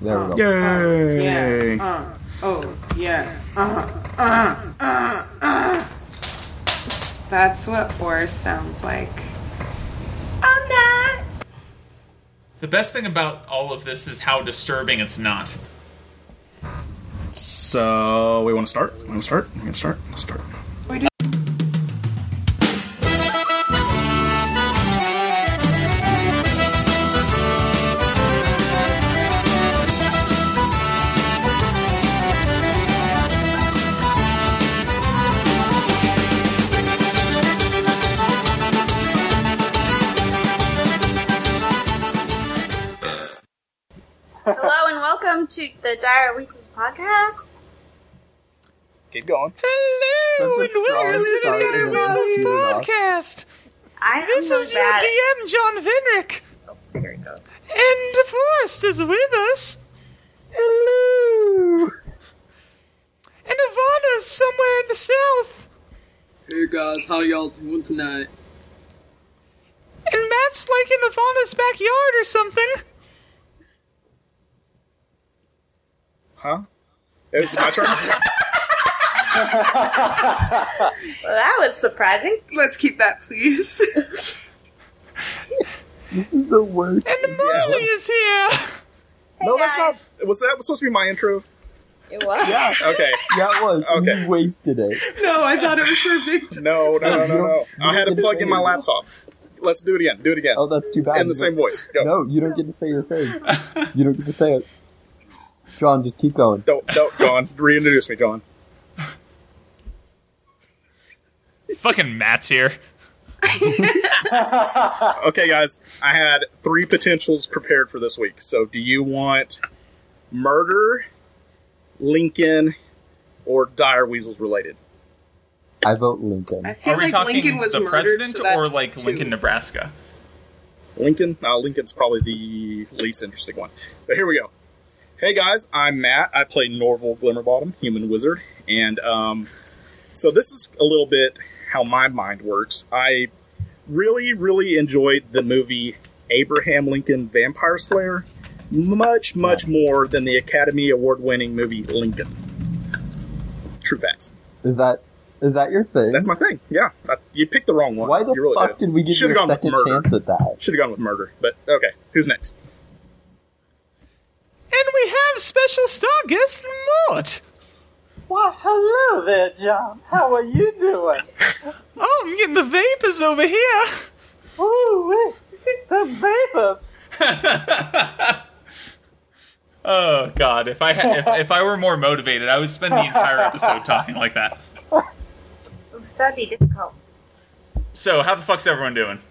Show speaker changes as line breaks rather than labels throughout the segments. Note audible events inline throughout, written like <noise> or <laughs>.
There we go.
Yay!
Yeah. Uh, oh, yeah. Uh, uh, uh, uh. That's what Boris sounds like. I'm not.
The best thing about all of this is how disturbing it's not.
So we want to start. We want to start. We want to start. Let's start.
Hello and welcome to the Dire Weeksies podcast.
Keep going.
Hello
Such a strong start
and
into this
welcome to the
season
Dire
off.
Weasels podcast.
I,
This
I'm
is
really
your
bad at-
DM John Venrick,
Oh, there it goes.
and Forrest is with us,
Hello.
and Ivana's somewhere in the south,
Hey guys, how y'all doing tonight?
and Matt's like in Ivana's backyard or something.
Huh? It's
<laughs>
my turn.
Well, that was surprising.
Let's keep that, please. <laughs>
This is the worst.
And Marley
let's-
is here.
Hey,
no, that's
guys.
not. Was that supposed to be my
<laughs>
intro?
It was.
Yeah. Okay.
<laughs> That was.
Okay.
You wasted it.
no, I thought it was perfect.
No, no, no, no,
<laughs>
no.
You don't
I had to
get to
plug
say
in my
it.
laptop. Let's do it again. Do it again.
Oh, that's too bad.
In the
You
same
don't-
voice. Go.
No, you don't get to say your
<laughs>
thing. You don't get to say it. John, just keep going.
Don't, don't, John. <laughs> Reintroduce me, John.
Fucking Matt's here.
Okay, guys. I had three potentials prepared for this week. So, do you want murder, Lincoln, or dire weasels related?
I vote Lincoln.
I feel
Are we
like
talking
Lincoln was
the
murdered,
president
so
or
that's
like
two.
Lincoln, Nebraska?
Lincoln? Uh, Lincoln's probably the least interesting one. But here we go. Hey guys, I'm Matt. I play Norval Glimmerbottom, human wizard, and um, so this is a little bit how my mind works. I really, really enjoyed the movie Abraham Lincoln Vampire Slayer much, much more than the Academy Award-winning movie Lincoln. True facts.
Is that is that your thing?
That's my thing. Yeah, I, you picked the wrong one.
Why the
you really
fuck did. we give
Should've
you a
gone with
second
murder.
chance at that?
Should have gone with murder, but okay. Who's next?
And we have special star guest Mort.
Why, hello there, John. How are you doing?
Oh, I'm getting the vapors over here.
Ooh, the vapors.
<laughs> Oh God! If I had, if, if I were more motivated, I would spend the entire episode talking like that.
Oops, that'd be difficult.
So, how the fuck's everyone doing? <laughs>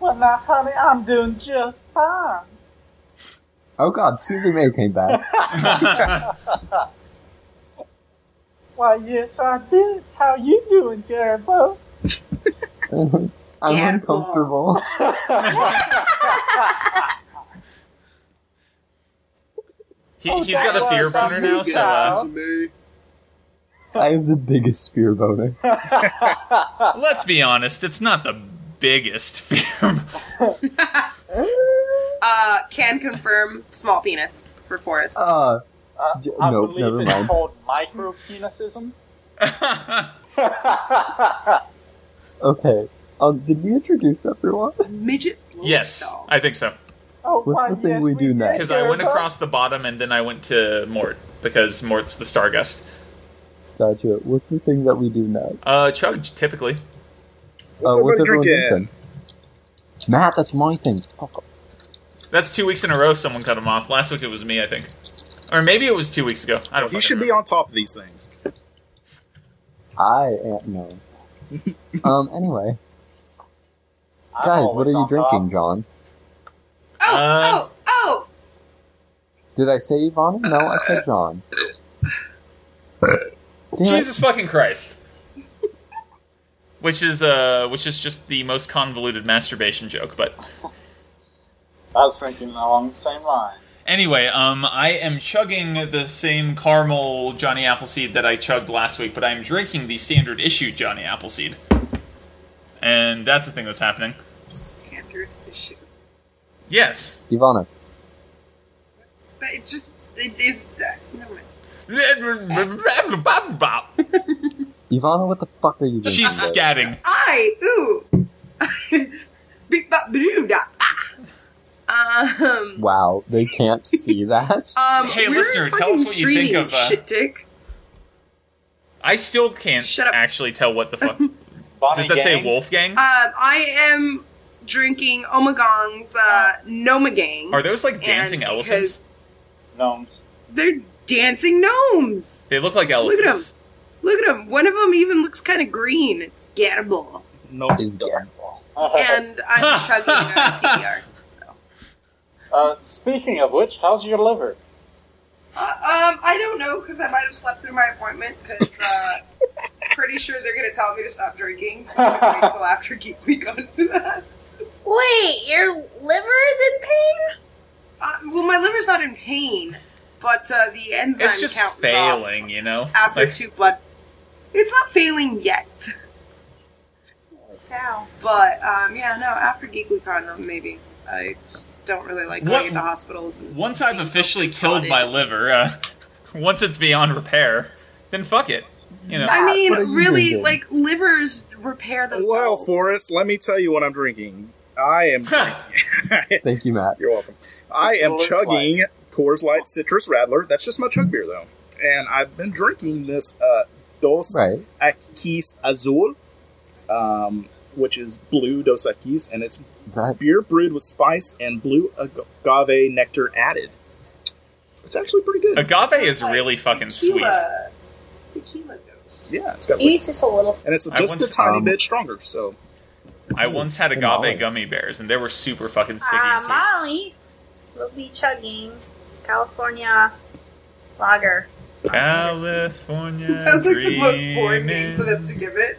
Well, now, honey, I'm doing just fine.
Oh god, Susie May came
<laughs>
back.
Why, yes, I did. How you doing, Garibo?
I'm
Gad
uncomfortable.
He,
Oh,
he's got
that
a fear
was
boner now,
amazing.
so uh,
me.
I am the biggest fear
<laughs>
boner.
let's be honest, it's not the biggest <laughs> fear.
Uh, can confirm small penis for Forrest.
Uh,
Uh,
J-
I
no,
believe
never
it's
mind.
called
<laughs>
micropenicism.
okay. Um, did we introduce everyone?
Midget.
yes,
wolf
I
dolls.
think so.
oh,
What's
why,
the thing
yes,
we do
did,
next?
Because I went
Garibo.
across the bottom and then I went to Mort because Mort's the Stargust.
Gotcha. What's the thing that we do next?
Uh, chug typically.
What's
uh, what's
everybody
everyone
drinking?
drinking? Matt, that's my thing. Fuck off.
That's two weeks in a row. Someone cut him off. Last week it was me, I think, or maybe it was two weeks ago. I don't.
You
fucking
should be
remember.
on top of these things.
I am no. um. Anyway,
I'm
guys, what
always
are you
on top.
drinking, John?
Oh,
Uh,
oh, oh!
Did I say Ivana? No, I said John. Damn it.
Jesus fucking Christ. Which is uh, which is just the most convoluted masturbation joke. But
I was thinking along the same lines.
anyway, um, I am chugging the same caramel Johnny Appleseed that I chugged last week, but I am drinking the standard issue Johnny Appleseed, and that's the thing that's happening.
Standard issue.
Yes,
Ivana.
but it just it is. Never mind.
Ivana, what the fuck are you doing?
She's
today?
scatting.
I ooh. <laughs> Beep bop blue da. ah. Um.
Wow, they can't see that.
Um,
Hey,
we're
listener, tell
fucking
us what you think
streaming,
of, uh,
shit, dick.
I still can't
Shut up.
actually tell what the fuck.
Bonnie
Does that say
Gang?
Wolfgang?
Um, I am drinking Omagong's uh, Noma Gang.
Are those like dancing
and
elephants?
Gnomes.
They're dancing gnomes.
They look like
at 'em.
elephants.
Look at them. One of them even looks kind of green. It's gettable.
No,
Is
done.
Oh.
And I'm
<laughs>
chugging a PBR. So.
Uh, speaking of which, how's your liver?
Uh, um, I don't know because I might have slept through my appointment because
<laughs>
uh, pretty sure they're going to tell me to stop drinking. So I'm going to wait till after Geek Week on <laughs> for that.
Wait, your liver is in pain?
Uh, well, my liver's not in pain, but uh, the enzyme
It's just
count is off
failing, you know.
after
Like,
two blood. It's not failing yet,
Ow.
but um, yeah, no. After GeeklyCon, um, maybe I just don't really like
What-
going into hospitals. And
once I've
being
officially
poking
killed
prodded.
my liver, uh, <laughs> once it's beyond repair, then fuck it. You know.
I
What are
mean,
you
really,
doing?
like livers repair themselves.
Well, Forrest, let me tell you what I'm drinking. I
<laughs>
am <laughs> drinking.
Thank you, Matt.
You're welcome. I am
Coors
chugging Coors Light Citrus Rattler. That's just my chug beer, though. And I've been drinking this uh, Dos
Right.
Aquis Azul, um, which is blue Dos Aquis, and it's
That,
beer brewed with spice and blue agave nectar added. It's actually pretty good.
Agave is
Like
really fucking sweet.
tequila, Tequila dose.
Yeah, it's got and
He's just a little.
it's
I
just a
once,
tiny
um,
bit stronger. So
I once had
Good
agave
knowledge.
gummy bears, and they were super fucking sticky and
Uh,
sweet.
Ah,
Molly will be chugging California lager.
California.
It <laughs> sounds like the most boring
dreaming.
name for them to give it.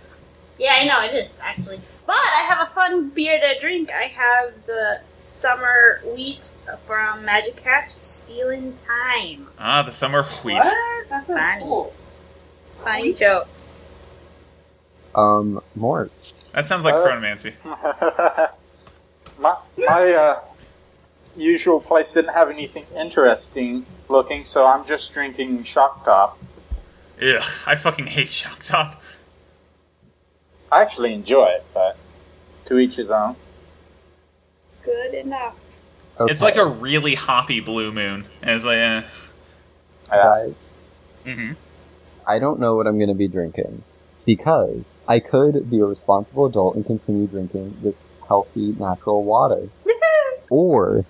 Yeah, I know, it is, actually. But I have a fun beer to drink. I have the summer wheat from Magic Hat, Stealing Time.
Ah, the summer wheat.
What? That sounds
Fine.
cool.
Funny
Wheat?
jokes.
um, more.
That sounds like
Uh,
chronomancy.
my <laughs> my uh, usual place didn't have anything interesting looking, so I'm just drinking Shock Top.
Ugh, I fucking hate Shock Top.
I actually enjoy it, but to each his own.
Good enough.
Okay.
It's like a really hoppy blue moon. And it's like, eh.
Uh,
Guys,
hmm
I don't know what I'm going to be drinking because I could be a responsible adult and continue drinking this healthy, natural water. or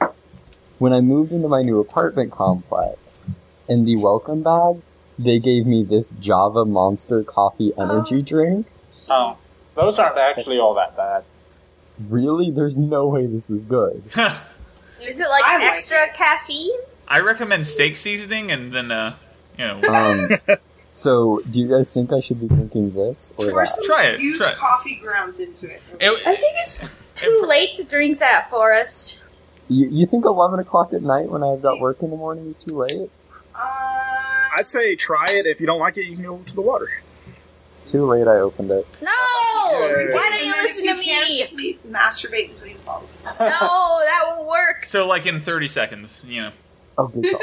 when I moved into my new apartment complex, in the welcome bag, they gave me this Java Monster Coffee Energy drink.
oh, those aren't actually
<laughs>
all that bad.
Really, there's no way this is good.
<laughs>
Is it like
I like
extra
it.
caffeine?
I recommend steak seasoning and then, uh, you know,
Um, so, do you guys think I should be drinking this or
Pour
that?
some
Try it,
used
try it.
coffee grounds into it.
I
<laughs>
it,
think it's <laughs> too late to drink that, Forrest.
You, you think 11 o'clock at night when I've got work in the morning is too late?
Uh,
I'd say try it. If you don't like it, you can go to the water.
Too late, I opened it.
No! Why don't
And
you
then
listen
if
to
you Can't
me?
sleep, masturbate until you fall asleep.
No, that won't work.
so like in 30 seconds, you know.
Oh, good call.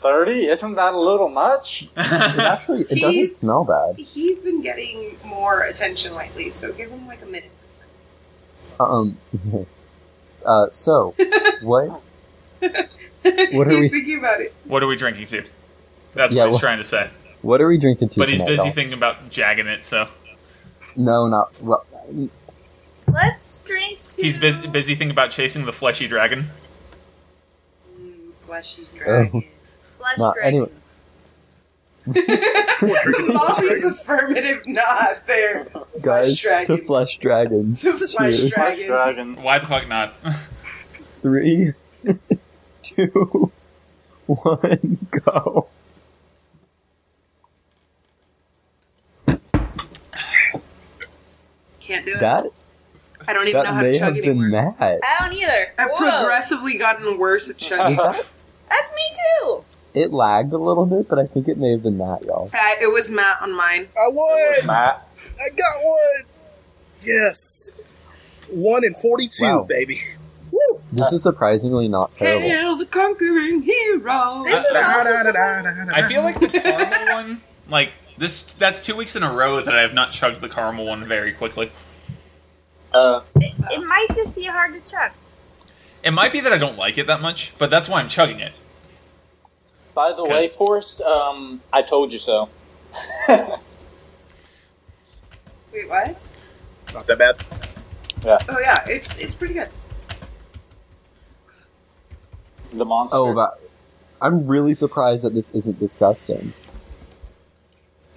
30? Isn't that a little much?
<laughs>
It actually, it doesn't
He's-
smell bad.
He's been getting more attention lately, so give him like a minute. this time.
Um, <laughs> uh,
<laughs>
so, what? <laughs> What are
he's
we-
thinking about it.
what are we drinking to? That's
Yeah,
what he's
well-
trying to say.
What are we drinking to
But he's
tonight,
busy
y'all?
thinking about jagging it, so
No, not, well,
Let's drink to.
he's busy, busy thinking about chasing the fleshy dragon.
Mm, fleshy
Oh.
dragon.
<laughs>
<laughs>
Flush
Well, anyway.
dragons.
Molly's affirmative nod there.
guys,
Flesh dragon.
to flesh dragons.
To flesh
Cheers.
Like
dragons.
dragons.
Why the fuck not? <laughs>
Three, <laughs> two, one, go.
Can't do it.
That,
I don't even know
that
how to
may
chug
have
anymore.
been Matt.
I don't either.
I've
Whoa.
progressively gotten worse at
<laughs>
chugging.
Is
<laughs>
that,
That's me too.
it lagged a little bit, but I think it may have been Matt, y'all.
I, it was Matt on mine.
I won.
Matt,
I got one. Yes. One in forty-two,
Wow.
baby. Woo!
Uh,
This is surprisingly not terrible.
Hail the conquering hero.
This is also
I feel like the caramel one, like this, that's two weeks in a row that I have not chugged the caramel one very quickly.
Uh,
something- it might just be hard to check.
It might be that I don't like it that much, but that's why I'm chugging it.
by the way,
'Cause-
Forrest, um, I told you so.
Wait, what?
Not that bad.
Oh yeah, it's it's pretty good.
The monster.
Oh, but I'm really surprised that this isn't disgusting.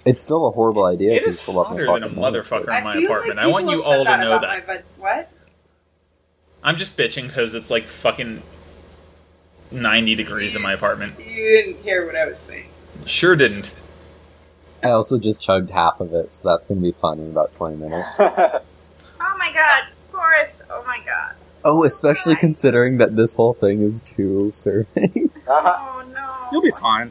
It's still a horrible idea.
It
if
is
you pull up my
hotter than a
fucking money.
motherfucker in my
feel
apartment.
Like
I want
people
you
have said
all to
that
know
about
that.
My, vag- what?
I'm just bitching because it's like fucking 90 degrees in my apartment.
You didn't hear what I was saying.
Sure didn't.
I also just chugged half of it, so that's going to be fun in about 20 minutes.
Oh my god, Forrest! Oh my god.
Oh, especially considering that this whole thing is two servings.
Uh-huh.
Oh no.
You'll be fine.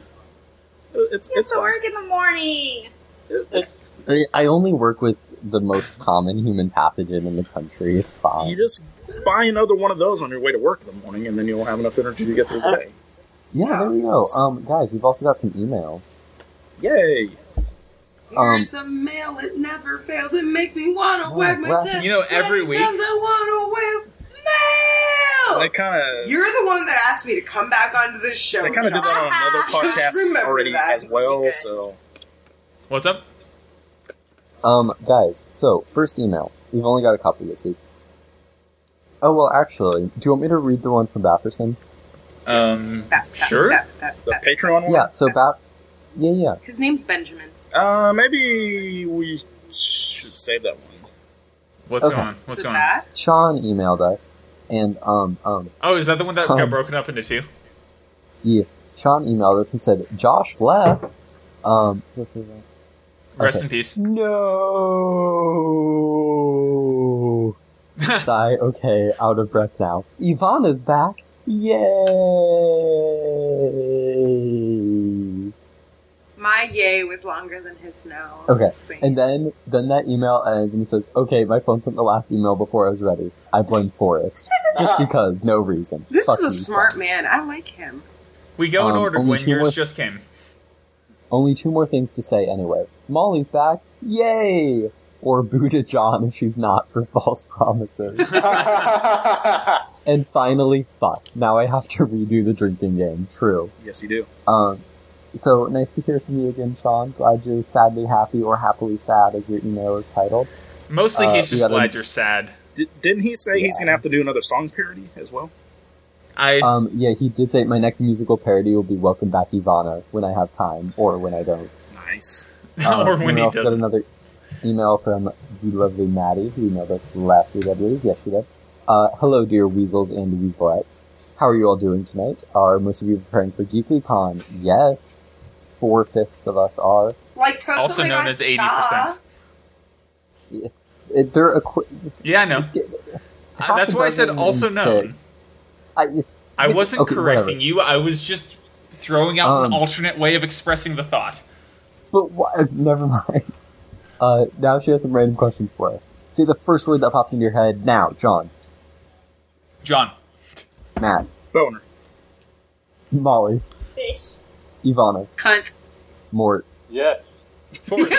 It's
You have
it's
to
fine.
work in the morning.
It's,
I I only work with the most common human pathogen in the country. It's fine.
you just buy another one of those on your way to work in the morning, and then you'll have enough energy to get through the day.
yeah, there we go. Um, guys, we've also got some emails.
Yay!
Um,
Here's some mail, it never fails. It makes me wanna
Oh,
wag my
well,
tail.
You know, every
When it
week-
comes, I wanna wag mail.
They kind of
You're the one that asked me to come back onto this show.
they kind of did
John.
that on another
Just
podcast
remember
already
that.
as well.
Secrets.
So
What's up?
Um, guys, so first email. We've only got a couple this week. Oh well, actually, do you want me to read the one from Bapperson?
Um,
That- that-
sure.
that- that-
the
that.
Patreon one.
Yeah. So Bap. Yeah, yeah.
His name's Benjamin.
Uh, maybe we should save that one.
What's
Okay.
going on? What's
So
going on?
that?
Sean emailed us, and um, um,
Oh, is that the one that
Um,
got broken up into two?
yeah. Sean emailed us and said Josh left. Um.
Rest
okay.
in peace. <laughs>
No. Sigh. Okay, out of breath now. Ivana's back. Yay!
My yay was longer than his no. I'm
Okay,
just saying.
and then then that email ends and he says, "Okay, my phone sent the last email before I was ready. I blame
<laughs>
Forrest just because, no reason."
this
Fuck
is a
you,
smart
Sean.
man. I like him.
We go in
Um,
order
only
when
two
yours
more-
just came.
Only two more things to say anyway. Molly's back, yay! Or boo to John if she's not for <laughs> false promises.
<laughs>
and finally, fuck. Now I have to redo the drinking game. True.
Yes, you do.
Um, so nice to hear from you again, Sean. Glad you're sadly happy or happily sad, as your email is titled.
Mostly
Uh,
he's
we
just
got
glad
a-
you're sad. <laughs>
Did, didn't he say he's
Yeah.
gonna have to do another song parody as well?
I
Um, yeah, he did say my next musical parody will be "Welcome Back, Ivana" when I have time or when I don't.
Nice.
Um,
<laughs> or when
we
he
also got
doesn't.
another email from the lovely Maddie, who emailed us last week, I believe. Yes, she did. Uh, hello, dear weasels and weaselettes. How are you all doing tonight? Are most of you preparing for GeeklyCon? Yes, four fifths of us are.
Like Toad's
Also
only
known
got
as
jaw.
80%.
It, they're equi-
Yeah, I know.
half
that's
a
why I said
dozen
also
and
known.
six. I,
I wasn't
Okay,
correcting
whatever.
you. I was just throwing out
Um,
an alternate way of expressing the thought.
But why? Never mind. Uh, now she has some random questions for us. Say the first word that pops into your head now, John,
John,
Matt,
Boner.
Molly,
Fish.
Ivana,
Cunt.
Mort.
<laughs> yes.
Forrest.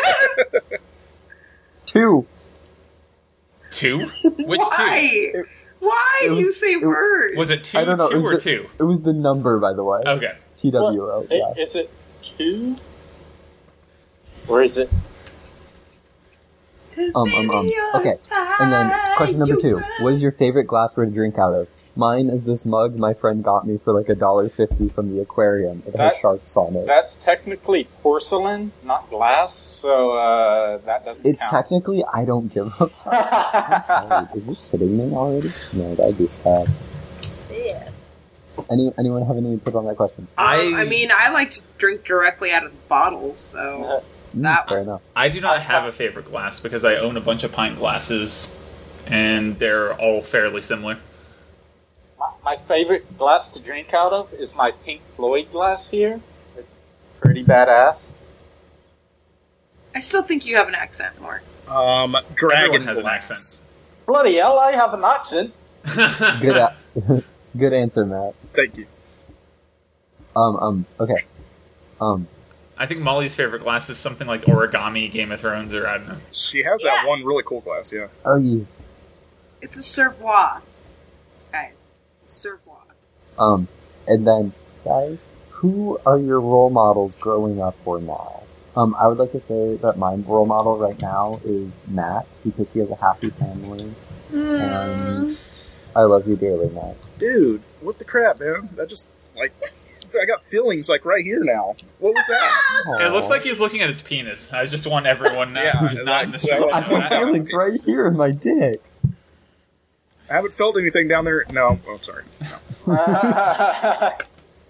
Two.
two?
<laughs>
Which two?
Why? Why
it
do you
was-
say
it-
words?
Was it two,
I don't know. it
two,
was
or
the,
two?
It was the number, by the way.
Oh.
Okay.
TWO.
Hey,
Yeah.
Is it two? Or is it?
Um, um, um. Okay. And then question number two: What is your favorite glassware to drink out of? Mine is this mug my friend got me for like a dollar fifty from the aquarium. It has
That-
sharks on it.
That's technically porcelain, not glass, so uh, that doesn't
It's
count.
technically I don't give a
It's
Wait, Is this kidding me already? No, that'd be sad.
Yeah.
Any anyone have any input on that question?
I,
I-
I mean, I like to drink directly out of the bottle, so
Mm,
That-
fair enough.
I do not have a favorite glass because I own a bunch of pint glasses, and they're all fairly similar.
<laughs>
<laughs>
My, my favorite glass to drink out of is my Pink Floyd glass here. It's
<laughs>
pretty badass. <laughs>
I still think you have an accent more.
Um, dragon
Everyone has an
glass.
Bloody hell, I have an accent.
Good. uh, a- <laughs> Good answer, Matt.
Thank you.
Um, um, okay. Um,
I think Molly's favorite glass is something like origami, Game of Thrones, or I don't know.
She has that
Yes.
one really cool glass, yeah.
are oh, you,
It's a servoir, guys. It's a servoir.
um, and then, guys, who are your role models growing up or now? Um, I would like to say that my role model right now is Matt, because he has a happy family. And I love you dearly, Matt.
Dude, what the crap, man? That just like I got feelings like right here now. What was that?
It looks like he's looking at his penis. I just want everyone <laughs> now
Yeah,
who's not in the
like,
stream.
I
well,
have feelings right here in my dick.
I haven't felt anything down there. No, oh, I'm sorry.
<laughs>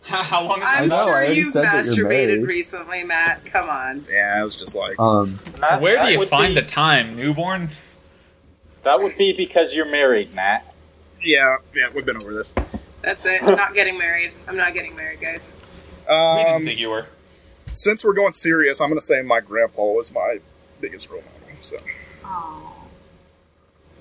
How- How long is
I
I'm
know, I
sure
already
you've
said that you're married.
masturbated recently, Matt. Come on.
Yeah, I was just like,
Um,
Matt,
Where
that
do you
would
find
be,
the time, newborn?
That would be because you're married, Matt. <laughs>
yeah, yeah, we've been over this.
That's it. I'm not getting married. I'm not getting married, guys.
We didn't
Um,
think you were.
since we're going serious, I'm going to say my grandpa was my biggest role model. So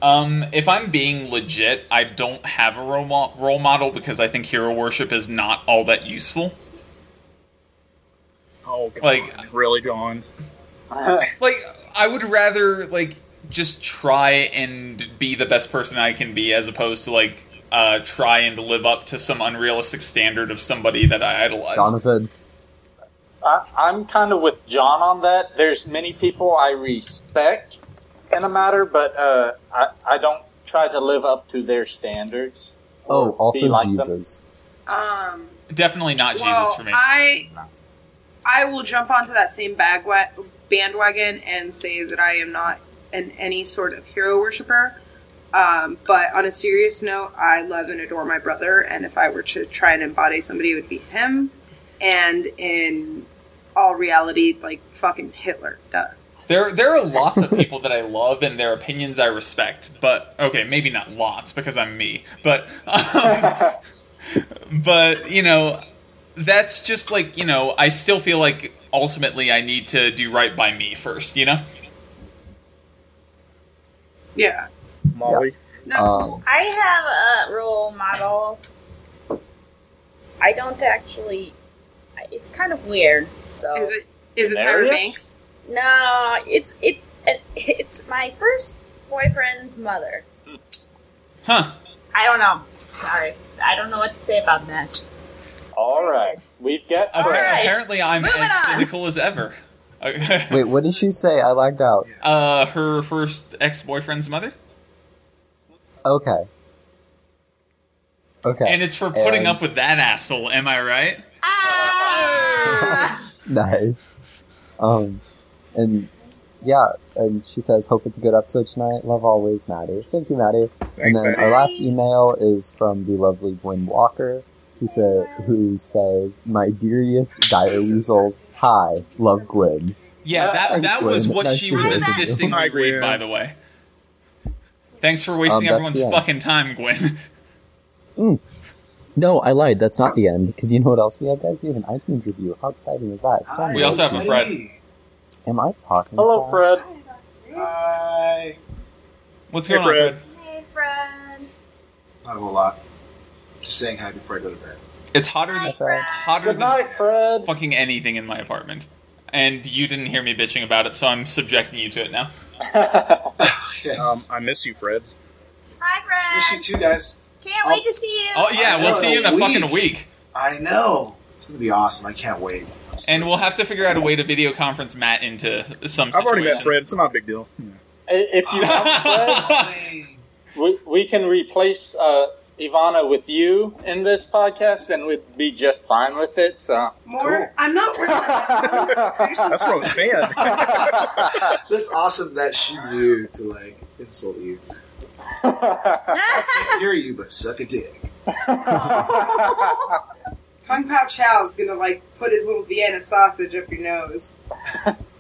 Um, if I'm being legit, I don't have a role, mo- role model because I think hero worship is not all that useful.
Oh, God.
Like-
really, John?
Like, I would rather like just try and be the best person I can be, as opposed to like uh, try and live up to some unrealistic standard of somebody that I idolize.
Jonathan,
I, I'm kind of with John on that. There's many people I respect in a matter, but uh, I, I don't try to live up to their standards.
oh, also
Be like them.
Jesus.
Um,
Definitely not
well,
Jesus for me.
I, I will jump onto that same bagwa- bandwagon and say that I am not an any sort of hero worshiper. Um, but on a serious note, I love and adore my brother, and if I were to try and embody somebody, it would be him. And in all reality, like fucking Hitler. Duh.
There, there are lots of people that I love and their opinions I respect, but okay, maybe not lots because I'm me, but, um, <laughs> but you know, that's just like you know, I still feel like ultimately I need to do right by me first, you know.
Yeah.
Molly?
No.
Um,
I have a role model. I don't actually. It's kind of weird. So
Is it is it Tyra
Hilarious?
Banks?
no, it's it's it's my first boyfriend's mother.
Huh?
I don't know. Sorry, I don't know what to say about that.
All right, we've got
Appa-
right.
Apparently, I'm
Moving
as
on.
cynical as ever. <laughs>
Wait, what did she say? I lagged out.
uh, her first ex-boyfriend's mother,
Okay. Okay.
and it's for putting
And-
up with that asshole. Am I right? Ah!
<laughs> nice. Um, and yeah, and she says, "Hope it's a good episode tonight. Love always, Maddie." Thank you, Maddie. and
Thanks,
then
Matt.
our last email is from the lovely Gwen Walker, who says, "Who says, my dearest dire weasels, hi, love Gwen."
Yeah, that,
thanks,
that was
Gwen.
what
Nice
she
to
was
hear from you.
insisting
Hi,
we read,
Gwen.
by the way. Thanks for wasting
Um, that's
everyone's
the end.
fucking time, Gwen. <laughs>
No, I lied. That's not the end. Because you know what else we have, guys? We have an iTunes review. How exciting is that? It's fun.
We also have a Fred.
Am I talking?
hello,
crap?
Fred.
Hi.
What's
Hey,
going on,
Fred.
Fred?
<laughs> Hey, friend.
Not a whole lot. Just saying hi before I go to bed.
It's hotter than
Fred.
hotter
Good
than
night, Fred.
fucking anything in my apartment. And you didn't hear me bitching about it, so I'm subjecting you to it now.
Um, I miss you, Fred.
Hi,
Miss you
friend.
too, guys.
Can't wait to see you.
Oh yeah,
I
we'll
know,
see you in a
week.
fucking week,
I know. It's gonna be awesome. I can't wait. I'm so
and we'll have to figure out a way to video conference Matt into some. Situation.
I've already met Fred. It's not a big deal.
I- If you
<laughs>
want, Fred, we, we can replace uh, Ivana with you in this podcast, and we'd be just fine with it. So, <laughs>
More.
Cool.
I'm not worried about that. Seriously.
That's from a
<laughs>
fan.
That's awesome that she knew to like insult you. I hear you, but suck a dick.
Kung Pao Chow's gonna like put his little Vienna sausage up your nose.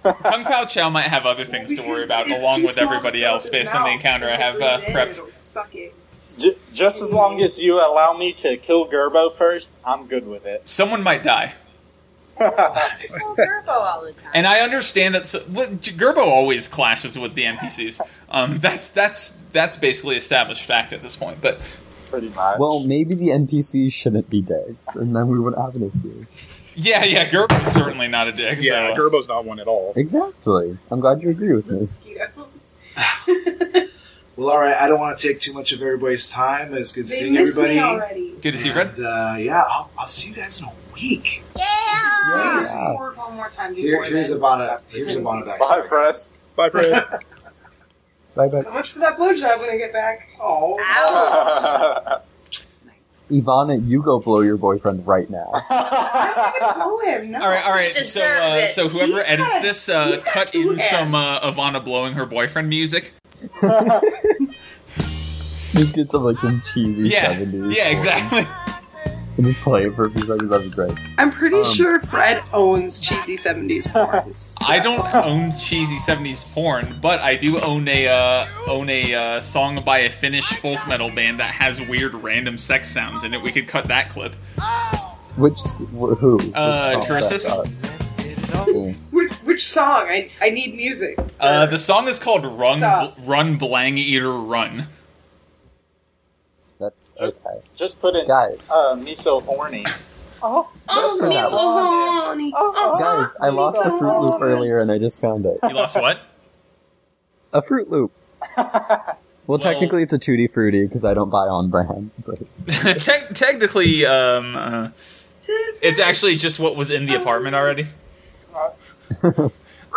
Kung Pao Chow might have other things to
Because
worry about,
it's
along
too
with
small
everybody
for
else,
his
based on the
mouth.
encounter I
If
have
you
uh,
breathe in,
prepped.
it'll Suck
<laughs>
it.
j- just as long as you allow me to kill Gerbo first, I'm good with it.
Someone might die.
<laughs> Full turbo all the time.
And I understand that so, well, G- Gerbo always clashes with the NPCs. Um, that's that's that's basically established fact at this point. But
pretty much.
Well, maybe the NPCs shouldn't be dicks, and then we wouldn't have an issue.
Yeah, yeah, Gerbo's certainly not a dick.
Yeah,
so.
Gerbo's not one at all.
Exactly. I'm glad you agree with this.
<laughs>
Well, all right. I don't want to take too much of everybody's time. It's good
They
seeing
miss
everybody.
me already.
Good to see you,
Fred. Uh, yeah, I'll, I'll see you guys in a week.
Yeah.
Yeah.
Record one more time
Here,
before
here's
then.
Ivana. Here's Ivana back.
Bye, Fred.
<laughs>
Bye, Fred.
Bye bye.
So much for that blowjob when I get back. Oh. <laughs> ouch.
Ivana, you go blow your boyfriend right
<laughs>
now.
Blow him. No.
All right, all right. So, uh, so whoever
He's
edits
got-
this, uh,
he's got
cut
two
in some uh, Ivana blowing her boyfriend music.
Just get some like some cheesy
Yeah,
70s.
yeah, exactly.
And just play it for a few seconds. That'd be great.
I'm pretty
Um,
sure Fred owns cheesy
<laughs>
70s porn.
I don't own cheesy '70s porn, but I do own a uh, own a uh, song by a Finnish folk metal band that has weird random sex sounds in it. We could cut that clip.
Oh.
Which wh- who?
Uh,
Which song is
Tarsus?
that? Yeah.
Which, which song? I, I need music.
Uh, the song is called "Run
Stop.
Run Blang Eater Run."
That, okay.
Just put in
Guys.
uh, miso horny.
Oh,
That's so bad.
<laughs>
honey. Oh,
Guys, I lost a Fruit
Oh.
Loop earlier and I just found it.
You lost what?
A Fruit
<laughs>
Loop. Well,
Well-
technically it's a Tutti Frutti because I don't buy on brand.
<laughs>
But
<laughs> Te- technically, um, uh, it's actually just what was in the apartment already.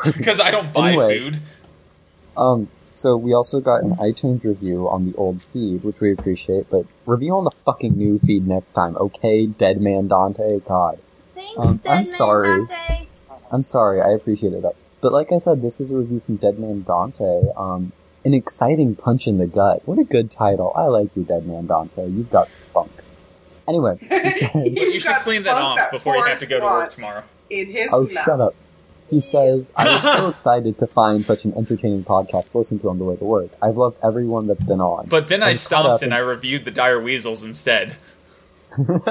Because I don't buy
Anyway.
food.
um, so we also got an iTunes review on the old feed, which we appreciate. But review on the fucking new feed next time, okay? Dead Man Dante, God.
Thanks,
Um, I'm
Deadman
sorry.
Dante.
I'm sorry, I appreciate it. But like I said, this is a review from Deadman Dante. Um, an exciting punch in the gut. What a good title. I like you, Deadman Dante. You've got spunk. Anyway,
You've
But you should
got
clean that
spunk
off before you have to go to work
Forrest
tomorrow.
Watts In his
oh
mouth.
shut up. He says, I was so excited to find such an entertaining podcast to listen to on the way to work. I've loved everyone that's been on. <laughs>
<laughs> But then I
I'm caught up
stopped and
in-
I reviewed the Dire Weasels instead.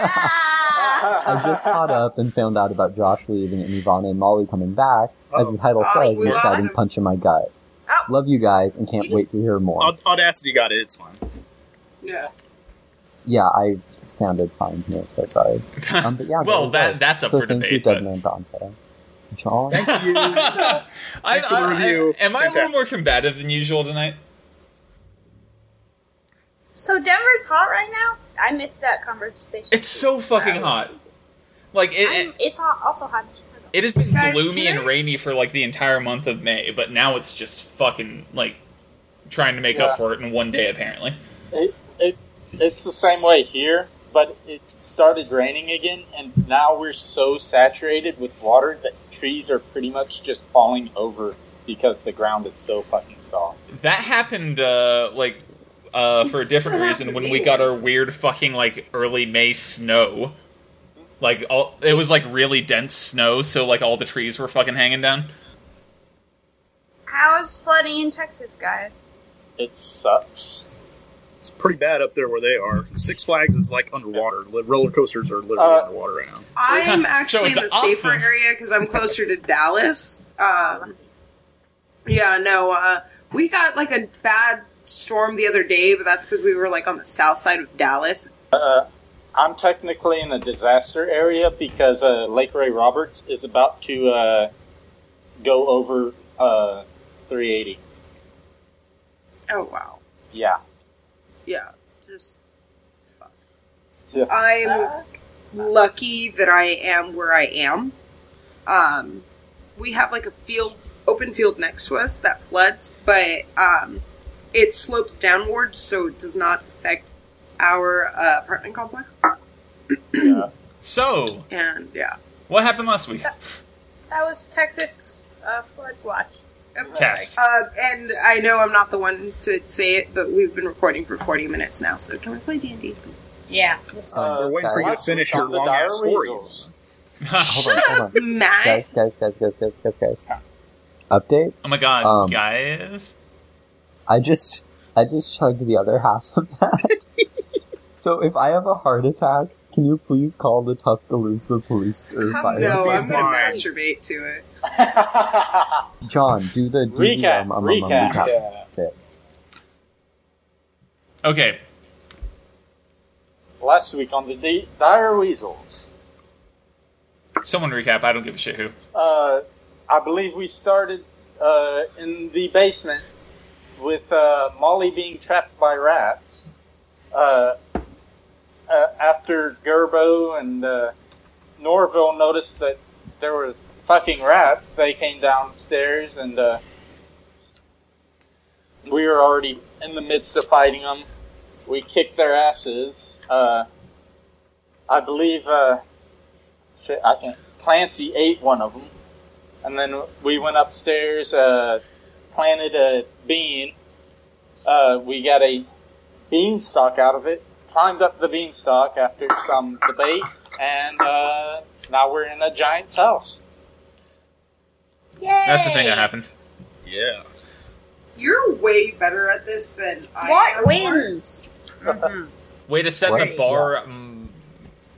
I just caught up and found out about Josh leaving and Ivana and Molly coming back. As the title
Oh,
says,
we
an
lost
exciting
him.
punch in my gut. Love you guys and can't
We just-
wait to hear more.
Aud- Audacity got it. It's fine.
Yeah.
Yeah, I sounded fine here, so sorry. Um, but yeah,
Well,
there we
that-
go.
that's up
so
for
thank
debate,
You,
but-
Deadman Dante. John,
<laughs> I,
Thanks for the
I-
review.
am I a little
Fantastic.
more combative than usual tonight?
<laughs> So Denver's hot right now. I missed that conversation.
It's so fucking hot. Like it,
I'm-
it,
it's hot, also hot. in Chicago.
it has been
Guys,
gloomy
can
and rainy for like the entire month of May, but now it's just fucking like trying to make
Yeah.
up for it in one day apparently.
It, it, it's the same way here, but it started raining again, and now we're so saturated with water that trees are pretty much just falling over because the ground is so fucking soft.
That happened uh like uh for a different
That
reason
happened
when
to
we
me
got our
once.
weird fucking like early May snow. Like all it was like really dense snow, so like all the trees were fucking hanging down.
How's flooding in Texas, guys?
It sucks.
It's pretty bad up there where they are. Six Flags is like underwater. Li- Roller coasters are literally
Uh,
underwater right now.
I'm
So
actually
it's
in the safer
awesome.
area because I'm closer to Dallas. Um, yeah, no, uh, we got like a bad storm the other day, but that's because we were like on the south side of Dallas.
I'm technically in a disaster area because uh, Lake Ray Roberts is about to uh, go over uh, 380.
Oh wow,
Yeah.
yeah, just. fuck.
Yeah.
I'm lucky that I am where I am. Um, we have like a field, open field next to us that floods, but um, it slopes downward, so it does not affect our uh, apartment complex.
yeah.
So,
And yeah,
what happened last week? <laughs>
That was Texas uh, flood watch.
Cast.
Uh, and I know I'm not the one to say it, but we've been recording for 40 minutes now, so can we play D and D?
Yeah.
Uh,
We're waiting for you to
guys,
finish your
On the
long ass
dire
story.
weasels.
Oh,
hold on, hold on.
Matt,
Guys, guys, guys, guys, guys, guys, guys. Update.
Oh my god,
Um,
guys.
I just, I just chugged the other half of that. <laughs> so if I have a heart attack, can you please call the Tuscaloosa police or fire?
no, I'm
Fine.
gonna masturbate to it.
<laughs>
John, do the DDM,
Recap,
um, um, um,
recap.
recap.
Yeah.
Shit.
Okay.
last week on the D- Dire Weasels.
Someone recap. I don't give a shit who.
Uh, I believe we started uh, in the basement with uh, Molly being trapped by rats. Uh, uh, after Gerbo and uh, Norville noticed that there was fucking rats, they came downstairs and uh, we were already in the midst of fighting them. We kicked their asses. Uh, I believe uh, shit, I can Clancy ate one of them, and then we went upstairs, uh, planted a bean. Uh, we got a beanstalk out of it, climbed up the beanstalk after some debate, and uh, now we're in a giant's house.
Yay!
That's the thing that happened.
Yeah.
You're way better at this than I am.
What
<laughs>
wins?
Way to set
Right.
the bar um,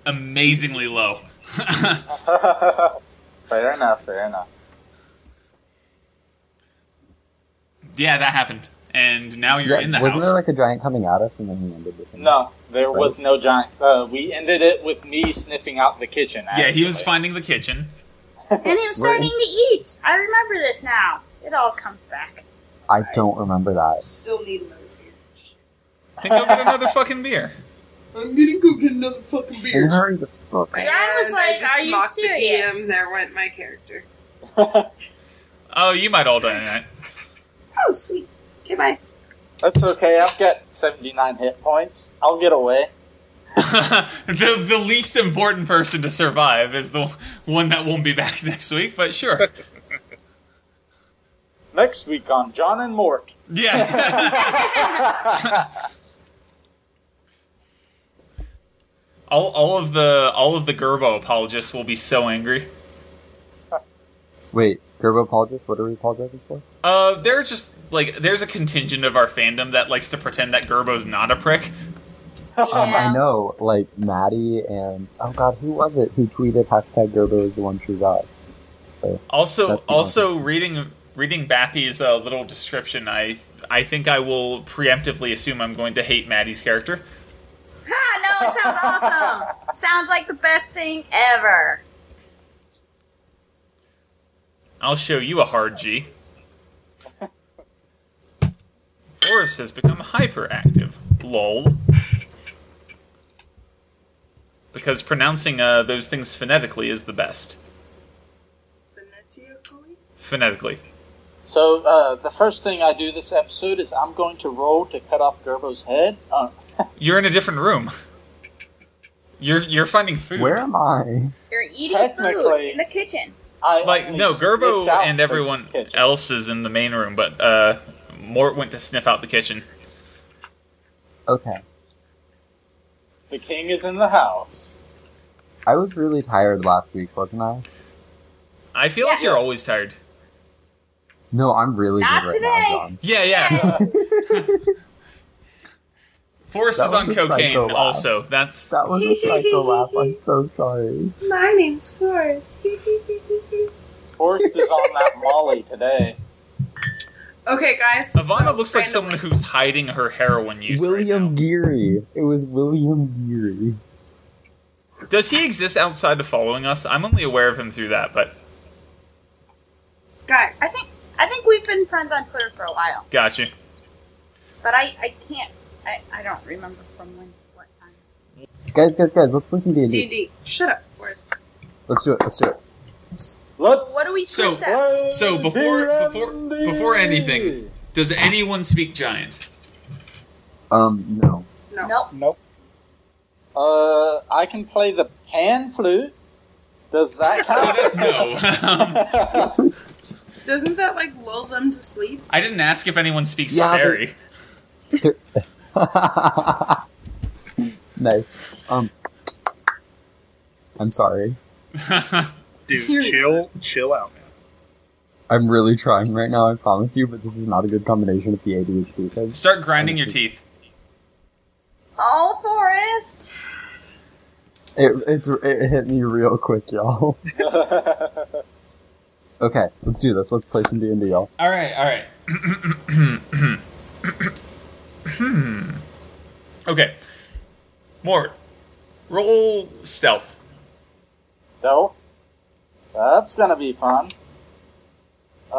amazingly low.
<laughs>
<laughs>
fair enough, fair enough.
Yeah, that happened, and now you're
Yeah,
in the
wasn't
house.
there like a giant coming at us and then he ended with him?
No, there was no giant. Uh, we ended it with me sniffing out the kitchen.
yeah, he was
actually.
finding the kitchen.
And he was starting to eat. I remember this now. It all comes back.
I don't remember that.
Still need another beer.
I think I'll get another fucking beer.
I'm gonna go get another fucking beer.
And hurry the fuck up.
And I was
And
like,
just
"Are you
mocked
serious?"
The DM, there went my character.
Oh, you might all die tonight. <laughs>
Oh, sweet. Okay, bye.
That's okay. I've got 79 hit points. I'll get away.
the the least important person to survive is the one that won't be back <laughs> next week. But sure,
Next week on John and Mort.
yeah. <laughs> all all of the all of the Gerbo apologists will be so angry.
Wait, Gerbo apologist? What are we apologizing for?
Uh, they're just like there's a contingent of our fandom that likes to pretend that Gerbo's not a prick.
<laughs> Um, I
Yeah. <laughs>
know, like Maddie and oh god, who was it who tweeted hashtag Gerbo is the one true god?
Also,
That's the
also reading reading Bappy's uh, little description, I I think I will preemptively assume I'm going to hate Maddie's character.
Ha! Ah, No, it sounds awesome. sounds like the best thing ever.
I'll show you a hard G. Boris has become hyperactive. Lol. Because pronouncing uh, those things phonetically is the best.
Phonetically?
Phonetically.
So uh, the first thing I do this episode is I'm going to roll to cut off Gerbo's head. Oh,
You're in a different room. You're you're finding food.
Where am I? <laughs>
You're eating food
Technically-
in the kitchen.
I
Like
only
no, Gerbo
sniffed out
and
the
everyone
kitchen.
else is in the main room, but uh, Mort went to sniff out the kitchen.
Okay.
The king is in the house.
I was really tired last week, wasn't I?
I feel like
Yes.
you're always tired.
No, I'm really
Not
good right
today.
now, John.
Yeah, yeah. Forrest
That
is on
was a
cocaine.
psycho laugh.
Also, that's
That was a psycho laugh. I'm so sorry.
My name's
<laughs>
Forrest.
Forrest is on that Molly today.
okay, guys.
Ivana
so
looks like someone
randomly-
who's hiding her heroin use.
William
right
Geary. It was William Geary.
now. does he exist outside of following us? I'm only aware of him through that, but
Guys,
I think I think we've been friends on Twitter for a while,
gotcha.
but I, I can't I, I don't remember from when what time.
Guys, guys, guys, let's play some D&D.
D&D. Shut up, Forrest.
Let's do it, let's do it.
Let's
What do we
So-
percept?
So before before before anything, does anyone speak giant?
Um, no. <laughs>
No.
Nope.
Nope. Uh, I can play the pan flute. Does <laughs> that
So
count?
that's no. <laughs> Um,
Doesn't that, like, lull them to sleep?
I didn't ask if anyone speaks
Yeah, but-
fairy.
nice. Um, I'm sorry.
Dude, chill, chill out, man.
I'm really trying right now, I promise you, but this is not a good combination of the ADHD thing.
<laughs> Start grinding your teeth.
Oh, Forrest.
It, it's, it hit me real quick,
<laughs>
y'all. okay, let's do this. Let's play some D&D, y'all.
All right, all right. <coughs> okay, Mort, Roll stealth.
Stealth. That's gonna be fun. Uh.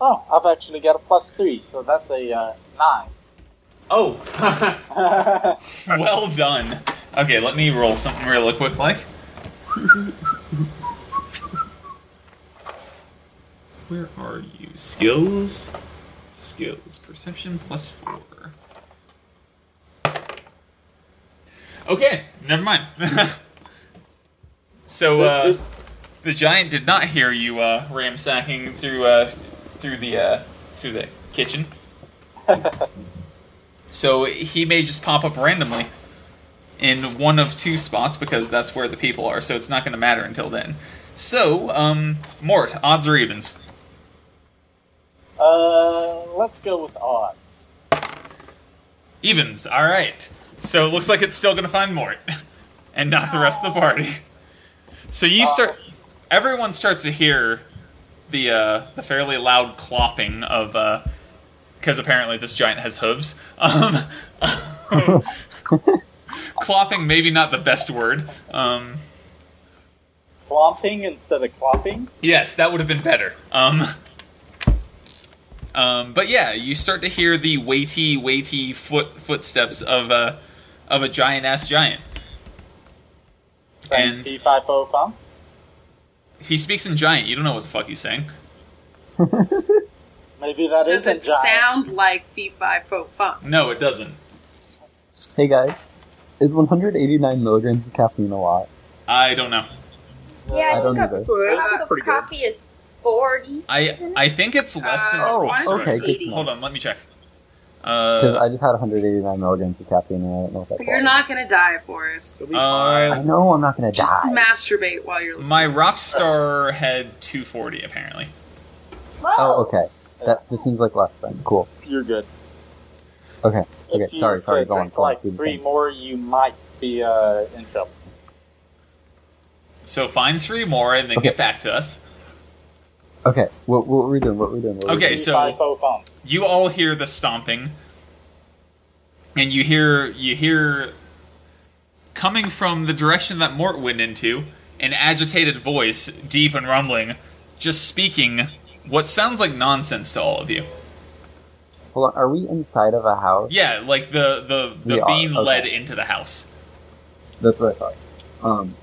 Oh, I've actually got a plus three, so that's a uh, nine. <laughs>
Oh, <laughs> well done. Okay, let me roll something real quick, like. Where are you? Skills, skills, perception plus four. Okay, never mind. <laughs> so uh, the giant did not hear you uh, ramsacking through uh, through the uh, through the kitchen. so he may just pop up randomly in one of two spots because that's where the people are. So it's not going to matter until then. So, um, Mort, odds or evens?
Uh, let's go with odds.
Evens. All right. So it looks like it's still going to find Mort, <laughs> and not the rest of the party. So you start.
Uh.
Everyone starts to hear the uh, the fairly loud clopping of uh, because apparently this giant has hooves. Um, <laughs> clopping, maybe not the best word. Um,
Clomping instead of clopping.
Yes, that would have been better. Um, um, but yeah, you start to hear the weighty, weighty foot footsteps of a of a giant ass giant.
Saying
And-
P five O fun.
He speaks in giant. You don't know what the fuck he's saying.
Maybe that
Does
isn't
it
giant.
sound like fee fi fo fum?
No, it doesn't.
Hey guys, is 189 milligrams of caffeine a lot?
I don't know.
Yeah, I,
I don't
think
either.
a
That's
cup of
pretty good.
coffee is 40.
I I think it's less than.
Uh, Oh,
Hold on.
okay, good to know.
Hold on, let me check.
Because
Uh,
I just had 189 milligrams of caffeine, and I don't know if that's.
You're
all.
not gonna die, Forrest.
It'll be fine.
uh,
I know I'm not gonna
Just
die.
masturbate while you're listening.
my rock star had 240 apparently.
Whoa!
oh, okay. That this seems like less than cool.
You're good.
Okay, okay.
if you
Sorry, sorry.
could
Go on.
drink
Go on.
like
do the
three
thing.
more, you might be uh, in trouble.
So find three more and then get back to us.
Okay. What, what were we doing? What were we doing? What were we
Okay,
doing?
so-
P5 O fun.
you all hear the stomping and you hear you hear coming from the direction that mort went into an agitated voice deep and rumbling just speaking what sounds like nonsense to all of you
hold on. Are we inside of a house?
yeah like the the, the
We are,
being
okay.
led into the house
That's what I thought. Um,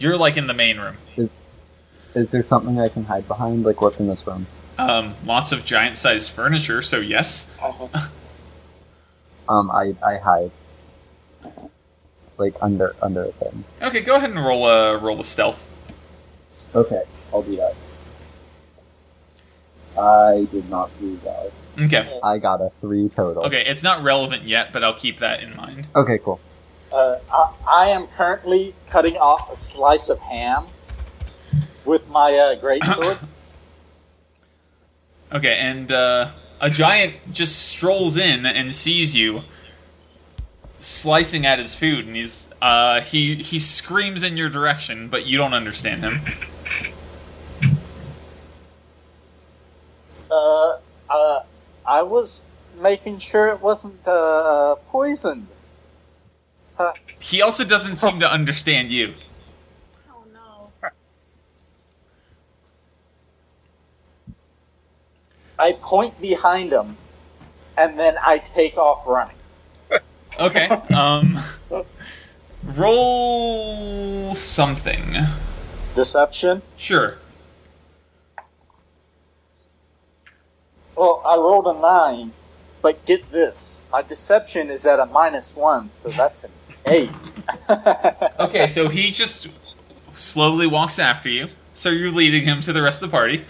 you're like in the main room
is there something I can hide behind? Like, what's in this room?
um, lots of giant sized furniture so yes
Um, I I hide. Like under under a thing.
okay go ahead and roll a roll a stealth
Okay, I'll do that. I did not do that.
okay
I got a three total.
okay it's not relevant yet but i'll keep that in mind
Okay, cool.
Uh, I, I am currently cutting off a slice of ham with my uh, great sword.
Okay, and uh, a giant just strolls in and sees you slicing at his food, and he's uh, he he screams in your direction, but you don't understand him.
uh, uh, I was making sure it wasn't uh, poisoned. Huh.
He also doesn't seem to understand you.
Oh, no.
I point behind him, and then I take off running.
Okay, um, roll something.
Deception.
Sure.
Well, I rolled a nine, but get this: my deception is at a minus one, so that's an eight. <laughs>
Okay, so he just slowly walks after you. So you're leading him to the rest of the party.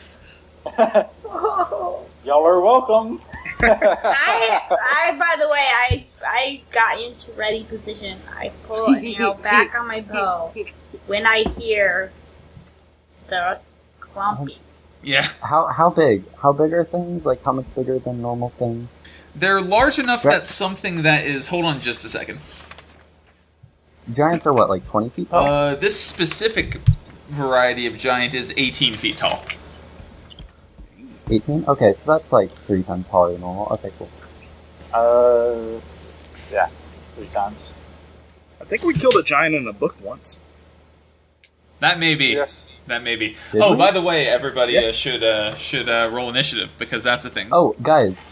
Y'all are welcome. <laughs>
I, I, by the way, I, I got into ready position. I pull an arrow back on my bow when I hear the clumping.
Yeah.
How how big? How big are things? Like how much bigger than normal things?
They're large enough
Right.
that something that is. Hold on just a second.
Giants are what, like twenty feet tall?
Uh, this specific variety of giant is 18 feet tall.
Oh. Eighteen? Okay, so that's like three times taller than normal. Okay, cool.
Uh, Yeah, three times.
I think we killed a giant in a book once.
That may be. That may be.
Did
oh,
we?
by the way, everybody uh, should uh, should uh, roll initiative because that's a thing.
Oh, guys,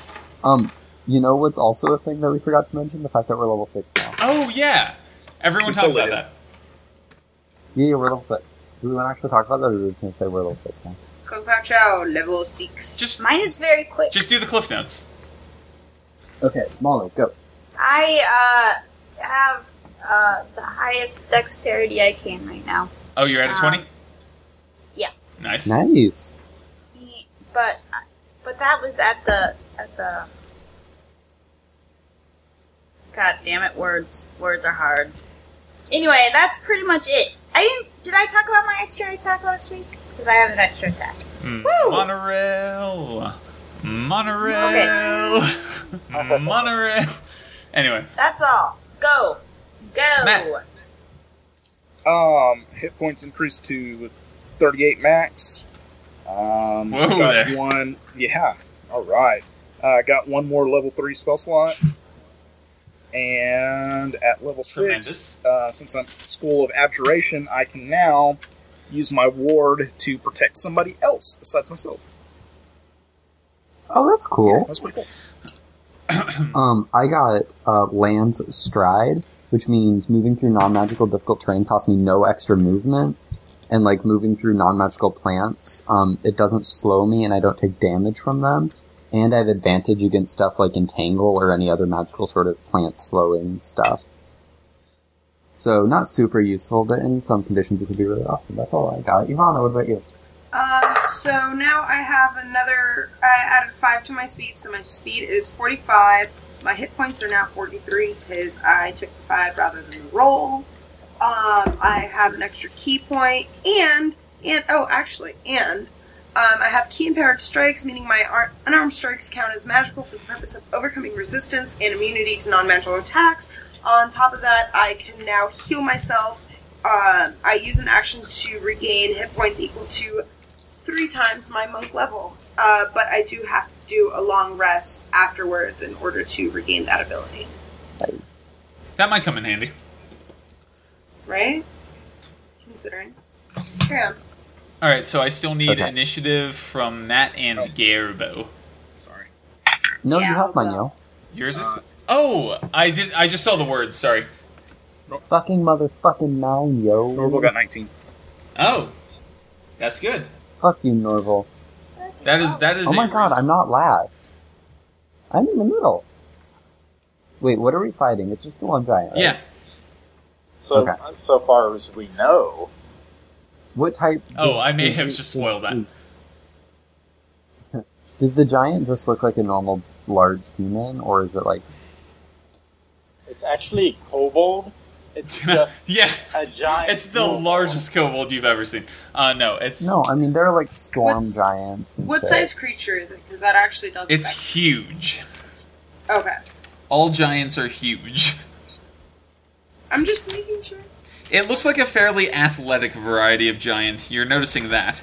um, you know what's also a thing that we forgot to mention? The fact that we're level six now.
Oh yeah, everyone
It's
talk
a
about
lid.
that.
Yeah, yeah, we're level six. Do we want to actually talk about that, or are we just gonna say we're level six now?
Kung Pao Chow, level 6.
Just
Mine is very quick.
Just do the cliff notes.
Okay, Molly, go.
I uh, have uh, the highest dexterity I can right now.
Oh, you're at a
Um,
twenty.
Yeah,
Nice.
Nice.
but but that was at the at the. God damn it! Words words are hard. Anyway, that's pretty much it. I didn't. Did I talk about my extra attack last week? Because I have an extra attack.
Mm,
Woo!
Monorail. Monorail. <laughs> Monorail. Anyway,
That's all. Go, go.
Um, hit points increased to 38 max. Um,
Whoa
got
there.
one. Yeah. All right. Uh, got one more level three spell slot. And at level six, uh, since I'm School of Abjuration, I can now use my ward to protect somebody else besides myself.
Oh, that's cool.
That's pretty cool.
um, I got uh, Lamb's Stride, which means moving through non-magical difficult terrain costs me no extra movement, and like moving through non-magical plants, um, it doesn't slow me and I don't take damage from them, and I have advantage against stuff like entangle or any other magical sort of plant slowing stuff. So not super useful, but in some conditions it could be really awesome. That's all I got. Ivana, what about you?
Um, so now I have another. I added five to my speed, so my speed is forty-five. My hit points are now forty-three because I took the five rather than the roll. Um, I have an extra key point, and and oh, actually, and um, I have key impaired strikes, meaning my ar- unarmed strikes count as magical for the purpose of overcoming resistance and immunity to non-magical attacks. On top of that, I can now heal myself. Um, I use an action to regain hit points equal to three times my monk level, uh, but I do have to do a long rest afterwards in order to regain that ability,
that might come in handy.
right? Considering. Carry on.
All right, so I still need
Okay.
initiative from Matt and
Oh.
Garbo. Sorry.
No, you have mine, yo.
Yours is.
Uh,
oh, I did. I just saw the word. Sorry.
Fucking motherfucking nine, yo.
Norval got 19.
Oh, that's good.
Fuck you, Norval.
That is that is.
Oh my
a-
god, I'm not last. I'm in the middle. Wait, what are we fighting? It's just the one giant. right?
Yeah.
So so far as we know,
What type?
Oh, I may have just spoiled that.
Does the giant just look like a normal large human, or is it like?
it's actually kobold. It's just
<laughs> yeah,
a giant.
It's the largest kobold you've ever seen. Uh, no, it's
No, I mean they're like storm
What's-
giants. and
What
shit.
size creature is it? Because that actually does.
it's
affect-
huge.
okay.
All giants are huge.
I'm just making sure. <laughs>
It looks like a fairly athletic variety of giant. You're noticing that.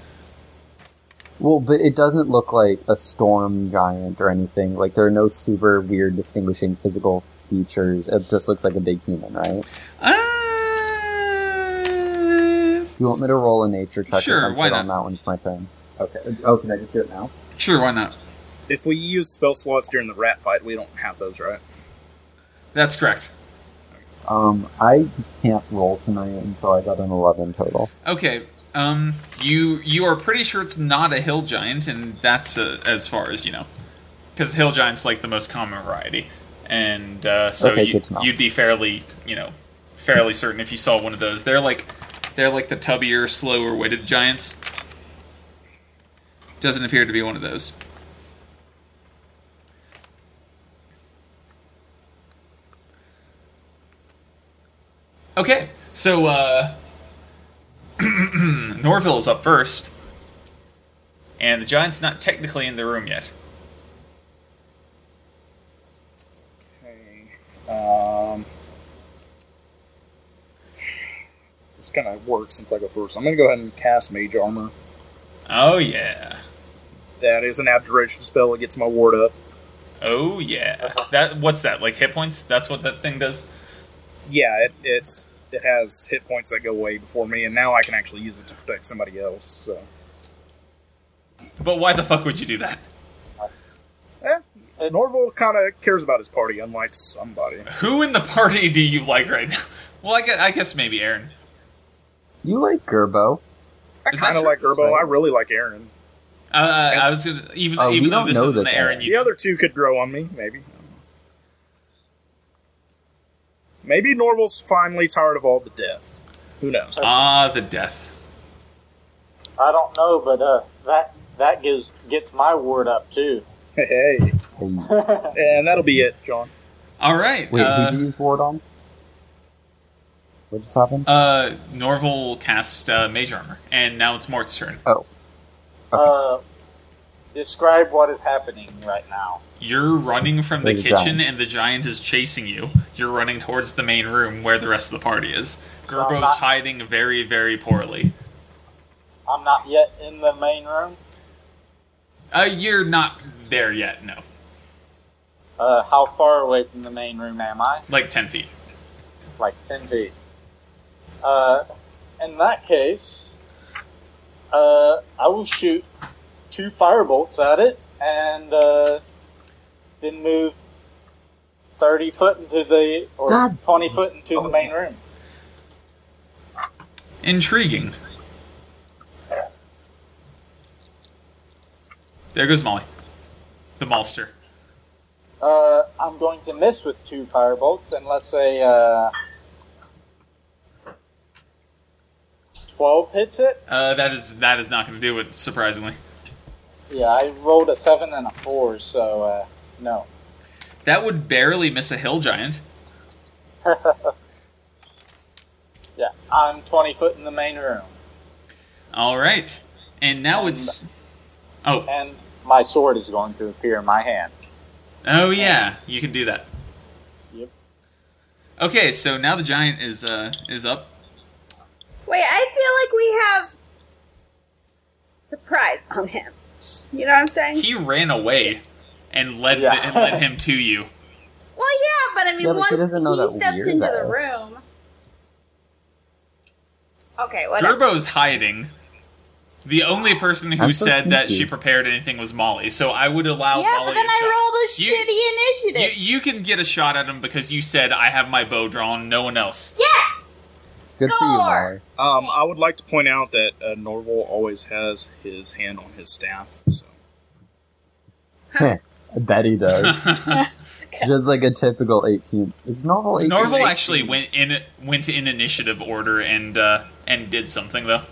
Well, but it doesn't look like a storm giant or anything. Like there are no super weird distinguishing physical features. It just looks like a big human, right?
Uh,
You want me to roll a nature check? or
Sure,
something
why
on that one? It's my turn. Okay. Oh, can I just do it now?
Sure, why not?
If we use spell slots during the rat fight, we don't have those, right?
That's correct.
Um, I can't roll tonight, and so I got an eleven total.
Okay. Um, you you are pretty sure it's not a hill giant, and that's uh, as far as you know, because hill giants like the most common variety, and uh, so
Okay,
you,
good to know.
you'd be fairly you know fairly certain if you saw one of those. They're like they're like the tubbier, slower witted giants. Doesn't appear to be one of those. Okay, so uh, <clears throat> Norville is up first, and the giant's not technically in the room yet.
Um, this kind of works since I go first. I'm going to go ahead and cast Mage Armor.
Oh yeah.
That is an abjuration spell. It gets my ward up.
Oh yeah. That what's that? Like hit points? That's what that thing does.
Yeah, it, it's it has hit points that go away before me, and now I can actually use it to protect somebody else. So
But why the fuck would you do that?
Eh, Norval kind of cares about his party, unlike somebody.
Who in the party do you like right now? <laughs> Well, I guess, I guess maybe Aaron.
You like Gerbo.
I
Is that
kind of
true?
like Gerbo. I really like Aaron.
Uh, I was gonna even
Oh, we
even though
don't
this
know
isn't
this
the Aaron
yet.
you
The other two could grow on me, maybe. Maybe Norval's finally tired of all the death. Who knows?
Ah, the death.
I don't know, but uh, that that gives gets my word up too.
Hey,
<laughs>
and that'll be it, John.
All right.
Wait,
uh,
who do you use ward on? What just happened?
uh, Norval cast uh, mage armor, and now it's Mort's turn.
Oh.
Uh, describe what is happening right now.
You're running from the
There's a
kitchen,
giant.
and the giant is chasing you. You're running towards the main room where the rest of the party is.
So I'm
Gerbo's
not-
hiding very, very poorly.
I'm not yet in the main room.
Uh, you're not there yet. No,
Uh, how far away from the main room am I?
like ten feet.
Like ten feet. Uh, in that case, uh, I will shoot two firebolts at it, and uh, then move thirty foot into the or
God.
twenty foot into the main room.
Intriguing. There goes Molly, the malster.
Uh, I'm going to miss with two firebolts unless a uh, 12 hits it.
Uh, that is that is not going to do it. Surprisingly,
Yeah, I rolled a 7 and a 4, so uh, no.
that would barely miss a hill giant.
Yeah, I'm 20 foot in the main room,
All right, and now it's. Oh,
and my sword is going to appear in my hand.
oh yeah, you can do that.
Yep.
Okay, so now the giant is uh is up.
Wait, I feel like we have surprise on him. You know what I'm saying?
He ran away and led
Yeah.
and led him to
<laughs>
you.
well, yeah, but I mean,
Yeah, but she
once
doesn't know
he
that
steps
we're
into
there.
the room. Okay, whatever.
Gerbo's hiding. The only person who
I'm so
said that
sneaky.
she prepared anything was Molly, so I would allow
yeah,
Molly
but then
a
I
shot. You-
rolled a shitty
You,
initiative.
you can get a shot at him because you said I have my bow drawn, no one else. <laughs>
yes.
Good for you, Mar.
Score!
Um, I would like to point out that uh, Norval always has his hand on his staff. So.
I bet he
<laughs>
does. Just like a typical 18. Is Norval 18?
Norval actually went in went in initiative order and uh, and did something though.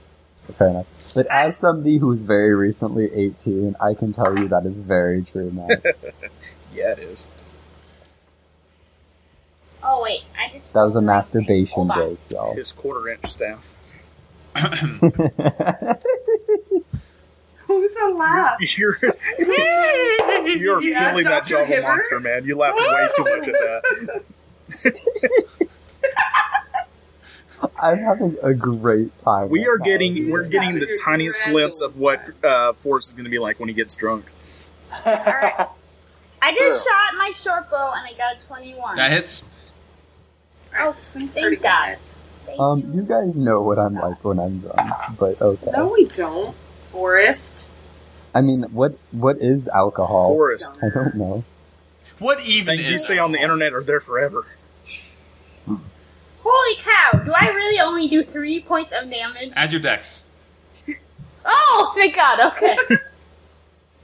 <clears throat>
Fair enough. But as somebody who was very recently 18, I can tell you that is very true,
<laughs>
Matt. that
Yeah, it is.
Oh wait, I just
was a masturbation
Hold on.
joke, y'all. <laughs>
His quarter inch staff.
Who's the laugh?
<laughs> You're, you're
Yeah,
feeling that
Dr.
Java
Hibbert?
monster, man. You laughed way too much at that.
I'm having a great time.
We
right
are
now.
getting we're getting the tiniest glimpse of what uh, Forrest is going to be like when he gets drunk.
All right. I just shot my short bow and I got a 21.
That hits.
Oh,
This thing's pretty
Thank God. Thank
Um, you
you.
guys know what I'm like when I'm drunk, but okay.
good. No, we don't. Forest.
I mean, what what is alcohol?
Forrest,
I don't know.
What even
things
is
you say on the internet are there forever.
Holy cow! Do I really only do three points of damage?
Add your dex.
Oh, thank God.
<laughs>
Okay.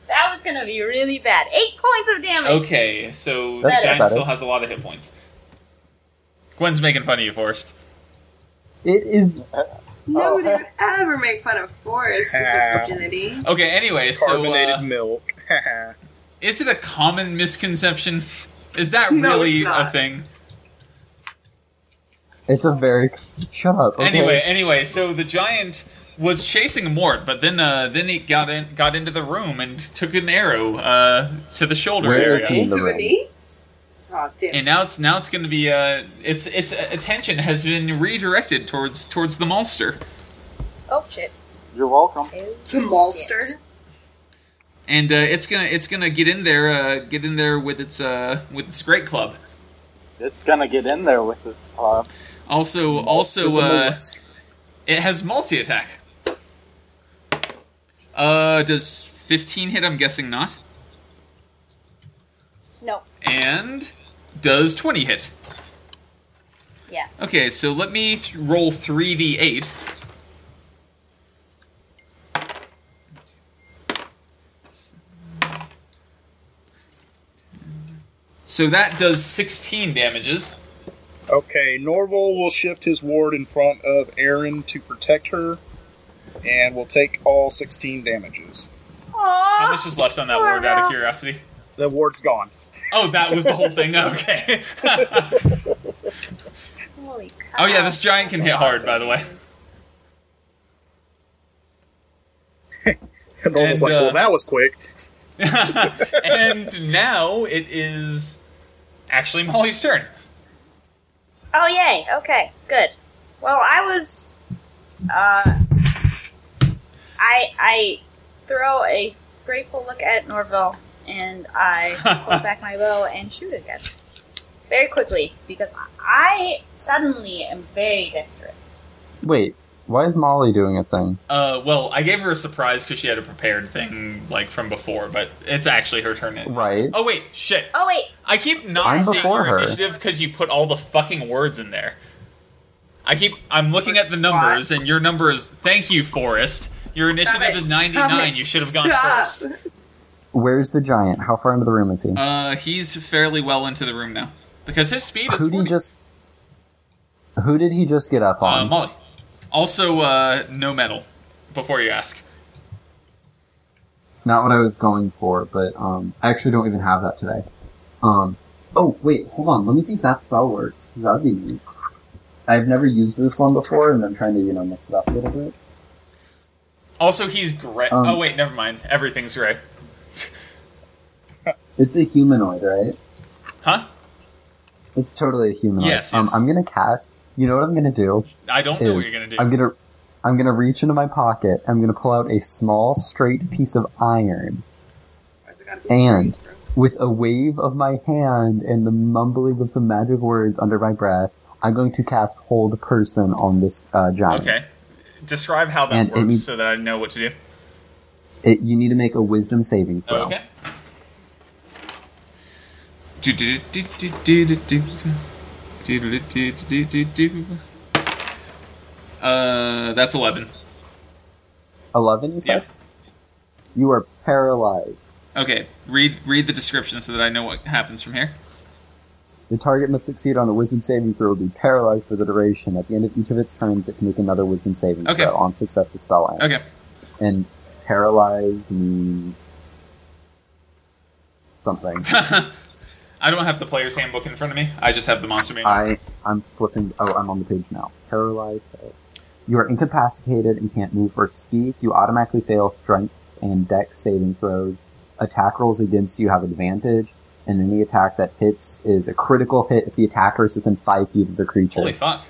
that was going to be really bad. Eight points of damage.
Okay, so the
That's
giant
better.
still has a lot of hit points. Gwen's making fun of you, Forrest.
It is.
Nobody would ever make fun of Forest with his virginity.
Okay, anyway, so
Carbonated
uh,
milk. <laughs>
is it a common misconception? Is that
No,
really
it's not.
a thing?
It's a very. Shut up. okay?
Anyway, anyway, so the giant was chasing Mort, but then uh, then he got in got into the room and took an arrow uh, to the shoulder
Where is
area.
he in
To
the
the
room?
knee? Oh, damn.
And now it's now it's going to be uh, its its attention has been redirected towards towards the monster.
Oh, shit.
You're welcome.
Oh,
the malster.
shit.
and uh, it's gonna it's gonna get in there, uh, get in there with its uh, with its great club.
It's gonna get in there with its club.
Also, also,
With the
uh, it has multi attack. Uh, does fifteen hit? I'm guessing not.
No.
And does twenty hit?
Yes.
Okay, so let me th- roll 3d8. So that does 16 damages.
Okay, Norval will shift his ward in front of Aaron to protect her, and will take all 16 damages.
How much is left on
Oh,
that ward out of curiosity?
The ward's gone. <laughs>
Oh, that was the whole thing? <laughs> Okay.
Holy
Oh, yeah, this giant can hit hard, by the way. <laughs>
And Norval's like,
uh,
well, that was quick.
and now it is actually Molly's turn.
Oh yay! Okay, good. Well, I was, uh, I I throw a grateful look at Norville and
<laughs>
I pull back my bow and shoot again very quickly because I suddenly am very dexterous.
Wait, why is Molly doing a thing?
Uh, well, I gave her a surprise because she had a prepared thing like from before, but it's actually her turn. Now.
Right.
Oh wait, shit.
Oh wait,
I keep not
I'm
seeing
before
your
her.
initiative because you put all the fucking words in there. I keep. I'm looking at the numbers, and your number is. Thank you, Forrest. Your initiative
it,
is
stop
99.
it,
You should have gone
stop.
first.
Where's the giant? How far into the room is he?
Uh, he's fairly well into the room now because his speed is
who did he just? Who did he just get up
uh,
on?
Molly. Also, uh, no metal. Before you ask,
Not what I was going for, but um, I actually don't even have that today. Um, oh wait, hold on. Let me see if that spell works. 'cause That'd be neat. I've never used this one before, and I'm trying to you know mix it up a little bit.
also he's gray.
Um,
oh wait, never mind. Everything's gray.
It's a humanoid, right?
Huh?
It's totally a humanoid.
Yes,
Um,
yes.
I'm gonna cast. You know what I'm gonna do?
I don't know what
is
you're gonna do.
I'm gonna I'm gonna reach into my pocket. I'm gonna pull out a small, straight piece of iron, and with a wave of my hand and the mumbling of some magic words under my breath, I'm going to cast Hold Person on this uh, giant.
Okay. Describe how that
And it
works
needs-
so that I know what to do.
It, you need to make a Wisdom saving throw.
Okay. Uh, that's 11.
Eleven, you said. You are paralyzed.
Okay, read read the description so that I know what happens from here.
The target must succeed on a wisdom saving throw or be paralyzed for the duration. At the end of each of its turns, it can make another wisdom saving
Okay.
throw on success the spell ends.
Okay. <laughs>
And paralyzed means something.
I don't have the player's handbook in front of me. I just have the monster manual.
I I'm flipping. Oh, I'm on the page now. Paralyzed. paralyzed. You are incapacitated and can't move or speak. You automatically fail strength and dex saving throws. Attack rolls against you have advantage, and any attack that hits is a critical hit if the attacker is within five feet of the creature.
Holy fuck.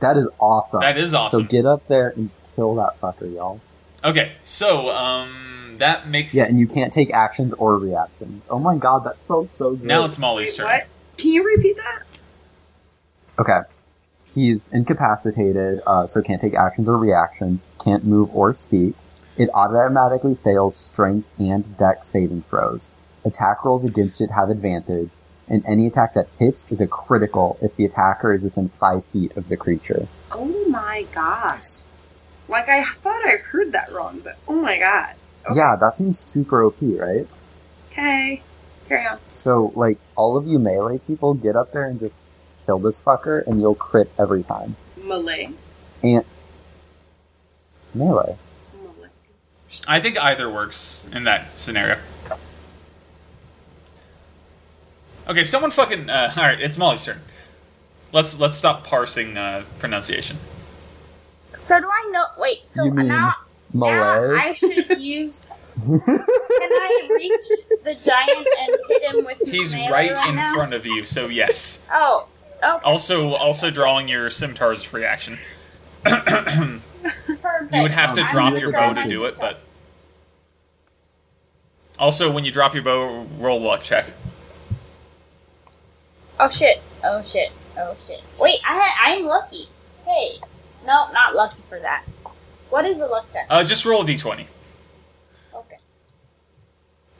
That is awesome.
That is
So
awesome.
get up there and kill that fucker, y'all.
Okay, so um, that makes
Yeah, and you can't take actions or reactions. Oh my god, that spell's so good.
now it's Molly's turn.
What? Can you repeat that?
Okay. He's incapacitated, uh, so can't take actions or reactions, can't move or speak. It automatically fails strength and dex saving throws. Attack rolls against it have advantage, and any attack that hits is a critical if the attacker is within five feet of the creature.
Oh my gosh. Like, I thought I heard that wrong, but oh my god.
Yeah, that seems super OP, right?
Okay. Carry on.
So, like, all of you melee people get up there and just kill this fucker, and you'll crit every time.
Malay.
And. Melee.
I think either works in that scenario. Okay, someone fucking. Uh, <laughs> all right, it's Molly's turn. Let's let's stop parsing uh, pronunciation.
So do I know? Wait, so
you mean.
now
melee?
I should use. Can I reach the giant and hit him with? my
He's
melee
right,
right
in
now?
front of you, so yes.
Oh, okay,
Also, also drawing your scimitar's free action. <clears throat>
perfect.
You would have to
I'm
um,
drop
gonna
your
throw
bow to
my
do it, but Also, when you drop your bow, roll luck check.
Oh shit! Oh shit! Oh shit! Wait, I I'm lucky. Hey, no, not lucky for that. What is a luck check?
Uh, just roll a d20.
Okay.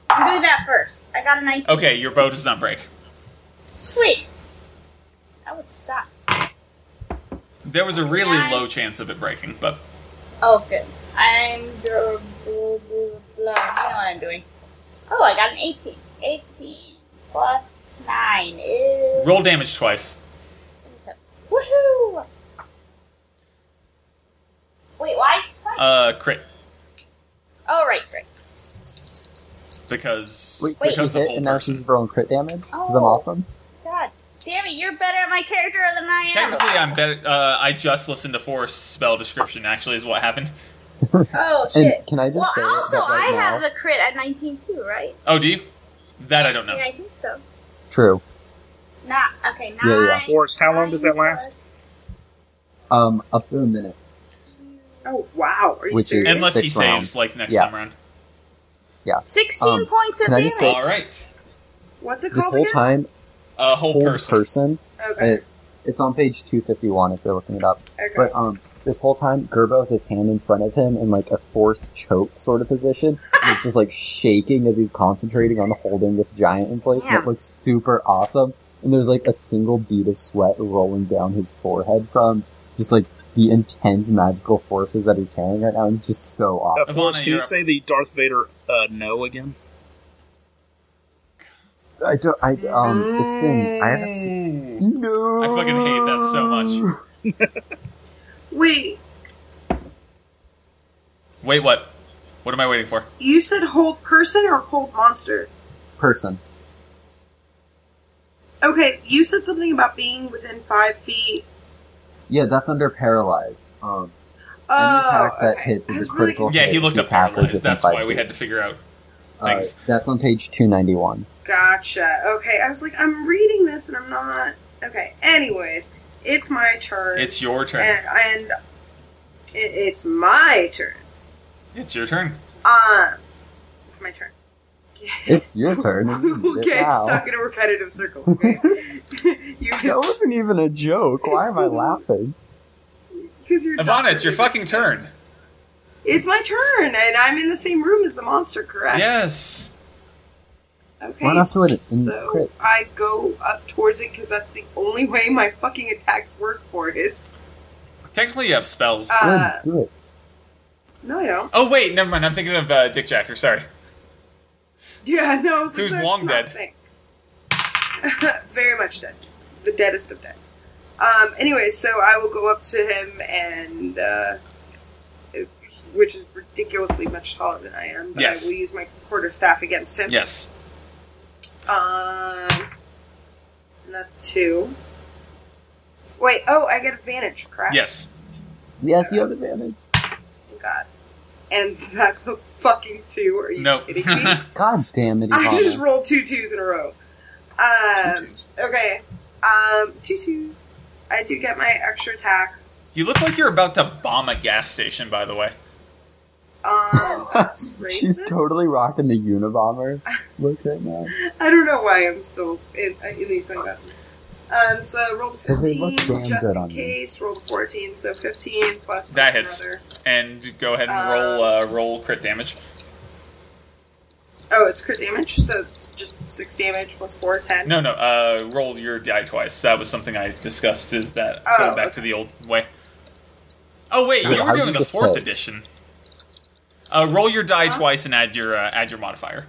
Do that first. I got a 19.
Okay, your bow does not break.
Sweet. That would suck.
There was a really low chance of it breaking, but
Oh, good. I'm blah, blah, blah, blah. You know what I'm doing. Oh, I got an 18. 18 plus 9 is...
roll damage twice.
Woohoo! Wait, why is that?
Uh, crit
Oh, right, right.
because
Wait, so
because
she
the
hit
whole
and now
person.
she's rolling crit damage? Is that
Oh.
awesome?
God damn it, you're better at my character than I am.
Technically, I'm better. Uh, I just listened to Forrest's spell description. Actually, is what happened.
Oh,
And
shit.
can I just
well,
say
also,
that right
I
now-
have a crit at 19 too, right?
Oh, do you? That I don't know.
Yeah, I think so.
True.
Not okay. Nine.
Yeah, yeah.
Forrest, how long does that last?
Um, up to a minute.
Oh wow! Are you
Which is-
serious?
Unless he
Six
saves
rounds.
like next
Yeah.
time around.
Yeah.
Sixteen
Um,
points of
can I just
damage.
say-
All right,
What's it
This
called
whole
again?
time,
a whole,
whole
person.
person.
Okay.
it- it's on page 251 if you're looking it up.
okay.
But um, this whole time, Gerbo has his hand in front of him in like a forced choke sort of position. and it's just like shaking as he's concentrating on holding this giant in place. And
Yeah.
it looks super awesome. And there's like a single bead of sweat rolling down his forehead from just like the intense magical forces that he's carrying right now. It's just so
Uh,
awesome.
Forrest,
Ivana,
can
you're
you
up.
say the Darth Vader uh, no again?
I don't. I um. It's been. I haven't seen.
Ooh.
No.
I fucking hate that so much.
Wait,
Wait, what? What am I waiting for?
you said whole person or whole monster?
Person.
Okay, you said something about being within five feet.
Yeah, that's under paralyzed. Um.
Oh,
attack that
okay.
hits
I
is a
was really
critical
confused.
Yeah, he
hit.
looked
Two
up
hackers
paralyzed.
within
That's
five
why we
feet.
had to figure out.
Uh,
Thanks.
that's on page 291.
Gotcha. Okay, I was like, I'm reading this and I'm not. Okay. Anyways, it's my turn.
It's your turn.
and, and it, it's my turn.
It's your turn.
Um, it's my turn.
It's
<laughs>
your turn.
We'll get
Wow.
stuck in a repetitive circle.
<laughs>
Okay. you
That
just
wasn't even a joke. Why am I laughing?
because you're dumb.
Ivana, it's your fucking turn.
It's my turn, and I'm in the same room as the monster. Correct?
Yes.
Okay.
Run up to it and
so
crit.
I go up towards it because that's the only way my fucking attacks work for is.
Technically, you have spells.
Uh,
Good, do it.
no, I don't.
oh wait, never mind. I'm thinking of uh, Dick Jacker. Sorry.
Yeah, no. I was like,
Who's
that's
long
not
dead.
a thing. <laughs> Very much dead. The deadest of dead. Um. Anyway, so I will go up to him and, uh, it- which is ridiculously much taller than I am. But
Yes.
I will use my quarter staff against him.
Yes.
Um, and that's two. Wait. Oh, I get advantage. Correct.
Yes.
Yes, you have advantage.
Thank God. And that's a fucking two. Are you
No.
kidding
<laughs>
me?
God damn it,
I just
Ivana.
rolled two twos in a row. Um, okay. Um, two twos. I do get my extra attack.
You look like you're about to bomb a gas station, by the way.
<laughs>
Um, that's racist.
She's totally rocking the
<laughs>
Unabomber look right now.
I don't know why I'm still in, uh, in these sunglasses. Um, so I rolled a
Because they look
15
damn
just
good
in
on you.
case. Rolled a 14, so 15 plus
That
something
hits.
or other.
And go ahead and roll uh, roll crit damage.
Oh, it's crit damage, so it's just 6 damage plus 4 is 10.
No, no. Uh, roll your die twice. That was something I discussed. Is that
Oh,
going back to the old way? Oh wait,
Wait,
you
how
were
do
doing
you
the
just
fourth
roll?
edition. Uh, roll your die
Huh?
twice and add your uh, add your modifier.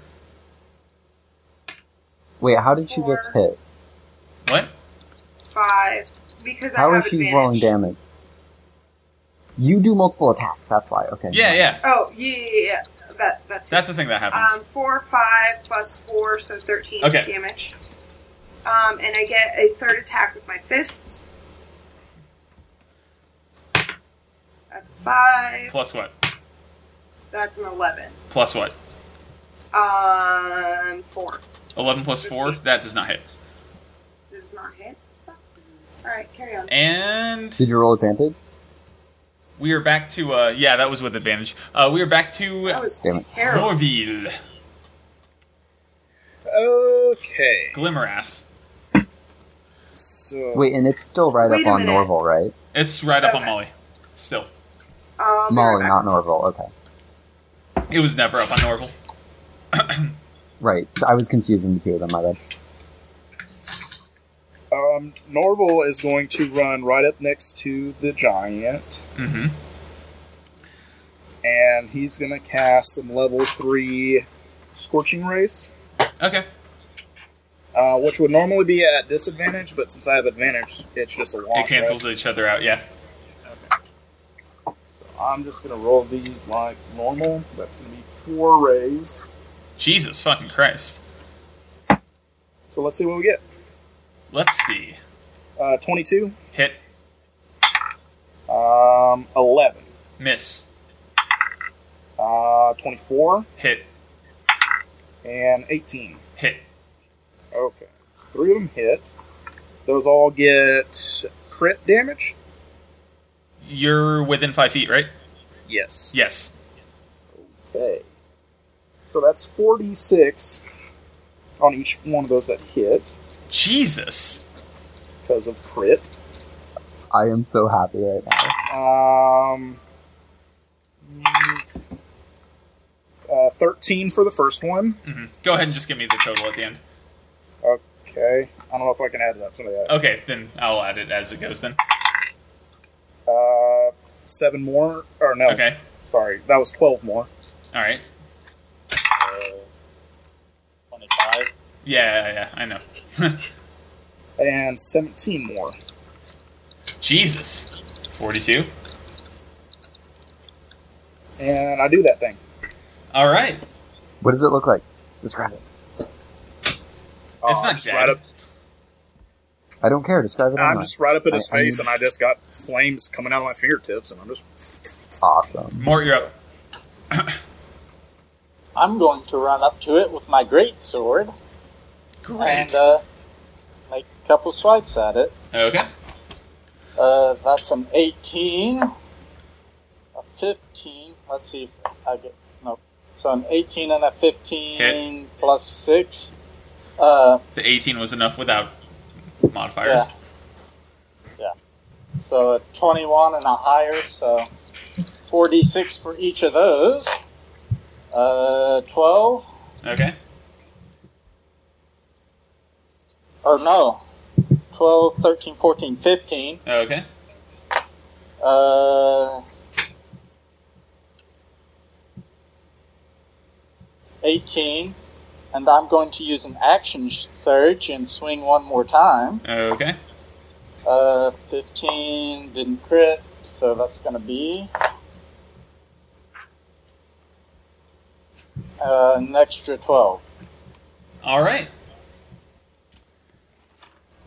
Wait, how did she just
Four.
hit?
What?
5. Because I
How
have
is she
advantage.
rolling damage? You do multiple attacks, that's why. Okay.
Yeah, yeah.
Oh, yeah, yeah, yeah. That, that's
That's the thing that
Um,
happens.
four, five, plus four, so thirteen
Okay.
damage. Um, and I get a third attack with my fists. That's a five.
Plus what?
That's an eleven.
Plus what?
Um, four.
Eleven plus four. That does not hit.
Does not hit. All right, carry on.
And
Did you roll advantage?
we are back to uh, yeah, that was with advantage. Uh, we are back to
That was Um,
Damn it.
Oh, terrible.
Norville.
Okay.
Glimmerass.
So
Wait, and it's still right
Wait
up
a
on
minute.
Norval, right?
It's right up on Molly. Still.
I'll be right
Molly,
back.
not Norval. Okay,
It was never up on Norval.
right. So I was confusing the two of them. My bad.
Um, Norval is going to run right up next to the giant,
Mm-hmm.
and he's going to cast some level three scorching rays,
Okay.
uh, which would normally be at disadvantage, but since I have advantage, it's just a wash.
It cancels each other out, yeah.
right? I'm just going to roll these like normal. That's going to be four rays.
Jesus fucking Christ.
So let's see what we get.
Let's see.
Uh, 22,
Hit,
um, 11,
miss,
uh, 24,
hit,
and 18.
hit.
Okay. So three of them hit. Those all get crit damage?
You're within five feet, right?
Yes.
Yes.
Okay. So that's 46 on each one of those that hit
Jesus.
because of crit.
I am so happy right now.
Um, mm, uh, 13 for the first one.
hmm Go ahead and just give me the total at the end.
Okay. I don't know if I can add it up. Somebody add it.
Okay, then I'll add it as it goes then.
Uh, seven more. Or no.
Okay.
Sorry. That was 12 more.
All right.
Twenty-five.
Yeah, yeah, yeah, I know. <laughs>
And 17 more.
Jesus. 42.
And I do that thing.
All right.
What does it look like? Describe it.
It's not
I'm just
dead.
right up
I don't care. Describe it.
I'm
online.
just right up in his
I- I
face,
mean-
and I just got flames coming out of my fingertips, and I'm just
awesome.
Mort, you're up.
I'm going to run up to it with my great sword and
Great.
uh, make a couple swipes at it.
Okay.
Uh, that's an 18, a 15. Let's see if I get. Nope. So an 18 and a 15 plus 6. Uh,
The 18 was enough without modifiers.
Yeah. so a 21 and a higher, so 46 for each of those. Uh, 12,
Okay.
or no, 12, 13, 14, 15.
Okay.
Uh, 18, and I'm going to use an action sh- surge and swing one more time.
Okay.
Uh, 15 didn't crit, so that's going to be uh, an extra 12.
All right.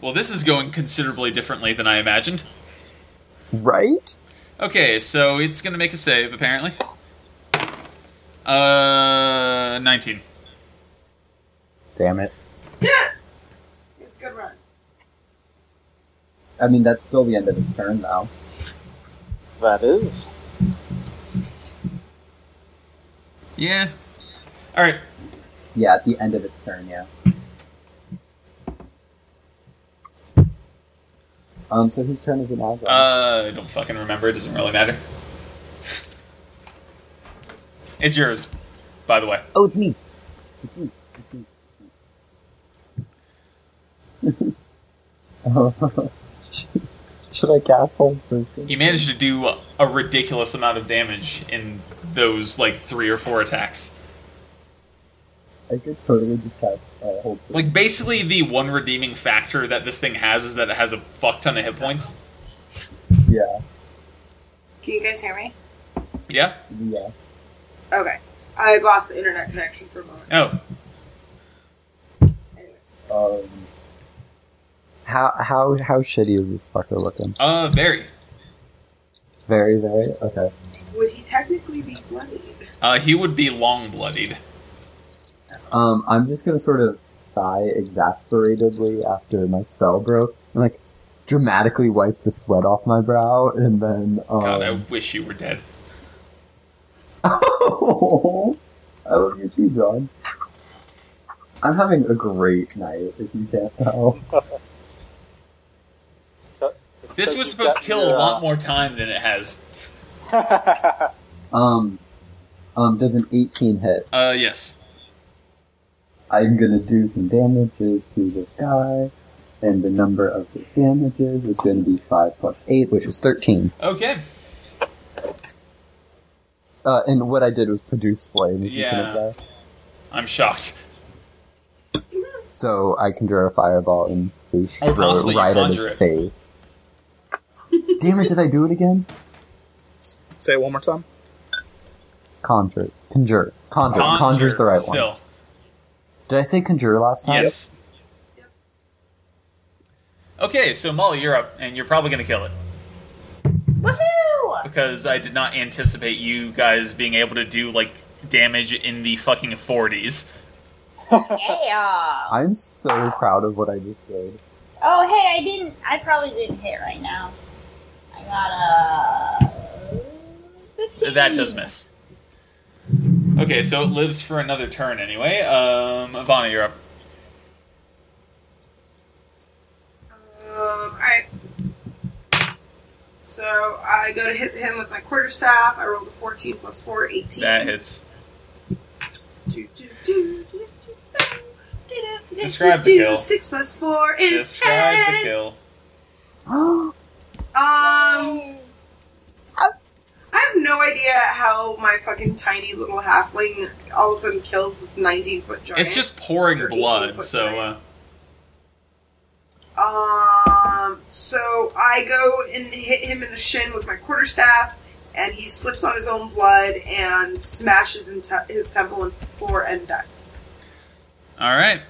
Well, this is going considerably differently than I imagined.
Right?
Okay, so it's going to make a save, apparently. Uh, 19.
Damn it.
It's a good run.
I mean, that's still the end of its turn, though.
That is.
Yeah. All right.
Yeah, at the end of its turn, yeah. Um, so whose turn is it now? Zach?
Uh, I don't fucking remember. It doesn't really matter. It's yours, by the way.
oh, it's me. It's me. It's me. Oh. <laughs> Should I cast hold person?
He managed to do a ridiculous amount of damage in those like three or four attacks.
I could totally just cast uh, hold person.
Like basically the one redeeming factor that this thing has is that it has a fuck ton of hit points.
Yeah,
Can you guys hear me?
Yeah.
yeah.
Okay. I lost the internet connection for a moment.
Oh,
Anyways.
Um, how how how shitty is this fucker looking?
uh, very.
Very very okay.
Would he technically be bloodied?
Uh, he would be long bloodied.
Um, I'm just gonna sort of sigh exasperatedly after my spell broke, and like dramatically wipe the sweat off my brow, and then um, <laughs>
God, I wish you were dead.
I love you too, John. I'm having a great night, if you can't tell.
This was supposed to kill a
uh,
lot more time than it has.
Um, um, does an 18 hit?
Uh, yes.
I'm gonna do some damages to this guy, and the number of his damages is gonna be 5 plus 8, which is 13.
Okay.
Uh, and what I did was produce flame. if you can
Yeah.
have that.
I'm shocked.
So I conjure a fireball and face
Oh,
throw
possibly
it
you
right at his
conjure it.
face. Damn it, did I do it again?
Say it one more time.
Conjure. Conjure. Conjure. Conjure's the right one. Uh,
Still.
Did I say conjure last time?
Yes. Okay, so Molly, you're up, and you're probably going to kill it.
Woohoo!
Because I did not anticipate you guys being able to do, like, damage in the fucking 40s.
Yeah.
I'm so proud of what I just did. <gasps>
Oh, hey, I didn't. I probably didn't hit right now. I got a. 15.
That does miss. Okay, so it lives for another turn anyway. Um, Ivana, you're up.
Um, alright. So I go to hit him with my quarterstaff. I rolled a 14 plus 4, 18.
That hits.
Describe
Describe the kill.
6 plus 4 is
Describe
10.
the kill.
um, I Um, have no idea how my fucking tiny little halfling all of a sudden kills this 19 foot giant.
It's just pouring
You're 18
blood,
foot
so uh,
Um, so I go and hit him in the shin with my quarterstaff, and he slips on his own blood and smashes into his temple into the floor and dies. <laughs>
all right.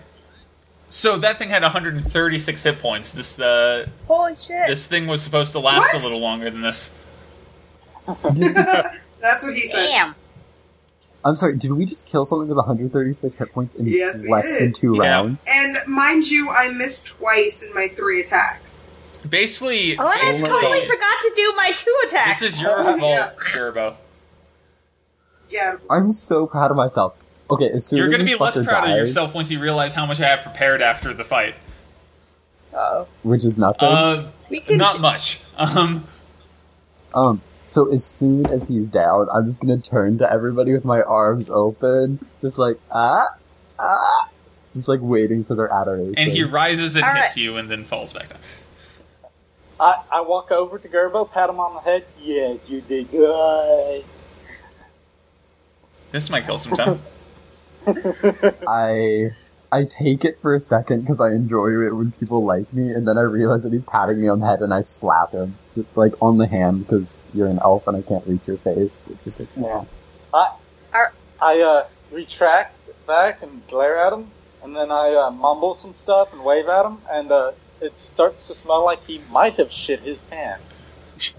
So that thing had 136 hit points. This uh,
Holy shit!
this thing was supposed to last
What?
a little longer than this.
That's what he said.
Damn.
I'm sorry, did we just kill something with 136 hit points in
Yes, we
less than
did.
two
Yeah.
rounds?
And mind you, I missed twice in my three attacks.
Basically,
Oh, and I
basically-
totally forgot to do my two attacks.
This is your fault, Gerbo.
Yeah.
I'm so proud of myself. Okay, as soon
You're
as
going to
this
be less
fucker
proud
dies,
of yourself once you realize how much I have prepared after the fight.
which is nothing.
Uh,
We can.
not much. Um,
Um, so as soon as he's down, I'm just gonna turn to everybody with my arms open, just like ah, ah, just like waiting for their adoration.
and he rises and
All
hits
right.
you, and then falls back down.
I, I walk over to Gerbo, pat him on the head. Yeah, you did good.
This might kill
<laughs>
some time.
I I take it for a second because I enjoy it when people like me, and then I realize that he's patting me on the head, and I slap him just like on the hand because you're an elf and I can't reach your face. It's just like yeah.
I uh, retract back and glare at him, and then I uh, mumble some stuff and wave at him, and uh, it starts to smell like he might have shit his pants.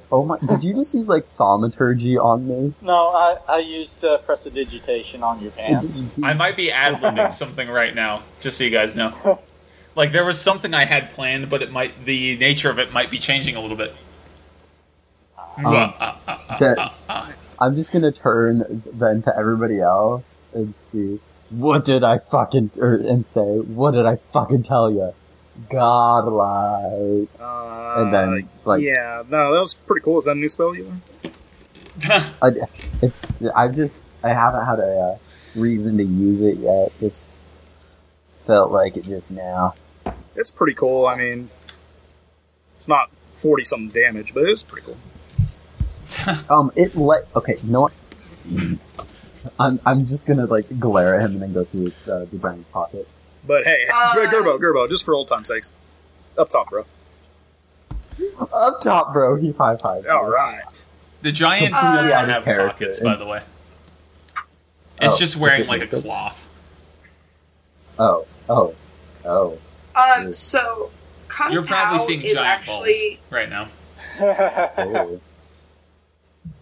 Oh my! Did you just use like thaumaturgy on me?
No, I, I used uh, prestidigitation on
<laughs>
your pants.
I might be ad-libbing something right now, just so you guys know.
<laughs>
Like there was something I had planned, but it might the nature of it might be changing a little bit.
Um,
Ah, ah, ah, ah,
that's-
ah,
I'm just gonna turn then to everybody else and see what did I fucking or, and say what did I fucking tell you? Godlike.
Uh,
And then, like-
yeah, no, that was pretty cool. Is that a new spell you learned?
ah.
I, it's I've just I haven't had a uh, reason to use it yet. Just felt like it just now.
It's pretty cool. I mean, it's not forty something damage, but it's pretty cool.
Um, it let okay. You know what? I'm I'm just gonna like glare at him and then go through uh, the brand's pockets.
But hey, <laughs>
Uh,
hey, Gerbo, Gerbo, just for old time's sakes, up top, bro.
Up top, bro. He high five.
All right.
<laughs> The giant
Completely
does
out
not
of
have
character.
pockets, by the way. It's
Oh,
just
is
wearing
it
like a
makeup?
cloth.
Oh oh oh.
Um, so Kung
You're probably
Pao
seeing
is
giant
actually
balls right now.
oh.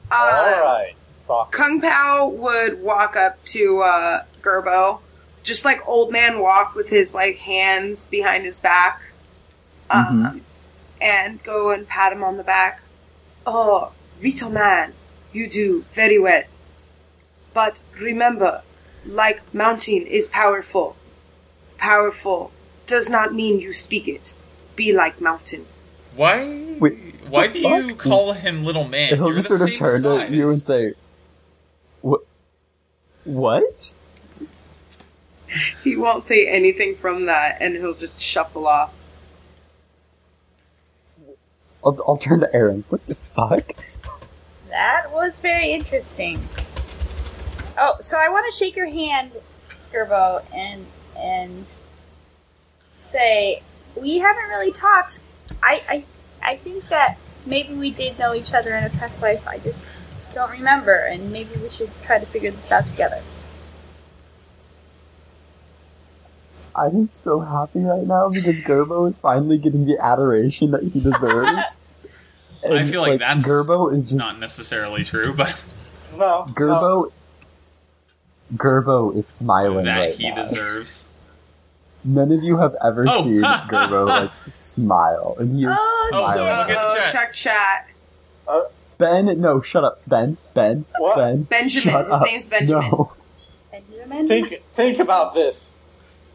uh,
All right, sock.
Kung Pao would walk up to uh, Gerbo, just like old man walk with his like hands behind his back, um, and go and pat him on the back. Oh, little man, you do very well. But remember, like mountain is powerful, powerful does not mean you speak it. Be like mountain.
Why? why do you call him little man?
He'll
You're
just
the
sort of
same
turn
size.
to you and say, "What? What?"
He won't say anything from that, and he'll just shuffle off.
I'll, I'll turn to Aaron. What the fuck?
That was very interesting. Oh, so I want to shake your hand, Gerbo, and and say we haven't really talked. I I, I think that maybe we did know each other in a past life. I just don't remember, and maybe we should try to figure this out together.
I'm so happy right now because Gerbo is finally getting the adoration that he deserves.
<laughs> I feel like, that's
Gerbo is just
not necessarily true, but
No.
Gerbo. Gerbo is smiling
that
right
he
now.
deserves.
None of you have ever
Oh. <laughs>
seen Gerbo like smile, and he is smiling.
Oh, check chat.
Ben, no, shut up, Ben, Ben, Ben,
Benjamin.
shut
His
up.
name's Benjamin.
No.
Think think about this.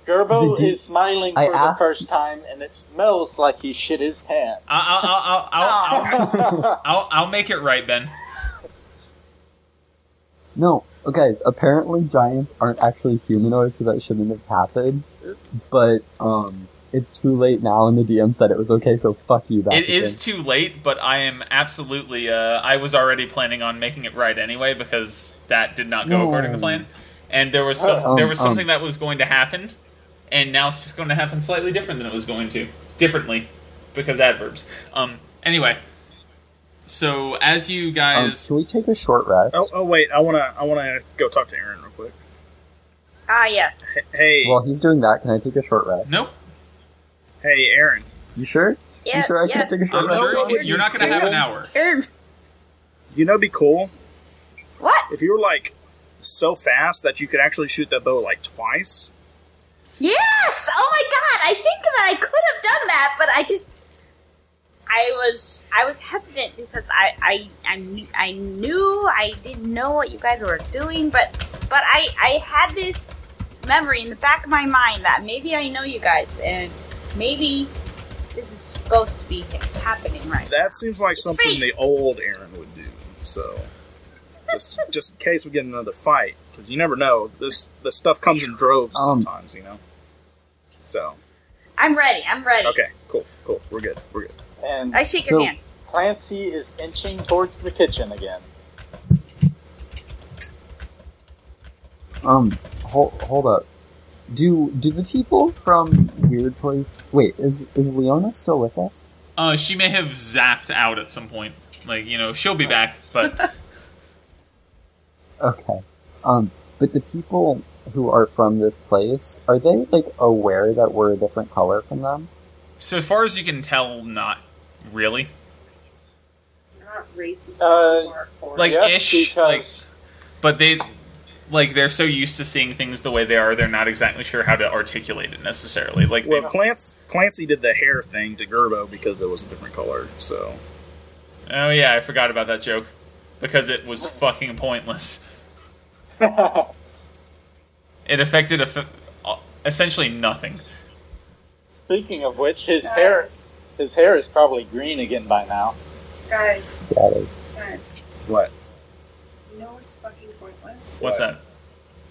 Gerbo is smiling
I
for
asked-
the first time, and it smells like he shit his pants.
I'll, I'll, <laughs> I'll, I'll, I'll, I'll make it right, Ben.
No, oh, guys. Apparently, giants aren't actually humanoid, so that shouldn't have happened. But um, it's too late now, and the DM said it was okay. So fuck you. Back
It is too late, but I am absolutely. Uh, I was already planning on making it right anyway because that did not go according to
No.
plan, and there was some,
Hmm. Um,
there was
um.
something that was going to happen, and now it's just going to happen slightly different than it was going to differently because adverbs. Um. Anyway, so as you
Um,
guys,
should we take a short rest?
Oh, oh wait, I wanna I wanna go talk to Aaron real quick.
Ah, yes.
Hey,
While he's doing that, can I take a short rest?
Nope.
hey, Aaron.
You sure?
Yeah,
you sure I
yes.
can't take a short
I'm
rest?
sure
You're-
you're not going to have an hour.
Aaron,
You know, it'd be cool
what?
if you were like so fast that you could actually shoot that bow like twice.
Yes! Oh my god! I think that I could have done that, but I just I was I was hesitant because I I I, kn- I knew I didn't know what you guys were doing, but but I I had this memory in the back of my mind that maybe I know you guys and maybe this is supposed to be happening right.
That seems like something the old Aaron would do. So, just just in case we get another fight, because you never know. This this stuff comes in droves
Um.
sometimes, you know. So,
I'm ready. I'm ready.
okay, cool, cool. We're good. We're good.
And
I shake your
So-
hand.
Clancy is inching towards the kitchen again.
Um, hold, hold up. Do do the people from Weird Place? Wait, is is Leona still with us?
Uh, she may have zapped out at some point. Like you know, she'll be back,
<laughs>
but
Okay. Um, but the people who are from this place are they like aware that we're a different color from them?
so far as you can tell, not really.
You're not racist.
Uh,
or for-
like
Yes,
ish
because-
like but they like they're so used to seeing things the way they are they're not exactly sure how to articulate it necessarily like
Well, Clancy, Clancy did the hair thing to Gerbo because it was a different color. So,
they, oh yeah i forgot about that joke because it was fucking pointless it affected a f- uh, essentially nothing
<laughs> Speaking of which, his hair
Guys,
his hair is probably green again by now.
guys,
Yeah, they-
guys.
what?
You know what's fucking pointless?
what's that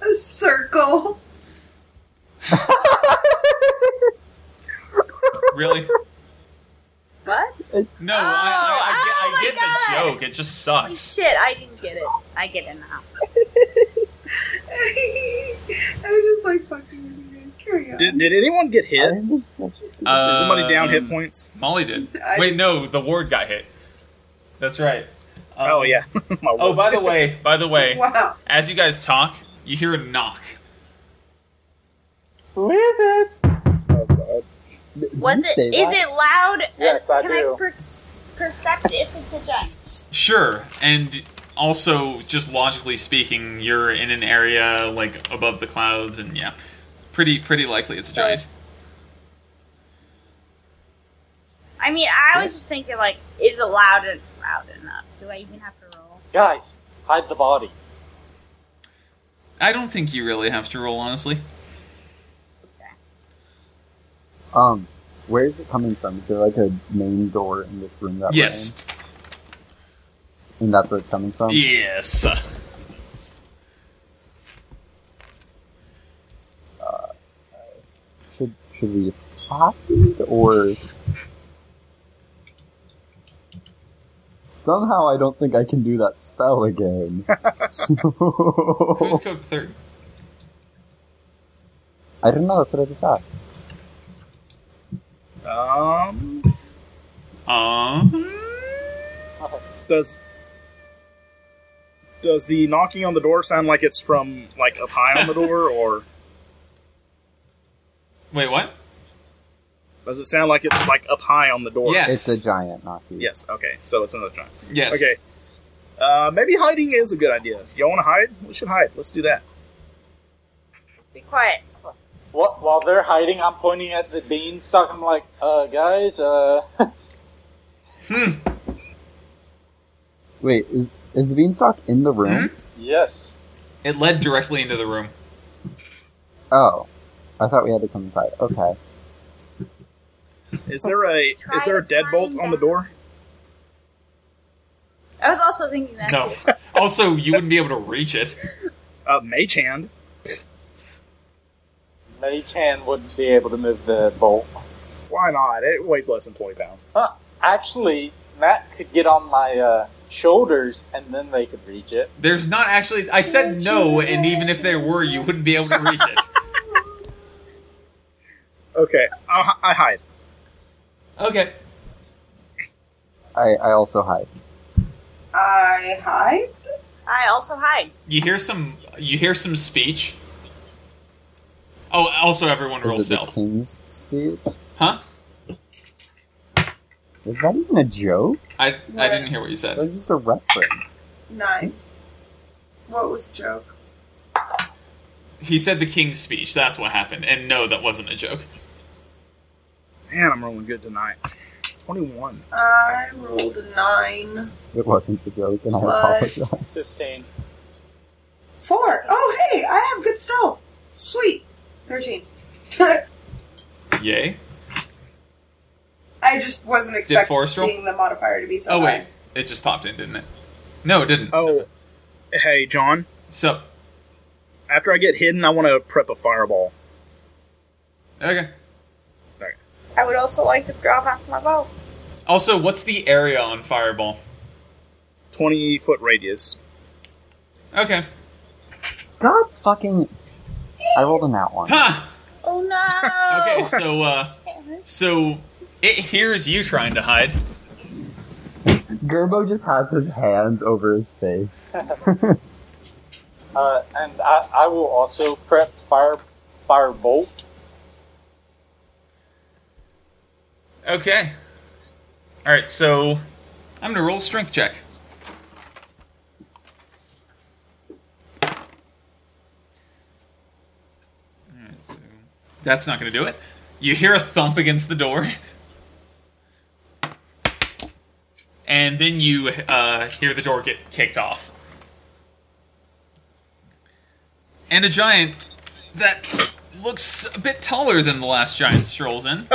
A circle. <laughs>
really
What?
no i, I, I get, I
Oh my
get the joke it just
Holy
sucks
shit! I didn't get it. I get it now.
I'm just like fucking with you guys. Carry on.
Did, did anyone get hit?
I'm in such a-
Is somebody down hit
Um,
points?
molly did
I-
wait no the ward got hit that's right Um,
oh yeah. <laughs> My
oh
word.
by the way by the way
wow.
As you guys talk, you hear a knock.
Who is it?
Oh, God.
Did
Was
you
it?
say
Is
that?
it loud?
Yes,
Uh,
I
Can
do.
I perce- percept if it's a giant?
Sure, and also just logically speaking, you're in an area like above the clouds, and yeah, pretty pretty likely it's a giant.
I mean, I was just thinking, like, is it loud and loud enough? Do I even have to roll?
<laughs> Guys, hide the body.
I don't think you really have to roll, honestly.
Um, where is it coming from? Is there like a main door in this room that
Yes.
we're in? And that's where it's coming from?
<laughs>
Yes.
Should should we attack it or Somehow I don't think I can do that spell again. <laughs>
Who's code third?
I don't know, that's what I just asked.
Um.
Um.
Does does the knocking on the door sound like it's from like up high on the door, or
Wait, what?
does it sound like it's like up high on the door?
It's a giant Nazi.
Yes. Okay. So it's another giant.
Yes.
Okay. Uh, maybe hiding is a good idea. Do y'all want to hide? We should hide. Let's do that.
Let's be quiet.
While, while they're hiding, I'm pointing at the beanstalk. I'm like, uh, guys, uh,
Wait, is, is the beanstalk in the room?
yes.
It led directly into the room.
Oh. I thought we had to come inside. Okay.
Is there a is there a deadbolt on the door?
I was also thinking that.
No. also, you wouldn't be able to reach it.
Uh, mage hand.
Mei Chan wouldn't be able to move the bolt.
Why not? It weighs less than twenty pounds.
Huh. Actually, Matt could get on my uh, shoulders and then they could reach it.
There's not actually. I said no, and even if there were, you wouldn't be able to reach it.
Okay. I, I hide.
Okay.
I, I also hide.
I hide.
I also hide.
You hear some. You hear some speech. Oh, also everyone roll
Is it the
stealth,
king's speech?
huh?
Is that even a joke?
I I didn't hear what you said.
That's just a reference.
Nine. What was joke?
He said the king's speech. That's what happened. And no, that wasn't a joke.
Man, I'm rolling good tonight. Twenty one.
I rolled a nine
It wasn't a joke, and I apologize.
plus
15.
four. Oh, hey, I have good stealth. Sweet. Thirteen. <laughs>
Yay.
I just wasn't
Forrest roll?
expecting the modifier to be so
Oh
high.
wait, it just popped in, didn't it? No, it didn't.
Oh, hey John.
So
After I get hidden, I want to prep a fireball.
okay.
I would also like to draw back my bow.
Also, what's the area on fireball?
Twenty foot radius.
Okay.
God fucking. I rolled on that one.
Huh.
Oh no!
<laughs> Okay.
<laughs>
So uh, so it hears you trying to hide.
Gerbo just has his hands over his face.
Uh, and I, I will also prep fire firebolt.
Okay. All right. So I'm gonna roll a strength check. All right, so That's not going to do it. You hear a thump against the door. And then you uh, hear the door get kicked off. And a giant that looks a bit taller than the last giant strolls in.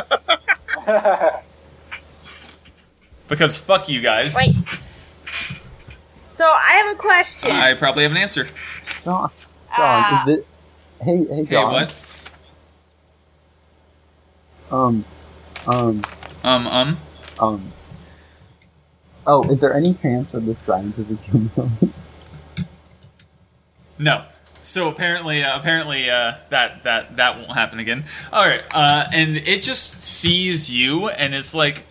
because fuck you guys.
Wait. So I have a question. <laughs>
I probably have an answer.
John, John,
Ah.
is it? Hey, hey,
Hey,
John.
what?
Um, um,
Um, um.
um. Oh, is there any chance of this giant is a human? <laughs>
No. So apparently, uh, apparently uh, that that that won't happen again. All right, uh, and it just sees you, and it's like,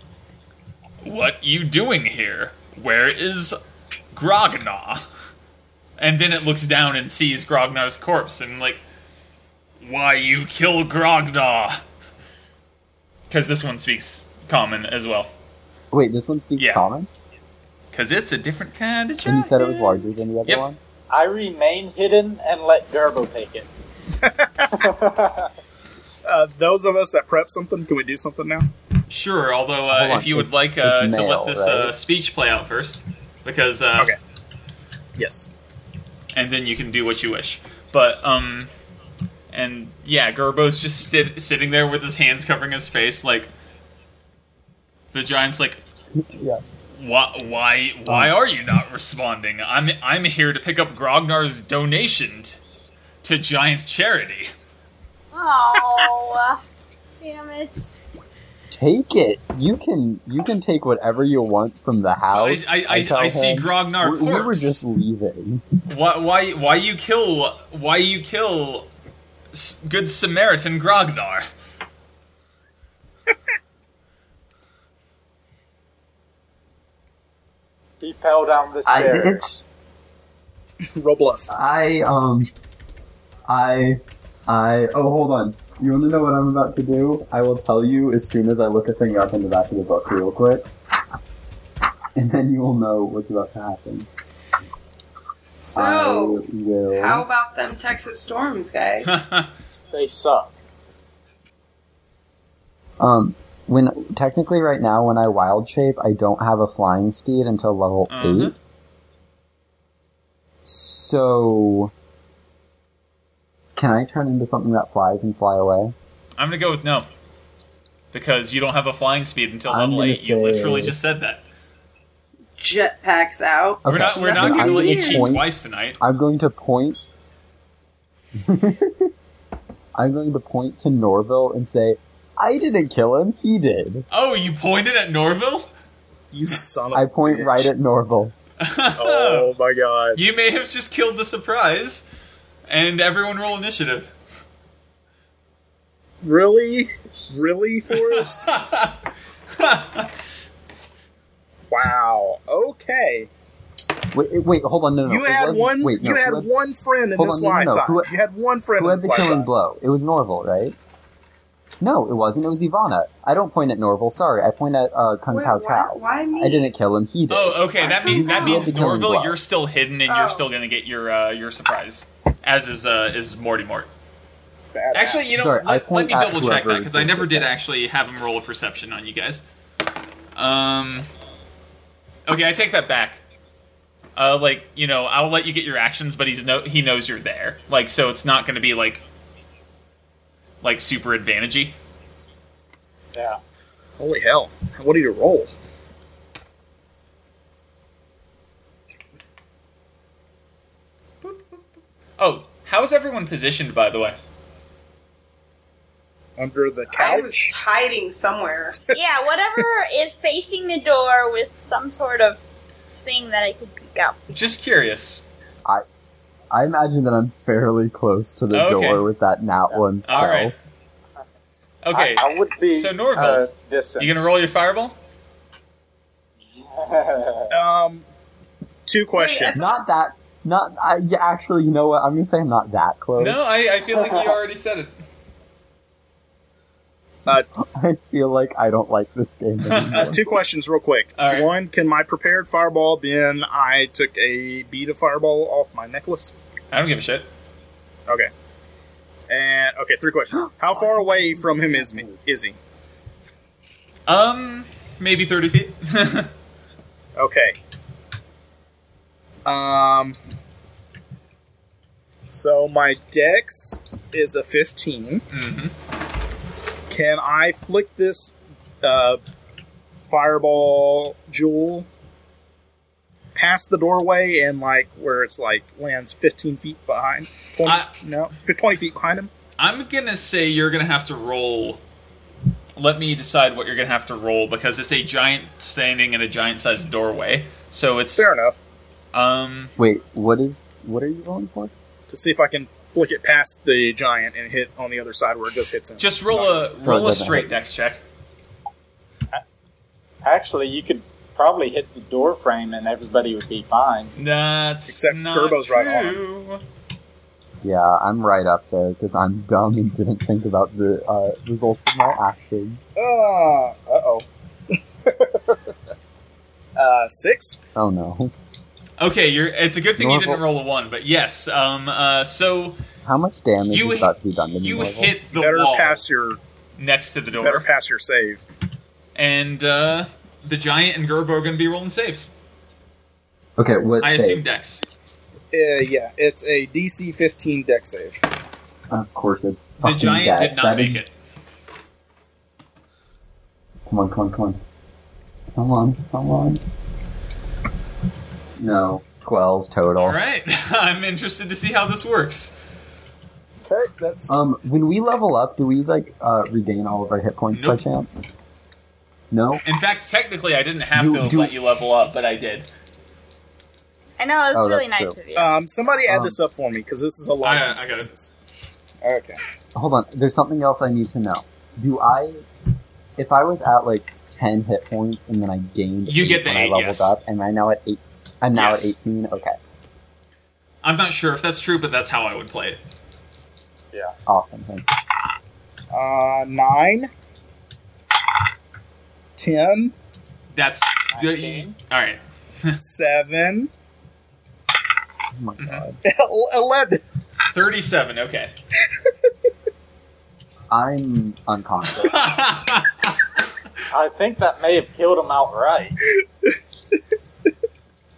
"What you doing here? Where is Grognar?" And then it looks down and sees Grognar's corpse, and like, "Why you kill Grognar?" Because this one speaks common as well.
Wait, this one speaks
Yeah.
common,
Because it's a different kind of.
and you said it was
giant.
larger than the other
Yep.
one.
I remain hidden and let Garbo take it.
Uh, those of us that prep something, can we do something now?
Sure, although
Hold
uh,
on,
if you would
it's-
like uh,
it's
to
male,
let this
right?
uh, speech play out first, because uh,
Okay. Yes.
and then you can do what you wish. But um, and yeah, Gerbo's just sit- sitting there with his hands covering his face, like the giant's like,
yeah. Um,
Why, why, why are you not responding? I'm, I'm here to pick up Grognar's donation t- to Giant Charity.
Oh, damn it!
Take it. You can you can take whatever you want from the house.
I- I-
tell
I see
him.
Grognar
We, we were
corpse.
just leaving.
Why, why, why you kill, why you kill S- good Samaritan Grognar? <laughs>
He fell down the
I
stairs.
it's
Roblox.
I um I I oh hold on. You want to know what I'm about to do? I will tell you as soon as I look a thing up in the back of the book real quick, and then you will know what's about to happen. I
So,
will.
how about them Texas storms, guys?
They suck.
Um, when technically right now, when I wild shape, I don't have a flying speed until level
Mhm.
eight. So, can I turn into something that flies and fly away?
I'm gonna go with no, because you don't have a flying speed until
I'm
level
gonna
eight. You literally
say-
just said that.
Jetpacks out.
we're not, we're not
then
gonna
I'm
let you
gonna
cheat
point-
twice tonight.
I'm going to point. <laughs> I'm going to point to Norville and say, "I didn't kill him. He did."
Oh, you pointed at Norville? <laughs>
You son of
I point right at Norville.
Oh my god.
You may have just killed the surprise, and everyone roll initiative.
Really?
<laughs>
Really,
<laughs>
Forrest? wow. Okay.
Wait, wait, hold on, no, no, no.
You
it
had
wasn't-
one
Wait, no,
you
who
had
had-
one friend in
Hold
this
on, no, no, no.
lifetime.
Who-
you had one friend
Who had
in this
the killing
lifetime.
blow? It was Norval, right? No, it wasn't. It was Ivana. I don't point at Norval. Sorry, I point at uh, Kung
Wait,
Pao
why,
Chao.
why me?
I didn't kill him. He did.
Oh, okay. That means that
Wow.
means
Becoming
Norville,
wild.
you're still hidden, and you're
Oh.
still gonna get your uh, your surprise. As is uh, is Morty Mort.
Badass.
Actually, you know,
Sorry, I
let, let
point
me
at
double check that
whoever
because I
did
never
the
did
best.
actually have him roll a perception on you guys. Um. Okay, I take that back. Uh, like you know, I'll let you get your actions, but he's no he knows you're there. Like so, it's not going to be like like super advantagey.
Yeah.
Holy hell. What did you roll?
Oh, how's everyone positioned by the way?
Under the
I was
couch?
hiding somewhere.
Yeah, whatever
<laughs>
is facing the door with some sort of thing that I could pick up.
Just curious.
I imagine that I'm fairly close to the
Okay.
door with that nat one spell.
All right. Okay,
I, I would be.
So, Norville,
uh, distance.
you gonna roll your fireball?
Um two questions.
Not that. Not. I, yeah, actually, you know what? I'm gonna say I'm not that
Oh.
close.
No, I, I feel like you already said it.
<laughs> I feel like I don't like this
<laughs>
game
Uh,
anymore.
two questions, real quick.
All right.
One, can my prepared fireball been? I took a bead of fireball off my necklace.
<laughs> I don't give a shit.
Okay. And okay, three questions. How far away from him is me? Is he?
Um, maybe thirty feet. <laughs> Mm-hmm.
Okay. Um. So my dex is a fifteen.
hmm
Can I flick this uh, fireball jewel past the doorway and like where it's like lands fifteen feet behind? 20,
I-
no, f- twenty feet behind him.
I'm gonna say you're gonna have to roll. Let me decide what you're gonna have to roll because it's a giant standing in a giant sized doorway. So it's
Fair enough.
um
Wait, what is? What are you rolling for?
To see if I can flick it past the giant and hit on the other side where it just hits him.
just roll a
So it
roll a
doesn't
straight
hit.
dex check.
Actually, you could probably hit the door frame and everybody would be fine.
That's
Except
not
Gerbo's right on.
true.
Yeah, I'm right up there because I'm dumb and didn't think about the uh, results of my actions.
Ah, uh-oh. <laughs> uh, six?
Oh no.
Okay, you're. It's a good thing you didn't
Normal.
roll a one, but yes. Um. Uh. So
How much damage
You
is
hit-
about to be done to me?
you
Marvel?
hit the
better
wall
pass your
next to the
better
door,
pass your save.
and uh, the giant and Gerbo are gonna be rolling saves.
Okay, what
I
save?
assume dex.
Uh, yeah, it's a DC 15 deck save.
Of course, it's
The
fucking
giant
Dex.
did not
That
make
is-
it.
Come on, come on, come on, come on, come on. No, twelve total.
All right, <laughs> I'm interested to see how this works.
Okay, that's
Um, when we level up, do we like uh, regain all of our hit points by
Nope.
chance? No.
In fact, technically, I didn't have
You
to
do-
let you level up, but I did.
I know it's
Oh,
really
that's
nice
true.
of you.
Um, somebody add
Um,
this up for me because this is a lot.
I-
of
I got it.
instances. Okay.
Hold on. There's something else I need to know. Do I, if I was at like ten hit points and then I gained,
You
eight
get the
when I
eight,
leveled
yes.
up, and I now at eight, I'm now
Yes.
at eighteen. Okay,
I'm not sure if that's true, but that's how I would play it.
Yeah.
awesome. Thank you.
Uh,
<laughs>
nine. Ten.
That's all right.
Seven. <laughs>
Oh my
Mm-hmm.
god,
Eleven.
Thirty-seven. Okay. <laughs>
I'm unconscious.
<laughs> I think that may have killed him outright.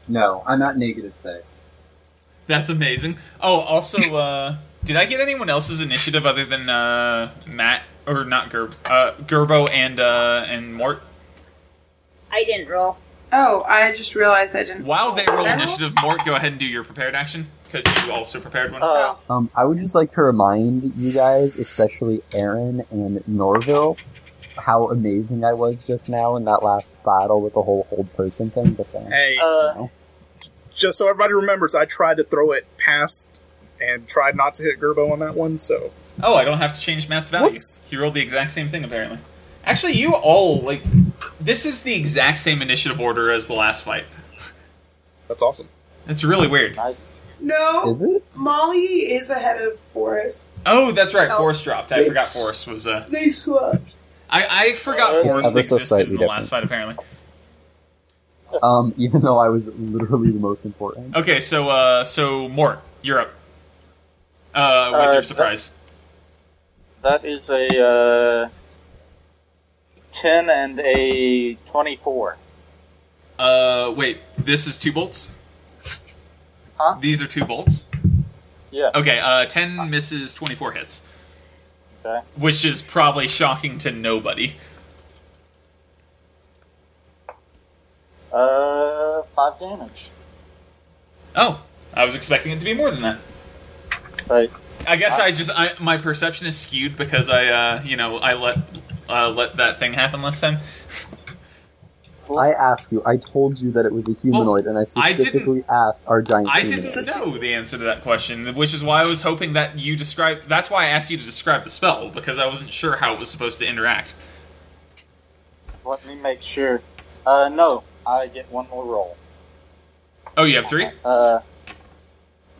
no, I'm at negative six.
That's amazing. Oh, also, uh, did I get anyone else's initiative other than uh, Matt or not Gerb, uh, Gerbo and uh, and Mort?
I didn't roll.
Oh, I just realized I didn't.
While they roll
I don't-
initiative, Mort, go ahead and do your prepared action because you also prepared one.
Uh,
Oh.
Um, I would just like to remind you guys, especially Aaron and Norville, how amazing I was just now in that last battle with the whole old person thing. Just saying.
Hey,
uh,
just so everybody remembers, I tried to throw it past and tried not to hit Gerbo on that one. So
oh, I don't have to change Matt's value.
Whoops.
He rolled the exact same thing apparently. Actually, you all like this is the exact same initiative order as the last fight.
that's awesome.
It's really weird.
nice.
No,
Is it?
Molly is ahead of Forrest.
Oh, that's right.
Oh.
Force dropped. I
Yes.
forgot Force was. Uh,
They swapped.
I I forgot
It's
Force
ever so
existed
slightly
in the last fight. Apparently.
Um, even though I was literally the most important.
Okay, so uh, so Mort, you're up. Uh, with
Uh,
your surprise.
That is a uh, ten and a twenty-four.
Uh, wait, this is two bolts.
Huh?
These are two bolts.
Yeah.
Okay, uh, ten misses, twenty-four hits,
Okay.
which is probably shocking to nobody.
Uh, five damage.
Oh, I was expecting it to be more than that.
Right. Uh,
I guess I just I, my perception is skewed because I uh, you know I let uh, let that thing happen last time.
I asked you. I told you that it was a humanoid, and I
I didn't-
specifically asked our giant.
I
humanoid.
didn't know the answer to that question, which is why I was hoping that you describe. That's why I asked you to describe the spell because I wasn't sure how it was supposed to interact.
Let me make sure. Uh, no, I get one more roll.
Oh, you have
Uh-huh.
three.
Uh,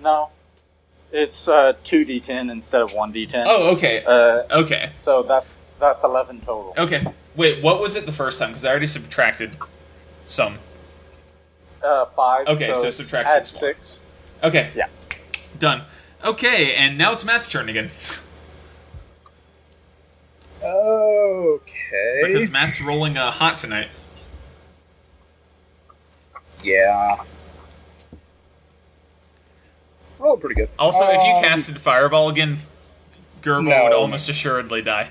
no, it's uh two d10 instead of one d10.
Oh, okay,
Uh,
okay,
so that that's eleven total.
okay. Wait, what was it the first time? Because I already subtracted some.
Uh, five.
Okay, so
it's
subtract
add
six more.
six.
Okay.
Yeah.
Done. Okay, and now it's Matt's turn again
Okay.
because Matt's rolling uh, hot tonight.
yeah. Rolled Oh, pretty good.
Also, if
Um,
you casted Fireball again, Gerbo
No.
would almost assuredly die.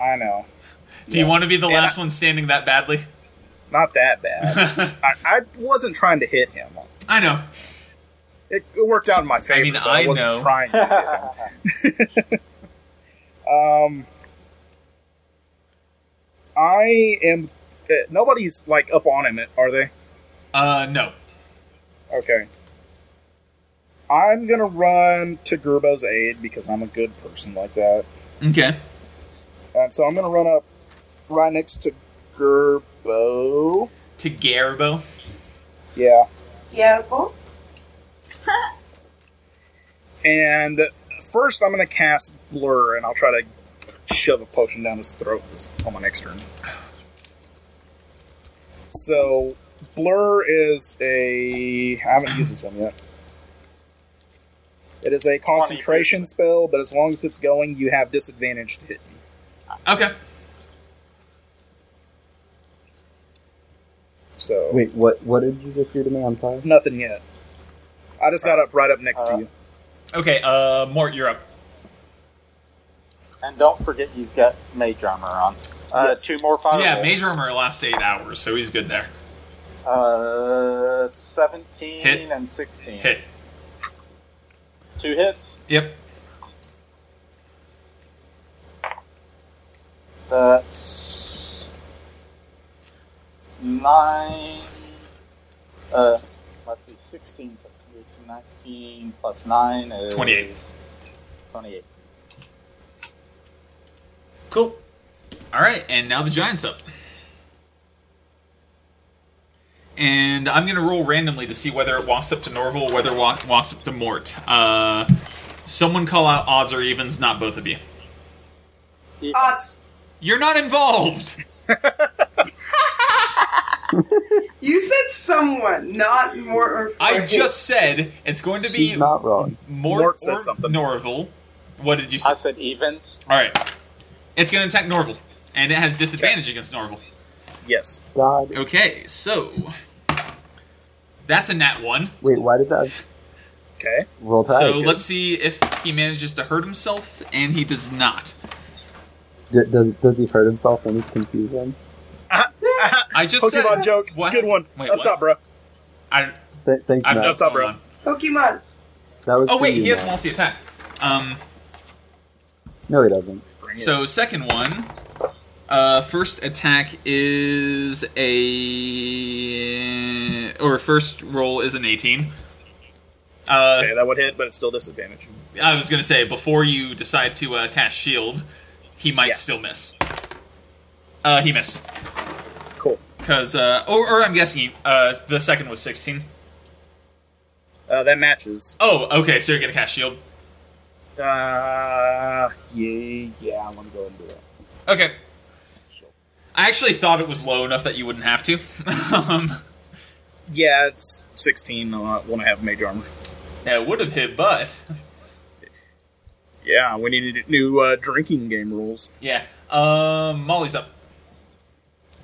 I know.
Do you want to be the
Yeah.
last one standing that badly?
Not that
<laughs>
bad. I, I wasn't trying to hit him.
I know.
It, it worked out in my favor.
mean,
but
I
wasn't
know.
trying to hit him. <laughs> Um, I am. Uh, nobody's like up on him, are they?
Uh, no.
Okay. I'm gonna run to Gerbo's aid because I'm a good person like that,
Okay.
and so I'm gonna run up right next to Gerbo.
To Garbo.
Yeah,
Yeah, well,
and first I'm gonna cast Blur, and I'll try to shove a potion down his throat this, on my next turn. So Blur is a I haven't used this one yet. It is a concentration spell, but as long as it's going, you have disadvantage to hit me.
Okay.
So
Wait, what? What did you just do to me? I'm sorry.
nothing yet.
Uh,
I just got up right up next to you.
Okay, uh, Mort, you're up.
And don't forget you've got Mage Armor on. Uh, Two more fire
yeah,
rolls.
Mage Armor lasts eight hours, so he's good there.
Uh, 17 and 16.
Hit.
Two hits.
Yep.
That's nine. Uh, let's see, 16 so 19 plus 9 is
28.
28.
Cool. All right, and now the giant's up. And I'm going to roll randomly to see whether it walks up to Norval or whether it walk, walks up to Mort. Uh, someone call out odds or evens, not both of you.
Odds.
You're not involved!
You said someone, not more or
I just said it's going to be
not wrong.
Mort,
Mort
said something. Norval. What did you say?
I said evens.
All right. It's going to attack Norval, and it has disadvantage against Norval.
Yes.
God.
Okay, so that's a nat one.
Wait, why does that have
Okay.
roll tide?
So let's see if he manages to hurt himself, and he does not.
D- does, does he hurt himself in his confusion?
I just
Pokemon
said,
joke.
What?
Good one.
Wait,
up
what?
top, bro.
I,
Th- thanks,
I'm
Matt.
not
Up top, bro.
Pokemon.
That was
Oh
for
wait,
you,
he has
Matt.
multi attack. Um,
No, he doesn't.
so second one, uh, first attack is a or first roll is an 18. Uh,
Okay, that would hit, but it's still disadvantage.
I was gonna say before you decide to uh, cast shield, he might still miss. Uh, he missed
Cool.
because, uh, or, or I'm guessing uh, the second was 16.
Uh, that matches.
Oh, okay, so you're gonna cast shield.
Uh, yeah, yeah. Let me go and do that.
Okay. I actually thought it was low enough that you wouldn't have to. <laughs> um,
Yeah, it's 16. I want to have mage armor.
that would have hit, but
Yeah, we need new uh, drinking game rules.
yeah. Um, Molly's up.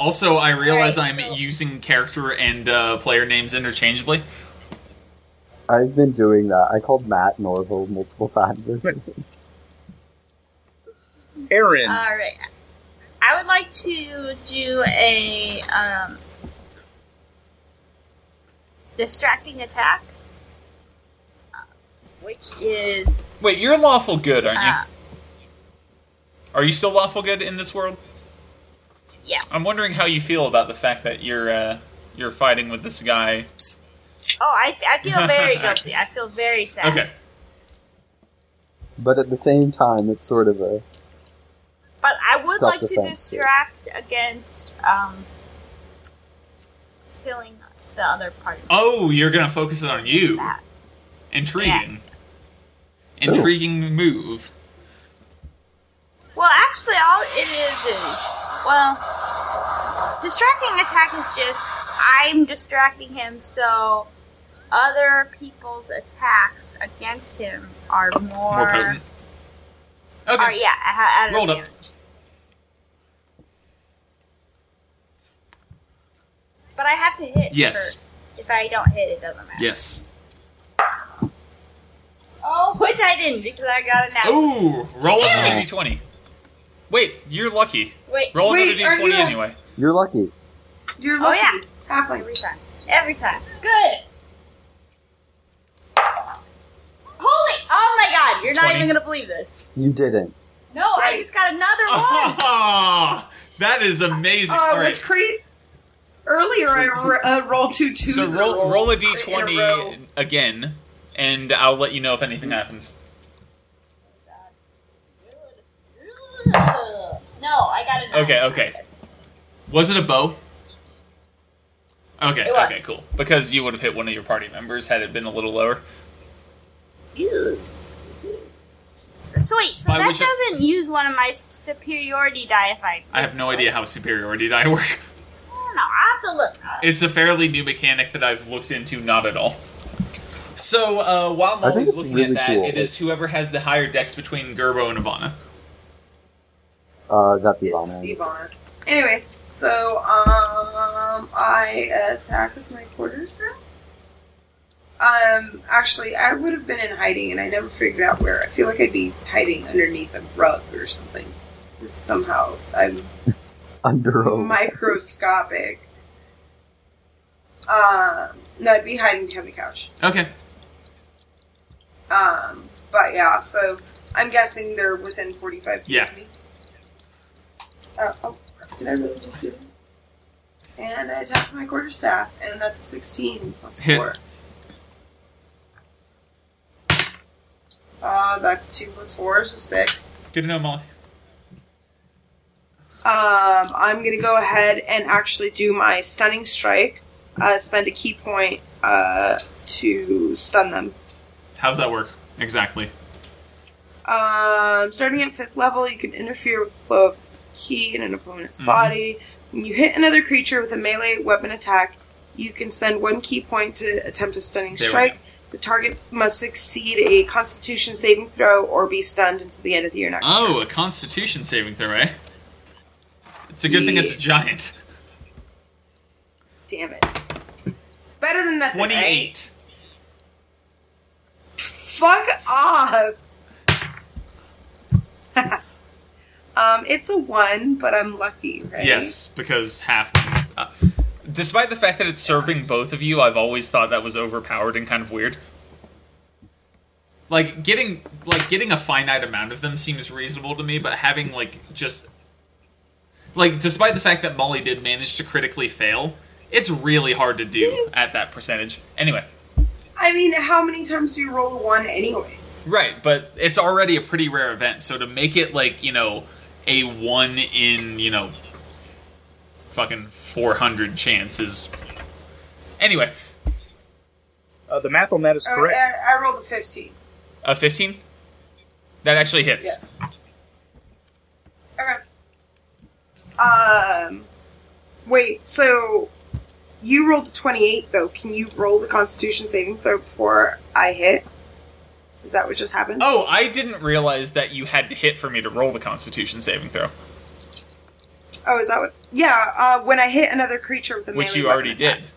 Also, I realize
Alright,
I'm
so-
using character and uh, player names interchangeably.
I've been doing that. I called Matt Norville multiple
<laughs>
times.
Aaron.
Uh,
All right. I would like to do a um, distracting attack, uh, which is
Wait, you're lawful good, aren't you?
uh,
Are you still lawful good in this world?
yes.
I'm wondering how you feel about the fact that you're uh, you're fighting with this guy.
Oh, I, I
<laughs>
feel very guilty. I feel very sad.
Okay,
but at the same time, it's sort of a
But I would like to
Self-defense, yeah.
distract against um, killing the other party.
Oh, you're gonna focus it on
It's
you.
bad.
Intriguing. Intriguing move.
Well, actually, all it is is well, distracting attack is just I'm distracting him, so other people's attacks against him are more.
Oh, More potent. Okay.
Are, yeah, I ha- at
Rolled up.
advantage. But I have to hit
Yes.
first. If I don't hit, it doesn't matter.
Yes.
Oh, which I didn't because I got a nat.
Ooh, roll another
Really?
d20. Wait, you're lucky.
Wait,
Roll
Wait,
another
are
d20
you- <laughs>
anyway.
you're lucky.
You're
Oh,
lucky.
yeah.
Halfling.
every time, every time. Good. Holy! Oh my God! You're not
20.
even gonna believe this.
You didn't.
No, I
Right.
just
<laughs>
got another one.
Ah, <laughs> that is amazing.
Uh,
All
which
right.
cre- earlier
<laughs>
I ro- uh, rolled two twos.
So
in
roll roll a
in row.
d20 again, and I'll let you know if anything happens.
No, I got another.
Okay, okay. Was it a bow? Okay,
It was.
okay, cool. Because you would have hit one of your party members had it been a little lower.
So wait, so
By
that
which I-
doesn't use one of my superiority die if I.
I have no idea how superiority die work. <laughs>
I don't know. I have to look.
It's a fairly new mechanic that I've looked into not at all. So uh, while
I think
Molly's
it's
looking
really
at that,
cool.
it is whoever has the higher dex between Gerbo and Ivana.
Uh, that's
It's
Ivana.
Yvonne. Anyways, so um, I attack with my quarterstaff. Um, actually, I would have been in hiding, and I never figured out where. I feel like I'd be hiding underneath a rug or something. Somehow, I'm
Under a
microscopic. Um, no, I'd be hiding behind the couch.
Okay.
Um, but yeah, so I'm guessing they're within 45 feet
Yeah.
of me. Uh, oh, crap, did I really just do? And I attacked my quarterstaff, and that's a 16 plus
Hit.
4. Uh, that's a 2 plus 4, so 6.
Good to know, Molly.
Um, I'm gonna go ahead and actually do my stunning strike. Uh, spend a key point uh, to stun them.
How's that work exactly?
Um, starting at fifth level, you can interfere with the flow of ki in an opponent's
Mhm.
body. When you hit another creature with a melee weapon attack, you can spend one key point to attempt a stunning
There we
strike. The target must succeed a Constitution saving throw or be stunned until the end of your next.
Oh, a Constitution saving throw, eh? It's a good thing it's a giant.
Damn it! Better than nothing. Right?
Twenty-eight.
Fuck off. <laughs> um, it's a one, but I'm lucky, right?
Yes, because half. Uh, despite the fact that it's serving both of you, I've always thought that was overpowered and kind of weird. Like getting like getting a finite amount of them seems reasonable to me, but having like just like despite the fact that Molly did manage to critically fail, it's really hard to do at that percentage. Anyway,
I mean, how many times do you roll a one, anyways?
Right, but it's already a pretty rare event, so to make it like, you know, a one in, you know, fucking 400 chance is. Anyway,
Uh, the math on that is
Oh,
correct.
I, I rolled a fifteen.
a 15? That actually hits.
Yes. Okay. Um. Wait. So you rolled a twenty-eight, though. Can you roll the Constitution saving throw before I hit? Is that what just happened?
Oh, I didn't realize that you had to hit for me to roll the Constitution saving throw,
Oh, is that what? Yeah. Uh, when I hit another creature with a
which
melee
you already
weapon attack.
did,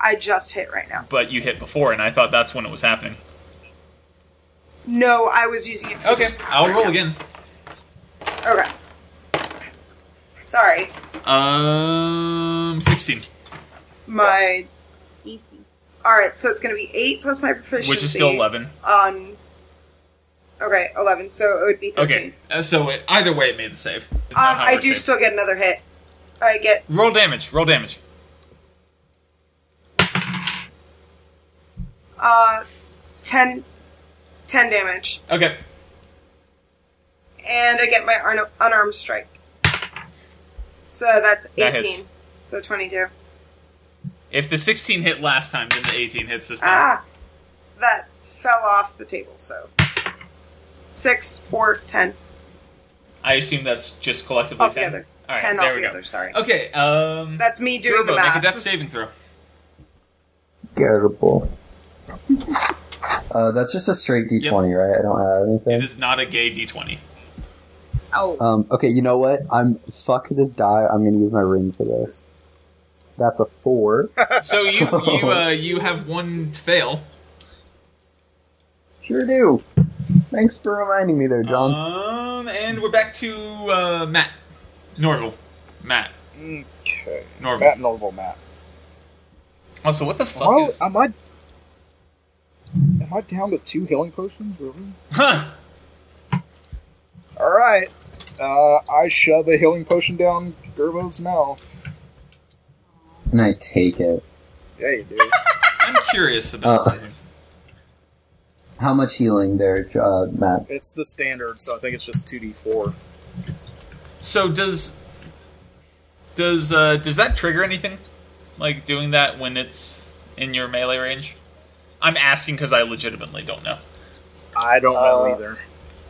I just hit right now.
but you hit before, and I thought that's when it was happening.
No, I was using it. For
Okay,
this.
I'll roll again.
Okay. Sorry,
Um, 16,
my.
DC.
All right, so it's going to be eight plus my proficiency,
which is still 11.
On. Um, Okay, eleven. So it would be thirteen.
Okay, uh, so it, either way, it made the save.
Um, I do still get another hit. I get
Roll damage. Roll damage.
uh, 10, 10 damage,
Okay.
and I get my un- unarmed strike. So that's
That
eighteen.
hits.
so twenty-two.
If the 16 hit last time, then the 18 hits this time.
Ah, that fell off the table. So six, four, ten
I assume that's just collectively
altogether.
10. All right,
ten
there
altogether. Sorry.
We go. Okay. Um,
That's me doing
Turbo,
the
make a
math.
death saving throw.
terrible. Uh, that's just a straight D twenty, right? I don't add anything.
It is not a gay
<laughs>
d20.
Oh,
Um, okay, you know what? I'm fuck this die. I'm gonna use my ring for this. That's a four.
<laughs> So you
<laughs>
you uh, you have one fail.
sure do. Thanks for reminding me there, John.
Um, and we're back to uh, Matt Norval. Matt
Okay.
Norval.
Matt Norval Matt.
Also, what the fuck
Oh,
is?
am I? Am I down to two healing potions? Really?
<laughs> Huh.
All right. Uh, I shove a healing potion down Gerbo's mouth.
and I take it.
Yeah, you do.
<laughs>
I'm curious about
Uh.
something.
How much healing there, J- uh, Matt?
it's the standard, so I think it's just two d four.
So does does uh, does that trigger anything? Like doing that when it's in your melee range? I'm asking because I legitimately don't know.
I don't know
Uh,
either.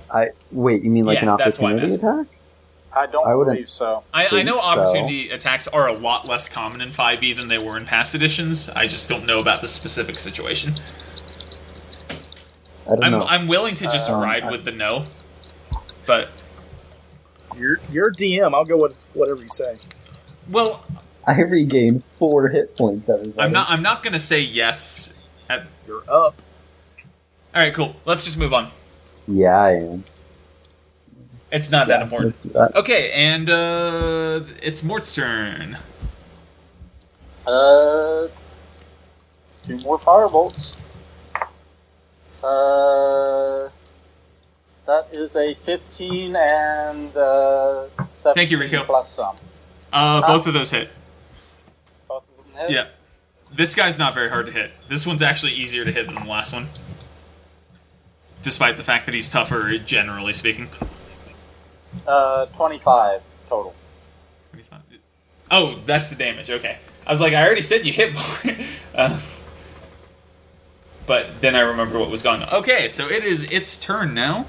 I wait. You mean like
Yeah,
an
that's why I'm
opportunity attack?
I don't
I wouldn't-
believe so.
I, I
think
know
so.
opportunity attacks are a lot less common in 5e than they were in past editions. I just don't know about the specific situation.
I don't <laughs>
I'm,
know.
I'm willing to just
Um,
ride
I-
with the no, but
You're you're DM. I'll go with whatever you say.
well,
I regained four hit points. Everybody.
I'm not. I'm not going to say yes Evan, you're up. All right, cool. Let's just move on.
Yeah, I am.
It's not that important.
Let's do that.
Okay, and uh, it's Mort's turn.
Uh, two more firebolts. Uh, that is a 15 and uh, 17
Thank you, Rico.
plus some.
Uh, both of those hit.
Both of them hit.
Yeah. This guy's not very hard to hit. This one's actually easier to hit than the last one. Despite the fact that he's tougher, generally speaking.
Uh, 25 total.
Oh, that's the damage. Okay. I was like, I already said you hit more. <laughs> uh, but then I remember what was going on. Okay, so it is its turn now.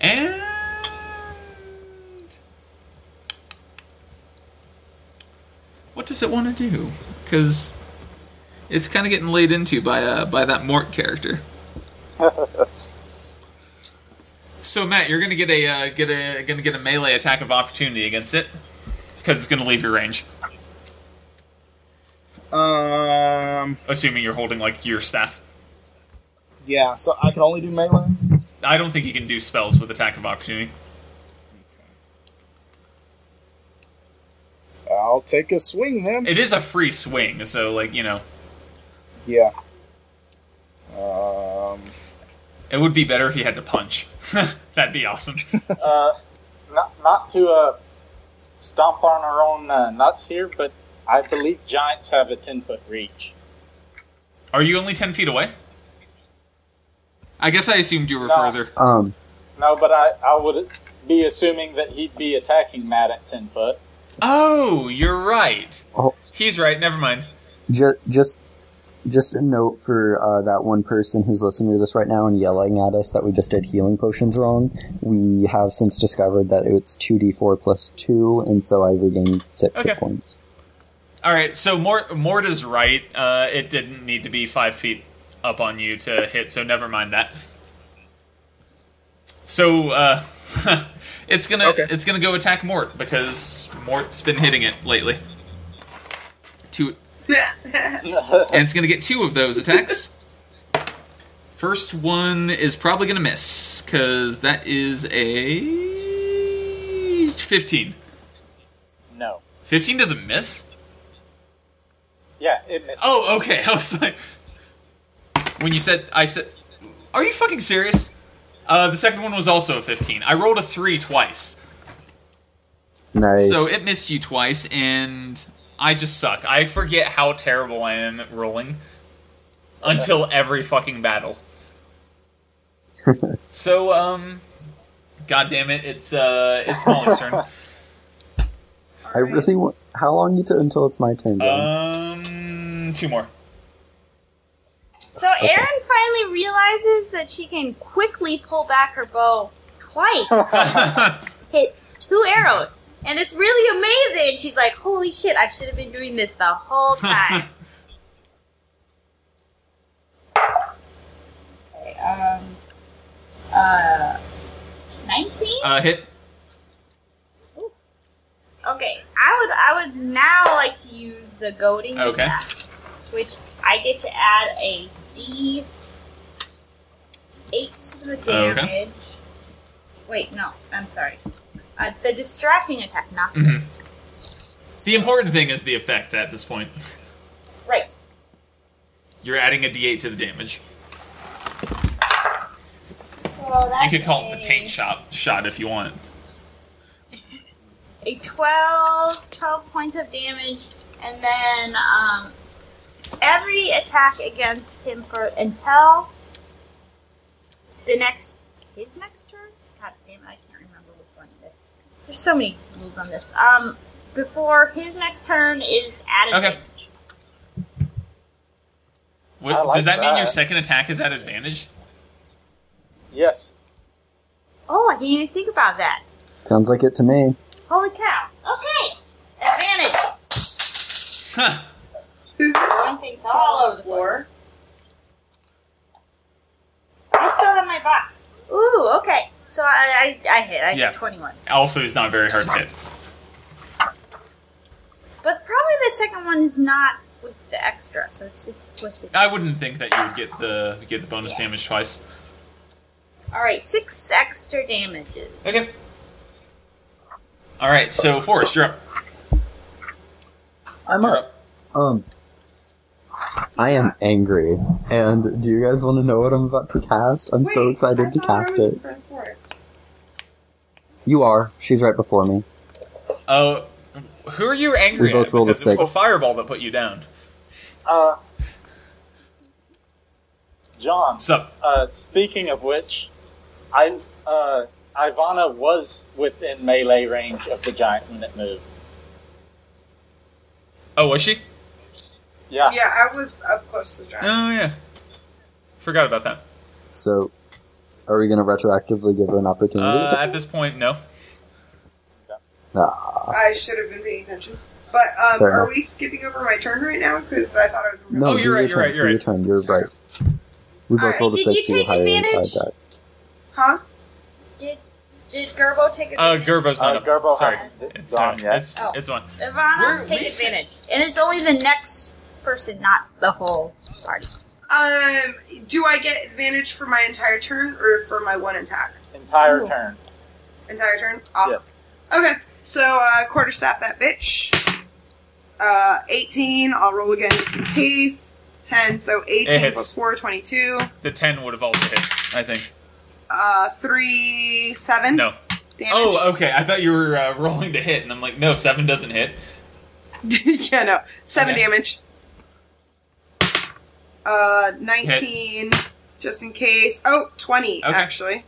And. What does it want to do? Because it's kind of getting laid into by uh, by that Mort character. So Matt, you're gonna get a uh, get a gonna get a melee attack of opportunity against it because it's gonna leave your range,
Um,
assuming you're holding like your staff.
yeah, so I can only do melee.
I don't think you can do spells with attack of opportunity.
I'll take a swing then.
It is a free swing, so like you know,
Yeah. Um,
it would be better if you had to punch. <laughs> That'd be awesome.
uh, not, not to uh, stomp on our own uh, nuts here, but I believe giants have a 10 foot reach. <laughs>
Are you only ten feet away? I guess I assumed you were
No.
further.
Um,
No, but I, I would be assuming that he'd be attacking Matt at 10 foot.
Oh, you're right.
Oh.
He's right. Never mind.
just just just a note for uh, that one person who's listening to this right now and yelling at us that we just did healing potions wrong. We have since discovered that it's two d four plus two, and so I regained six
Okay.
hit points.
All right, so Mort, Mort is right. Uh, it didn't need to be five feet up on you to hit, so never mind that. So uh, <laughs> it's gonna it's gonna go attack Mort because Mort's been hitting it lately. Two, and it's gonna get two of those attacks. First one is probably gonna miss because that is a fifteen.
no.
Fifteen doesn't miss.
Yeah, it missed.
Oh, okay. <laughs> I was like, when you said, I said, are you fucking serious? Uh, the second one was also a 15. I rolled a 3 twice.
Nice.
So it missed you twice, and I just suck. I forget how terrible I am at rolling until every fucking battle. so, um, god damn it, it's, uh, it's Molly's turn.
I really want. How long you t- until it's my turn? Jen?
Uh, Um, two more.
So Erin finally realizes that she can quickly pull back her bow twice,
<laughs>
hit two arrows, and it's really amazing. She's like, "Holy shit! I should have been doing this
<laughs>
the whole time."
Uh,
okay, um, uh, nineteen.
Uh, hit.
Okay, I would I would now like to use the goading
Okay.
attack, which I get to add a D eight to the
Oh, Okay.
damage. Wait, no, I'm sorry. Uh, the distracting attack, not
Mhm. The important thing is the effect at this point.
right.
You're adding a d8 to the damage.
So that's
you could call
a,
it the tank shot shot if you want.
a 12, 12 points of damage, and then um, every attack against him for until the next his next turn. God damn it, I can't remember which one it is. There's so many rules on this. Um, before his next turn is added.
Okay. What,
I like
does that, mean your
that.
second attack is at advantage?
Yes.
Oh, I didn't even think about that.
Sounds like it to me.
Holy cow! Okay, advantage.
Huh.
Something's all over the floor. I still have my box. Ooh, okay. So I, I, I hit. I
Yeah.
hit 21.
Also, he's not very hard to hit.
But probably the second one is not with the extra, so it's just with the.
I wouldn't think that you would get the get the bonus damage twice.
All right, six extra damages.
Okay. All right, so Forrest, you're up.
I'm up. Um, I am angry, and do you guys want to know what I'm about to cast? I'm
<laughs>
so excited to cast it. You are. She's right before me.
Oh, who are you angry
We both
at?
rolled a
Because it was
six.
a fireball that put you down.
Uh, John.
Sup?
Uh, speaking of which, I uh, Ivana was within melee range of the giant when it moved.
Oh, was she?
Yeah.
Yeah, I was up close to the giant.
Oh yeah. Forgot about that.
So, are we going to retroactively give her an opportunity?
Uh, at this point, no.
Ah.
I should have been paying attention. But um,
Fair
are
enough.
we skipping over my turn right now? Because I thought I was.
No,
Oh,
do
you're right,
Your
you're
turn,
right, you're
do
right.
Your turn. You're right. We both
Alright,
rolled a
did you
six to your
take
higher than five
advantage?
dice.
Huh?
Did did Gerbo take
Uh,
advantage?
Gerbo's not
Uh,
up.
Gerbo
Sorry.
hasn't
It's,
gone
sorry.
yet.
It's,
Oh.
it's on. We're-
Ivana, take
we said-
advantage, and it's only the next person, not the whole party.
Um, do I get advantage for my entire turn or for my one attack?
Entire
Ooh.
turn.
Entire turn. Awesome. Okay, so uh, quarter staff that bitch. Uh, 18. I'll roll again just in case. 10. So 18
hits.
plus 4, 22.
The ten would have also hit. I think.
Uh, 3, 7.
No.
Damage.
Oh, okay. I thought you were uh, rolling to hit, and I'm like, no, seven doesn't hit.
<laughs> yeah, no. Seven
Okay.
damage. Uh, 19, just in case. Oh, 20,
Okay.
actually.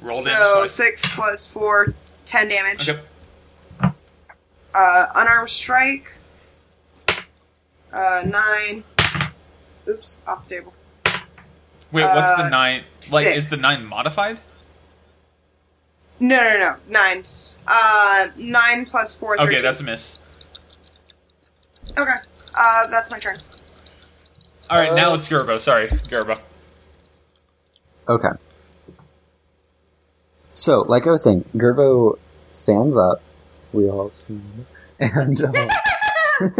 Roll damage
so
twice.
6 plus 4, 10 damage.
Okay.
Uh, unarmed strike. Uh, 9. Oops, off the table.
Wait, what's
uh,
the nine? Like, is
six.
the nine modified?
No, no, no. 9. Uh, 9 plus 4, 13.
Okay, that's a miss.
Okay. Uh, that's my turn.
All right, now
Uh,
it's Gerbo. Sorry, Gerbo.
Okay. So, like I was saying, Gerbo stands up. We all stand up. <laughs> And, um,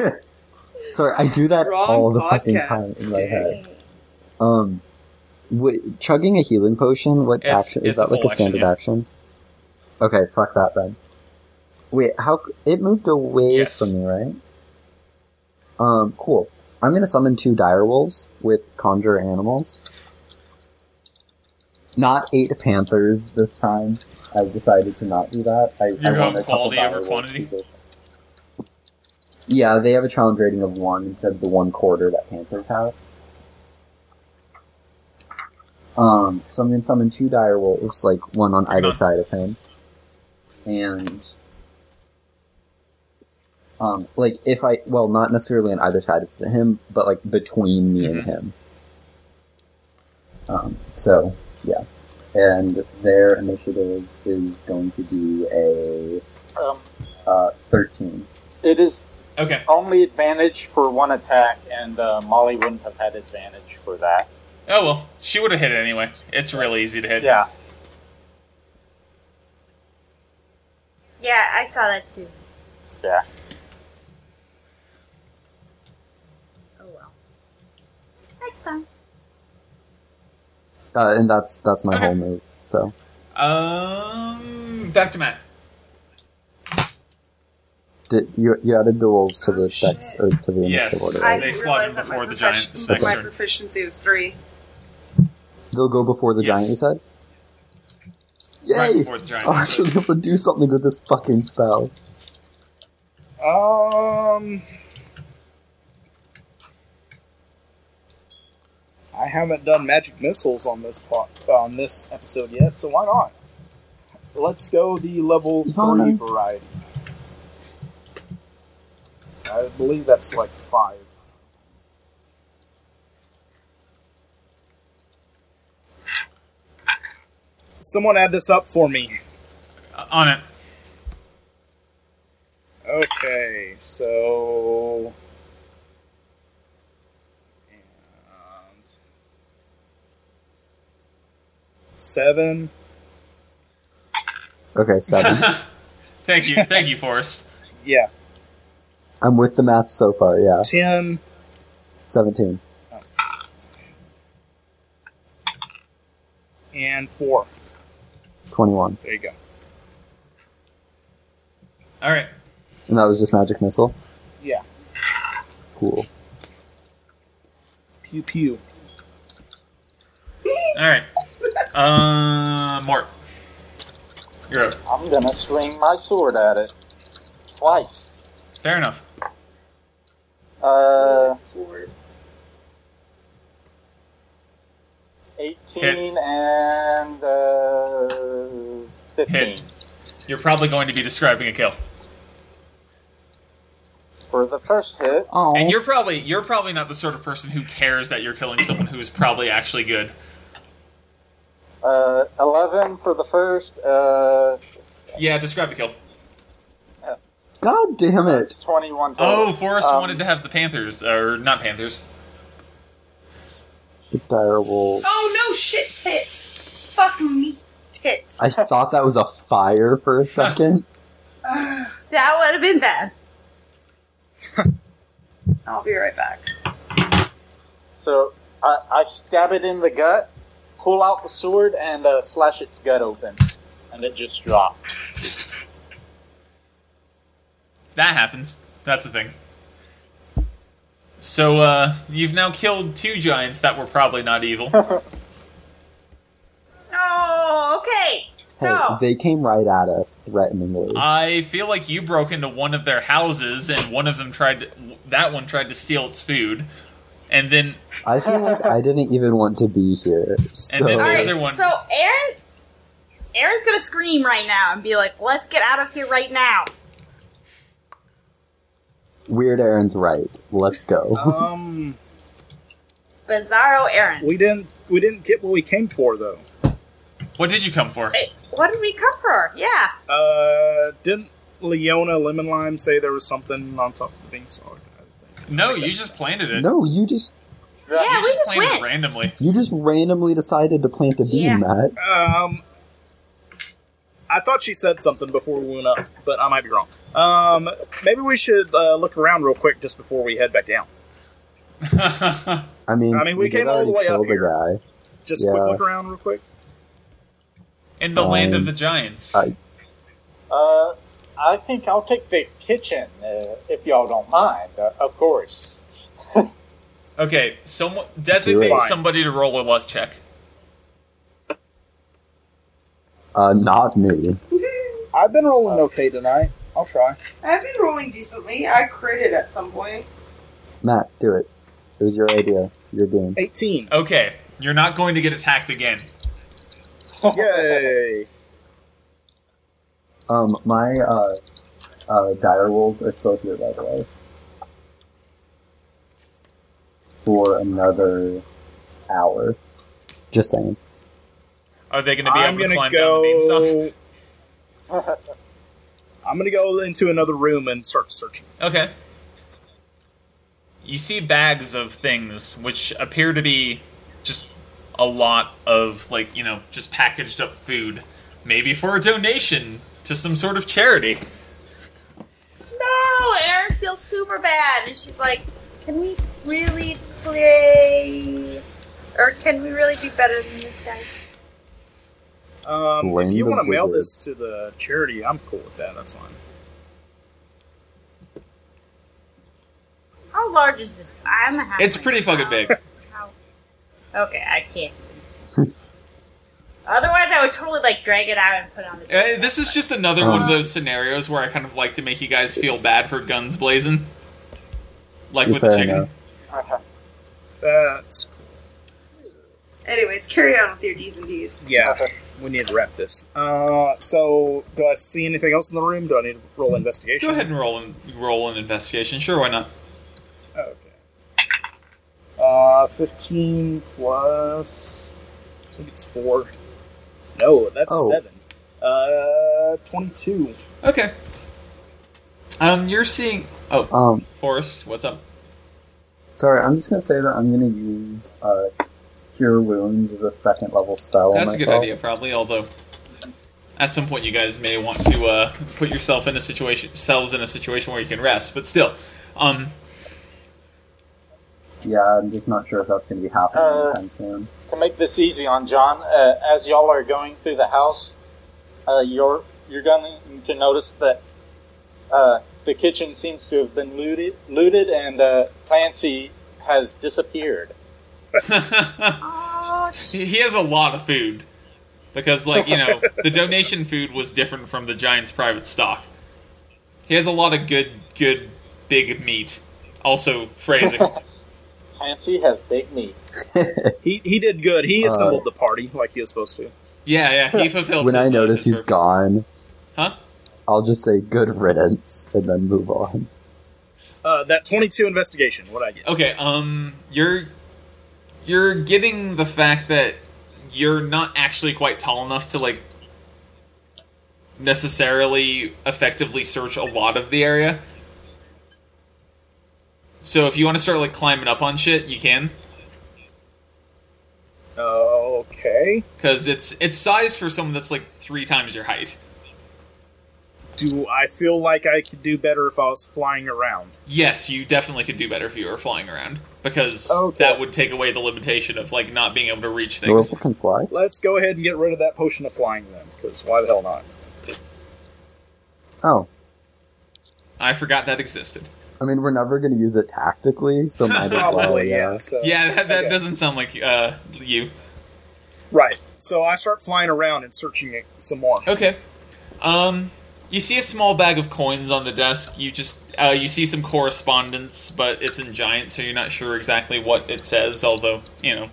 <laughs> sorry, I do that
Wrong
all the fucking
podcast.
time in my head. Um, wait, chugging a healing potion, what
It's-
action?
it's
Is
a
that like
full
a
action,
standard
yeah.
action? Okay, fuck that then. Wait, how, c- it moved away
Yes.
from me, right? Um, cool. I'm gonna summon two dire wolves with conjure animals. Not eight panthers this time. I decided to not do that. I, I
You're
want
going
a couple
quality
dire
over
wolves
quantity?
to- Yeah, they have a challenge rating of one instead of the one quarter that panthers have. Um, so I'm gonna summon two dire wolves, like one on either
on.
side of him, and um, like if I well, not necessarily on either side of him, but like between me
Mm-hmm.
and him. Um, so yeah, and their initiative is going to be a
Um,
uh, thirteen.
it is
Okay.
only advantage for one attack, and uh, Molly wouldn't have had advantage for that.
Oh well, she would have hit it anyway. It's really easy to hit.
Yeah.
Yeah, I saw that too.
Yeah.
Oh well. Next time.
Uh, and that's that's my
Okay.
whole move. So
Um, back to Matt.
did you you added the wolves to the dex or to the
Yes.
initiative order?
I
Right?
They
didn't
slot
realize
in
that my
before the
proficien-
giant. Next
My
turn.
proficiency was three.
They'll go before the
Yes.
giant. You said. Yay!
Right
<laughs>
before the giant.
I'll actually be able to do something with this fucking spell.
Um, I haven't done magic missiles on this po- on this episode yet, so why not? Let's go the level three
Oh, no.
variety. I believe that's like five. Someone add this up for me.
Uh, on it.
Okay, so. And. Seven.
Okay, seven.
<laughs> thank you, thank you, Forrest.
Yeah.
I'm with the math so far, yeah.
10.
17.
and 4.
21.
There you go.
All right.
And that was just magic missile?
Yeah.
Cool.
Pew pew.
All right. Uh, Mort. You're up.
I'm gonna swing my sword at it twice.
Fair enough.
Uh, 18 and uh, 15
Hit. You're probably going to be describing a kill.
for the first hit.
And you're probably you're probably not the sort of person who cares that you're killing someone who is probably actually good.
Uh, 11 for the first. Uh,
Yeah, describe the kill.
God damn it!
it's 21 total.
Oh, Forrest
Um,
wanted to have the Panthers or not Panthers.
The dire wolf.
Oh no, shit tits. Fuck me tits.
<laughs>
I thought that was a fire for a second.
That would have been bad.
<sighs> I'll be right back.
So I, I stab it in the gut, pull out the sword, and uh, slash its gut open. And it just drops.
That happens. That's the thing. So uh, you've now killed two giants that were probably not evil.
Oh, okay.
Hey,
So,
they came right at us threateningly.
Uh,
I feel like you broke into one of their houses, and one of them tried to, that one tried to steal its food, and then
I feel like I didn't even want to be
<laughs>
here. So
then-
all right.
Another one.
So, Aaron, Aaron's gonna scream right now and be like, "Let's get out of here right now!"
Weird Aaron's right. Let's go.
Um,
Bizarro Aaron.
we didn't we didn't get what we came for though.
what did you come for?
Wait, what did we come for? Yeah.
Uh, didn't Leona Lemon Lime say there was something on top of the beanstalk? I think.
No, you just planted it.
no, you just
Yeah,
you
we just
planted
went.
it randomly. <laughs>
you just randomly decided to plant a bean,
Yeah.
Matt.
Um, I thought she said something before we went up, but I might be wrong. Um, maybe we should uh, look around real quick just before we head back down.
I mean,
I mean, we
did
came all the
already
way up
kill
here.
guy.
Just quick
Yeah.
look around real quick.
In the land
Um,
of the giants.
I-
Uh, I think I'll take the kitchen, uh, if y'all don't mind, uh, of course.
okay, someone designate
it.
somebody to roll a luck check.
Uh, not me.
I've been rolling okay tonight. I'll try.
I've been rolling decently. I critted at some point.
Matt, do it. It was your idea. Your game.
<laughs>
18.
Okay, you're not going to get attacked again.
Yay.
Um, my uh, uh, dire wolves are still here, by the way, for another hour. Just saying.
Are they going to be
I'm
able
gonna
to climb down the beanstalk?
go. I'm gonna go into another room and start searching.
Okay. You see bags of things which appear to be just a lot of like, you know, just packaged up food, maybe for a donation to some sort of charity.
No, Erin feels super bad, and she's like, "Can we really play, or can we really be better than these guys?"
Um, if
Land
you
of
want to mail
Wizard.
this to the charity, I'm cool with that. That's fine.
How large is this? I'm a half.
It's pretty fucking big.
How? Okay, I can't. Otherwise, I would totally like drag it out and put it on the.
Uh, this is just another one of
Uh.
those scenarios where I kind of like to make you guys feel bad for guns blazing. Like
Yeah,
with the
fair
chicken.
enough.
That's
Anyways, carry on with your D's
<laughs>
and D's.
yeah. We need to wrap this. Uh, so do I see anything else in the room? Do I need to roll investigation?
Go ahead and roll an, roll an investigation. Sure, why not?
Okay. Uh, fifteen plus. I think it's four. No, that's
Oh.
seven. Uh, twenty-two.
Okay. Um, you're seeing. Oh,
Um,
Forrest, what's up?
sorry, I'm just gonna say that I'm gonna use uh, cure wounds as a second level spell. on
That's a good
myself.
idea, probably. Although, at some point, you guys may want to uh, put yourself in a situation, selves in a situation where you can rest. But still, Um, <laughs>
Yeah, I'm just not sure if that's going to be happening
Uh,
anytime soon.
To make this easy on John, uh, as y'all are going through the house, uh, you're you're going to notice that uh, the kitchen seems to have been looted, looted, and uh, Clancy has disappeared.
Oh,
<laughs> he he has a lot of food because, like
<laughs>
you know, the donation food was different from the Giants' private stock. He has a lot of good, good, big meat. Also, phrasing.
<laughs>
Clancy has big meat.
he he did good. He
Uh,
assembled the party like he was supposed to.
Yeah, yeah, he fulfilled.
When I
his, uh,
notice
his
he's
purpose.
gone,
Huh?
I'll just say good riddance and then move on.
Uh, that twenty-two investigation. What I get?
Okay, um, you're you're getting the fact that you're not actually quite tall enough to like necessarily effectively search a lot of the area. So if you want to start like climbing up on shit, you can,
Uh, Okay.
because it's it's size for someone that's like three times your height.
Do I feel like I could do better if I was flying around?
Yes, you definitely could do better if you were flying around, because that would take away the limitation of like not being able to reach things.
Norval can fly.
Let's go ahead and get rid of that potion of flying then, because why the hell not?
Oh,
I forgot that existed.
I mean, we're never going to use it tactically, so might as well.
Probably,
yeah.
yeah, so-
yeah, that, that
okay.
doesn't sound like uh, you.
Right. So I start flying around and searching it some more.
Okay. Um, you see a small bag of coins on the desk. You just uh, you see some correspondence, but it's in giant, so you're not sure exactly what it says. Although you know,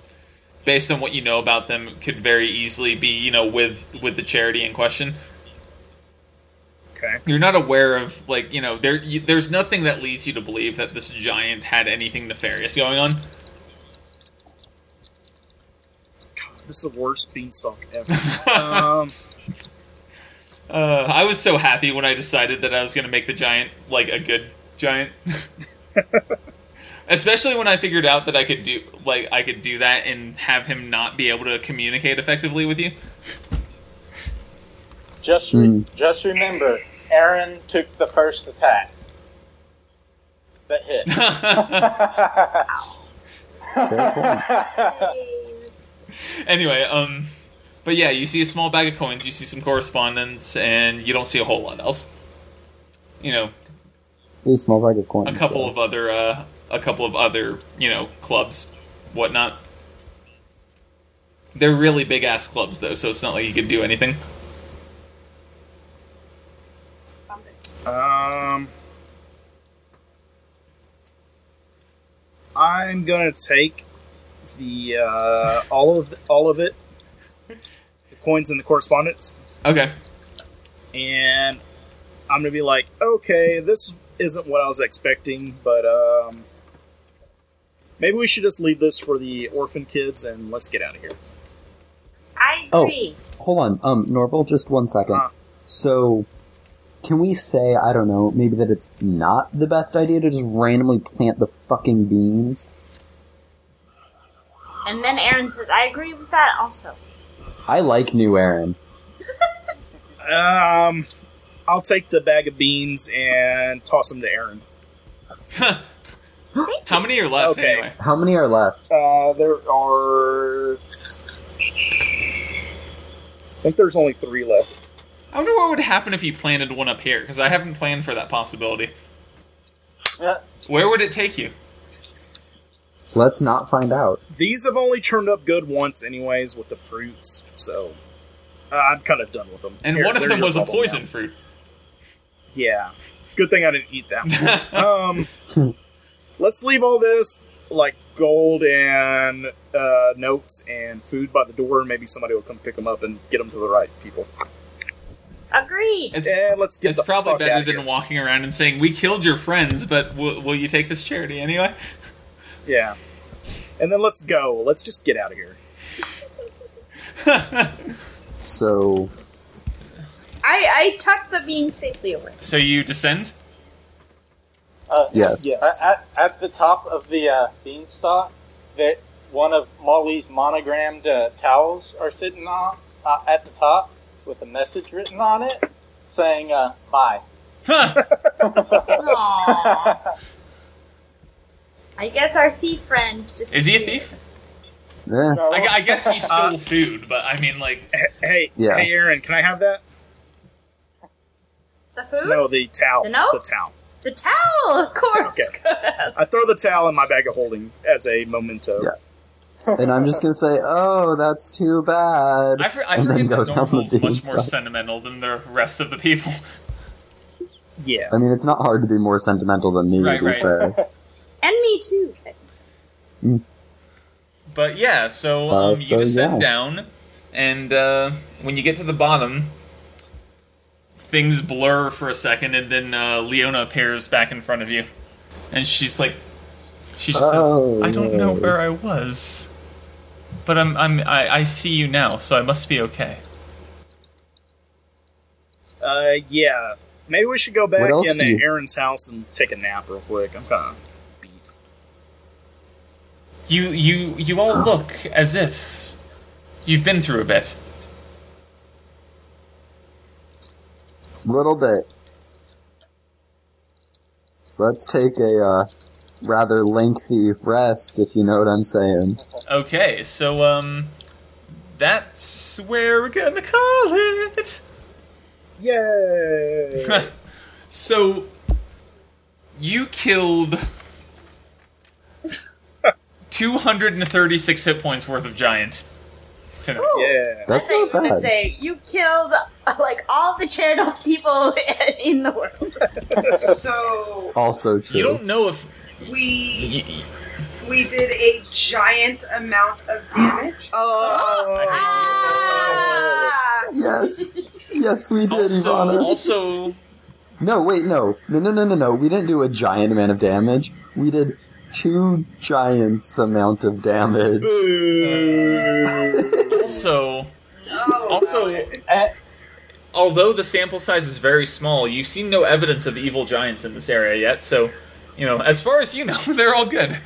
based on what you know about them, it could very easily be you know with with the charity in question.
Okay.
You're not aware of like you know there you, there's nothing that leads you to believe that this giant had anything nefarious going on.
This is the worst beanstalk
<laughs>
ever. <laughs> um,
Uh, I was so happy when I decided that I was going to make the giant like a good giant. Especially when I figured out that I could do like I could do that and have him not be able to communicate effectively with you. <laughs>
Just re- just remember, Aaron took the first attack. That
<laughs>
Uh, hit.
Anyway, um but yeah, you see a small bag of coins, you see some correspondence and you don't see a whole lot else. You know,
Ooh, small bag of coins.
a couple
yeah.
of other uh a couple of other, you know, clubs, whatnot. They're really big ass clubs though, so it's not like you could do anything.
um, I'm gonna take the uh, all of all of it, the coins and the correspondence,
Okay.
and I'm gonna be like, okay, this isn't what I was expecting, but um, maybe we should just leave this for the orphan kids and let's get out of here.
I
Oh,
agree.
hold on. Um, Norval, just one second.
Uh.
So, can we say, I don't know, maybe that it's not the best idea to just randomly plant the fucking beans?
And then Aaron says, I agree with that also.
I like New Aaron.
Um, I'll take the bag of beans and toss them to Aaron.
How many are left
Okay.
anyway?
How many are left?
Uh, there are. I think there's only three left.
I wonder what would happen if you planted one up here, because I haven't planned for that possibility.
Uh,
Where would it take you?
Let's not find out.
These have only turned up good once, anyways, with the fruits. So uh, I'm kind of done with them.
And
Here,
one of
they're
them
your
was a
problem
poison
<laughs>
now.
fruit.
Yeah. Good thing I didn't eat
<laughs>
that. one. um, let's leave all this like gold and uh, notes and food by the door. Maybe somebody will come pick them up and get them to the right people.
Agreed.
It's,
and let's get
it's probably better than walking around and saying, We killed your friends, but w- will you take this charity anyway? <laughs>
Yeah. And then let's go. Let's just get out of here.
So,
I, I tucked the beans safely away.
<laughs> So you descend?
Uh,
Yes.
Yes. At, at the top of the uh, beanstalk, that one of Molly's monogrammed uh, towels are sitting on uh, at the top with a message written on it saying uh, "Bye."
I guess our thief friend just
Is he a thief?
Yeah.
I, I guess he stole
Uh,
food, but I mean, like,
Hey,
Yeah.
hey, Aaron, can I have that?
the food?
No, the towel.
The no?
The towel.
The towel, of course.
I throw the towel in my bag of holding as a memento.
and I'm just gonna say, "Oh, that's too bad."
I, for, I
and then
forget
go
that
down the
Dornville's much more
beanstalk.
sentimental than the rest of the people.
Yeah.
I mean, it's not hard to be more sentimental than me. to
Right,
be
right. <laughs>
fair.
<laughs> And me too.
But yeah, so
Uh,
um,
so,
you descend
yeah.
down, and uh, when you get to the bottom, things blur for a second, and then uh, Leona appears back in front of you, and she's like, she just
Oh,
says, "I don't know
no.
where I was, but I'm, I'm, I, I see you now, so I must be okay."
Uh, yeah. Maybe we should go back
What else
in
do you-
Aaron's house and take a nap real quick. I'm kind of beat.
You, you, you all look as if you've been through a bit.
Little bit. Let's take a uh, rather lengthy rest, if you know what I'm saying.
Okay, so um, that's where we're gonna call it.
Yay!
<laughs> so you killed 236 hit points worth of giant tonight.
yeah.
That's
I
not
thought you were gonna
bad.
say you killed <laughs> like all the charitable <laughs> people in the world.
So
Also
You don't
true.
know if
we
y- y-
we did a giant amount of damage.
Ah!
Yes, yes, we did,
also
Ivana.
also
No, wait, no, no, no, no, no, no. We didn't do a giant amount of damage. We did two giants amount of damage. <laughs>
uh, also also
Eh,
although the sample size is very small, you've seen no evidence of evil giants in this area yet, so you know, as far as you know, <laughs> they're all good.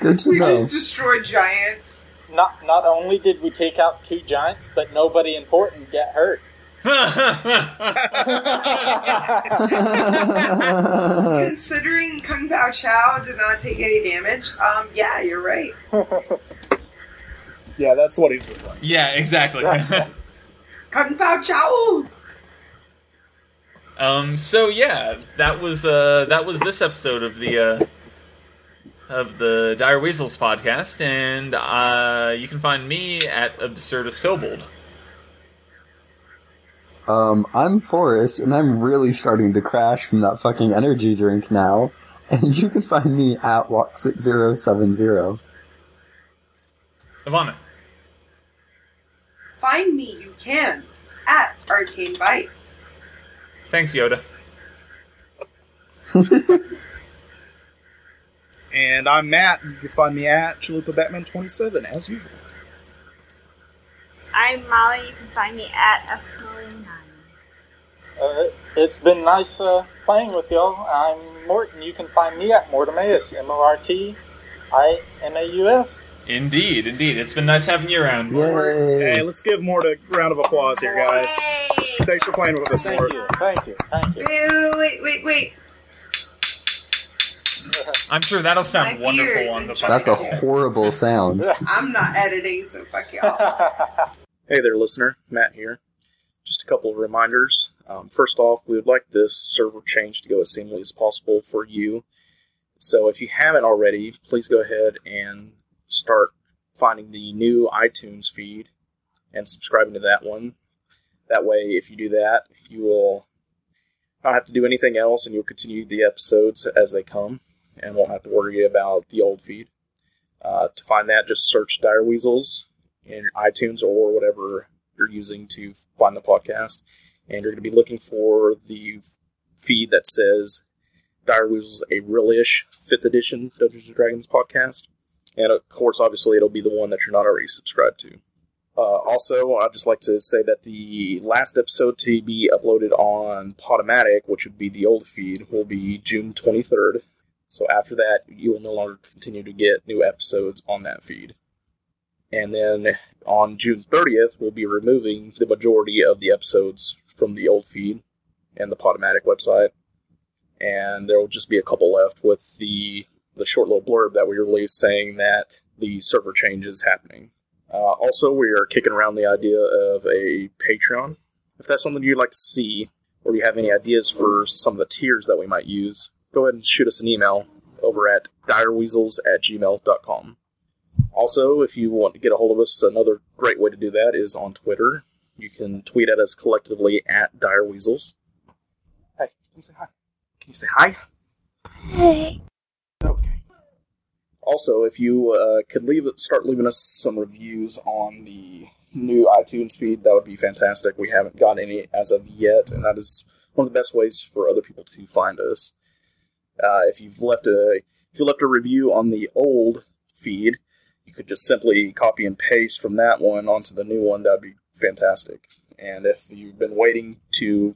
Good to
We
know.
just destroyed giants.
not not only did we take out two giants, but nobody important got hurt.
Considering Kung Pao Chow did not take any damage, um, yeah, you're right.
Yeah, that's what he's referring to.
yeah, exactly. <laughs>
Kung Pao Chow.
Um, so yeah, that was uh, that was this episode of the uh, of the Dire Weasels podcast, and uh, you can find me at Absurdus Kobold.
<laughs> Um, I'm Forrest, and I'm really starting to crash from that fucking energy drink now. And you can find me at walk6070.
Ivana,
Find me, you can, at Arcane Vice.
thanks Yoda.
And I'm Matt. You can find me at Chalupa Batman 27 as usual.
I'm Molly. You can find me at fmolly9.
Uh, it's been nice uh, playing with y'all. I'm Morton. You can find me at Mortimaeus. M O R T I M A U S.
Indeed, indeed, it's been nice having you around.
Hey,
Yay!
let's give Mort a round of applause here, guys.
Yay!
Thanks for playing with us, Mort.
Thank you. Thank you. Thank you.
Wait, wait, wait, wait.
I'm sure that'll sound
My
wonderful
beers
on the
and
That's a
podcast.
horrible sound.
I'm not editing, so fuck y'all.
Hey there, listener. Matt here. Just a couple of reminders. Um, first off, we would like this server change to go as seamlessly as possible for you. So if you haven't already, please go ahead and start finding the new iTunes feed and subscribing to that one. That way, if you do that, you will not have to do anything else and you'll continue the episodes as they come and won't have to worry about the old feed. Uh, to find that, just search Dire Weasels in iTunes or whatever you're using to find the podcast. And you're going to be looking for the feed that says Dire Weasels, a real-ish 5th edition Dungeons & Dragons podcast. And of course, obviously, it'll be the one that you're not already subscribed to. Uh, also, I'd just like to say that the last episode to be uploaded on Podomatic, which would be the old feed, will be June 23rd. So after that, you will no longer continue to get new episodes on that feed. And then on June 30th, we'll be removing the majority of the episodes from the old feed and the Podomatic website. and there will just be a couple left with the the short little blurb that we released saying that the server change is happening. Uh, also, we are kicking around the idea of a Patreon. If that's something you'd like to see, or you have any ideas for some of the tiers that we might use, go ahead and shoot us an email over at direweasels at gmail.com. Also, if you want to get a hold of us, another great way to do that is on Twitter. You can tweet at us collectively at direweasels. Hey, can you say hi? Can you say hi?
Hey.
Also, if you uh, could leave start leaving us some reviews on the new iTunes feed, that would be fantastic. We haven't got any as of yet, and that is one of the best ways for other people to find us. Uh, if you've left a if you left a review on the old feed, you could just simply copy and paste from that one onto the new one. That would be fantastic. And if you've been waiting to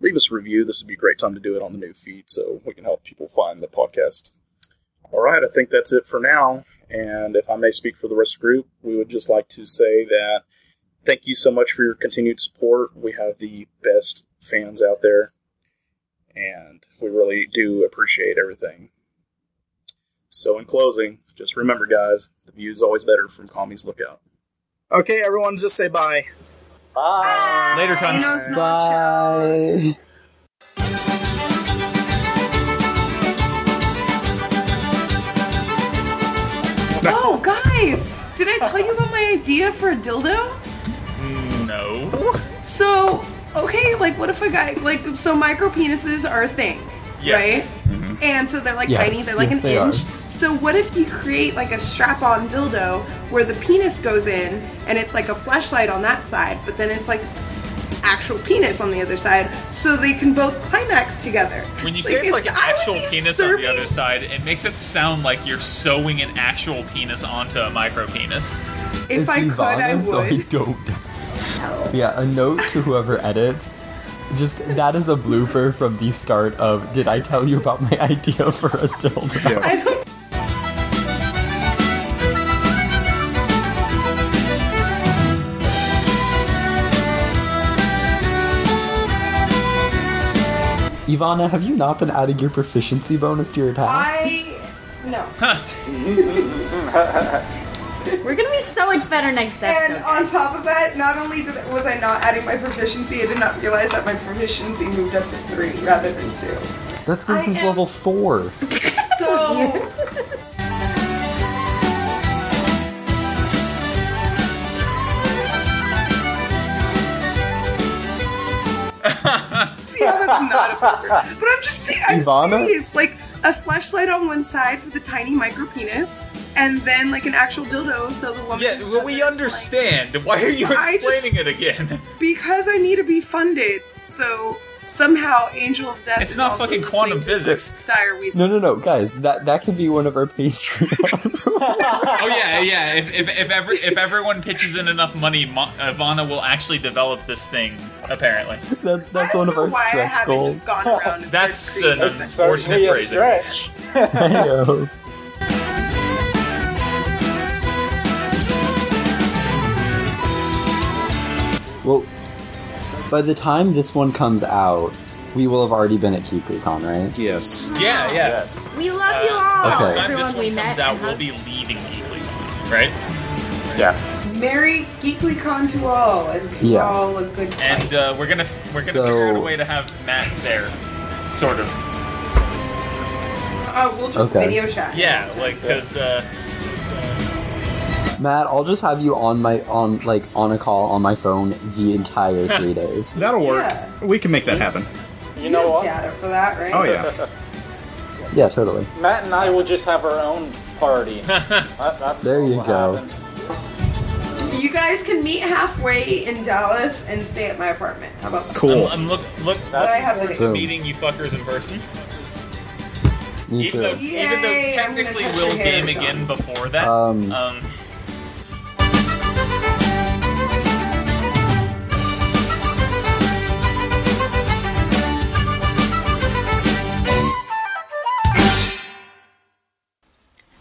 leave us a review, this would be a great time to do it on the new feed, so we can help people find the podcast. All right, I think that's it for now. And if I may speak for the rest of the group, we would just like to say that thank you so much for your continued support. We have the best fans out there, and we really do appreciate everything. So, in closing, just remember, guys, the view is always better from Commies Lookout. Okay, everyone, just say bye.
Bye.
Later, cunts.
Bye.
Oh, guys! Did I tell you about my idea for a dildo?
No.
So, okay, like, what if a guy, like, so micro penises are a thing,
Yes. Mm-hmm.
right? And so they're like
Yes,
tiny, they're like
yes,
an
they are.
inch. So, what if you create like a strap on dildo where the penis goes in and it's like a flashlight on that side, but then it's like actual penis on the other side so they can both climax together?
When you say it's like an
I would
actual
be
penis on the other side, it makes it sound like you're sewing an actual penis onto a micro penis.
If I could, I
Ivana, so
would.
I don't. Yeah, a note to whoever edits. Just that is a blooper from the start of. Did I tell you about my <laughs> idea for a dildo? Ivana, have you not been adding your proficiency bonus to your attack?
I. No.
We're gonna be so much better next
And
episode.
on top of that, not only did, was I not adding my proficiency, I did not realize that my proficiency moved up to three rather than two.
That's good since level four.
So. <laughs> See how that's not a poker. But I'm just saying, I'm
Ivana?
serious. Like a flashlight on one side for the tiny micro penis, and then like an actual dildo so the woman.
<laughs> Yeah, well, we understand. <laughs> Why are you
I
explaining it again?
Because I need to be funded, so somehow Angel of Death.
It's not fucking quantum physics.
Dire Weasel.
No, no, no, guys. That that could be one of our Patreon. <laughs>
oh yeah, yeah. If if if, every, if everyone pitches in enough money, Mo- Ivana will actually develop this thing. Apparently,
that, that's one of our
why I
stretch
haven't
goals.
just gone around. And
that's uh, an
That's
unfortunate
certainly a
phrasing.
stretch.
Heyo. Well, by the time this one comes out, we will have already been at KikuCon, right?
Yes.
Yeah, yeah.
we love you all.
By the
Okay.
time Uh, this
Everyone we
one comes
met.
out,
and
we'll
hugged.
be leaving Geekly, right?
Merry GeeklyCon to all, and to
Yeah.
all a good time.
And uh, we're gonna we're gonna
So-
figure out a way to have Matt there, sort of.
Uh, we'll just
Okay.
video chat.
Yeah, like because uh,
Matt, I'll just have you on my on like on a call on my phone the entire
<laughs>
three days.
That'll work.
Yeah.
We can make that happen.
You know what?
Data for that, right?
Oh, yeah.
Yeah, totally.
Matt and I will just have our own party. That- that's
There
what
you
will
go.
happen.
You guys can meet halfway in Dallas and stay at my apartment. How about that?
Cool.
I'm, I'm look look
But I have the
So-
meeting you fuckers in person.
Me
Even though,
too.
even though
Yay, I'm gonna
technically
touch
we'll
your hair,
game again before that.
Um,
um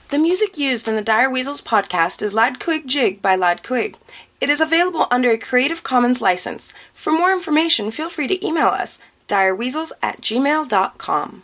The music used in the Dire Weasels podcast is Lad Quig Jig by Lad Quig. It is available under a Creative Commons license. For more information, feel free to email us direweasels at gmail.com.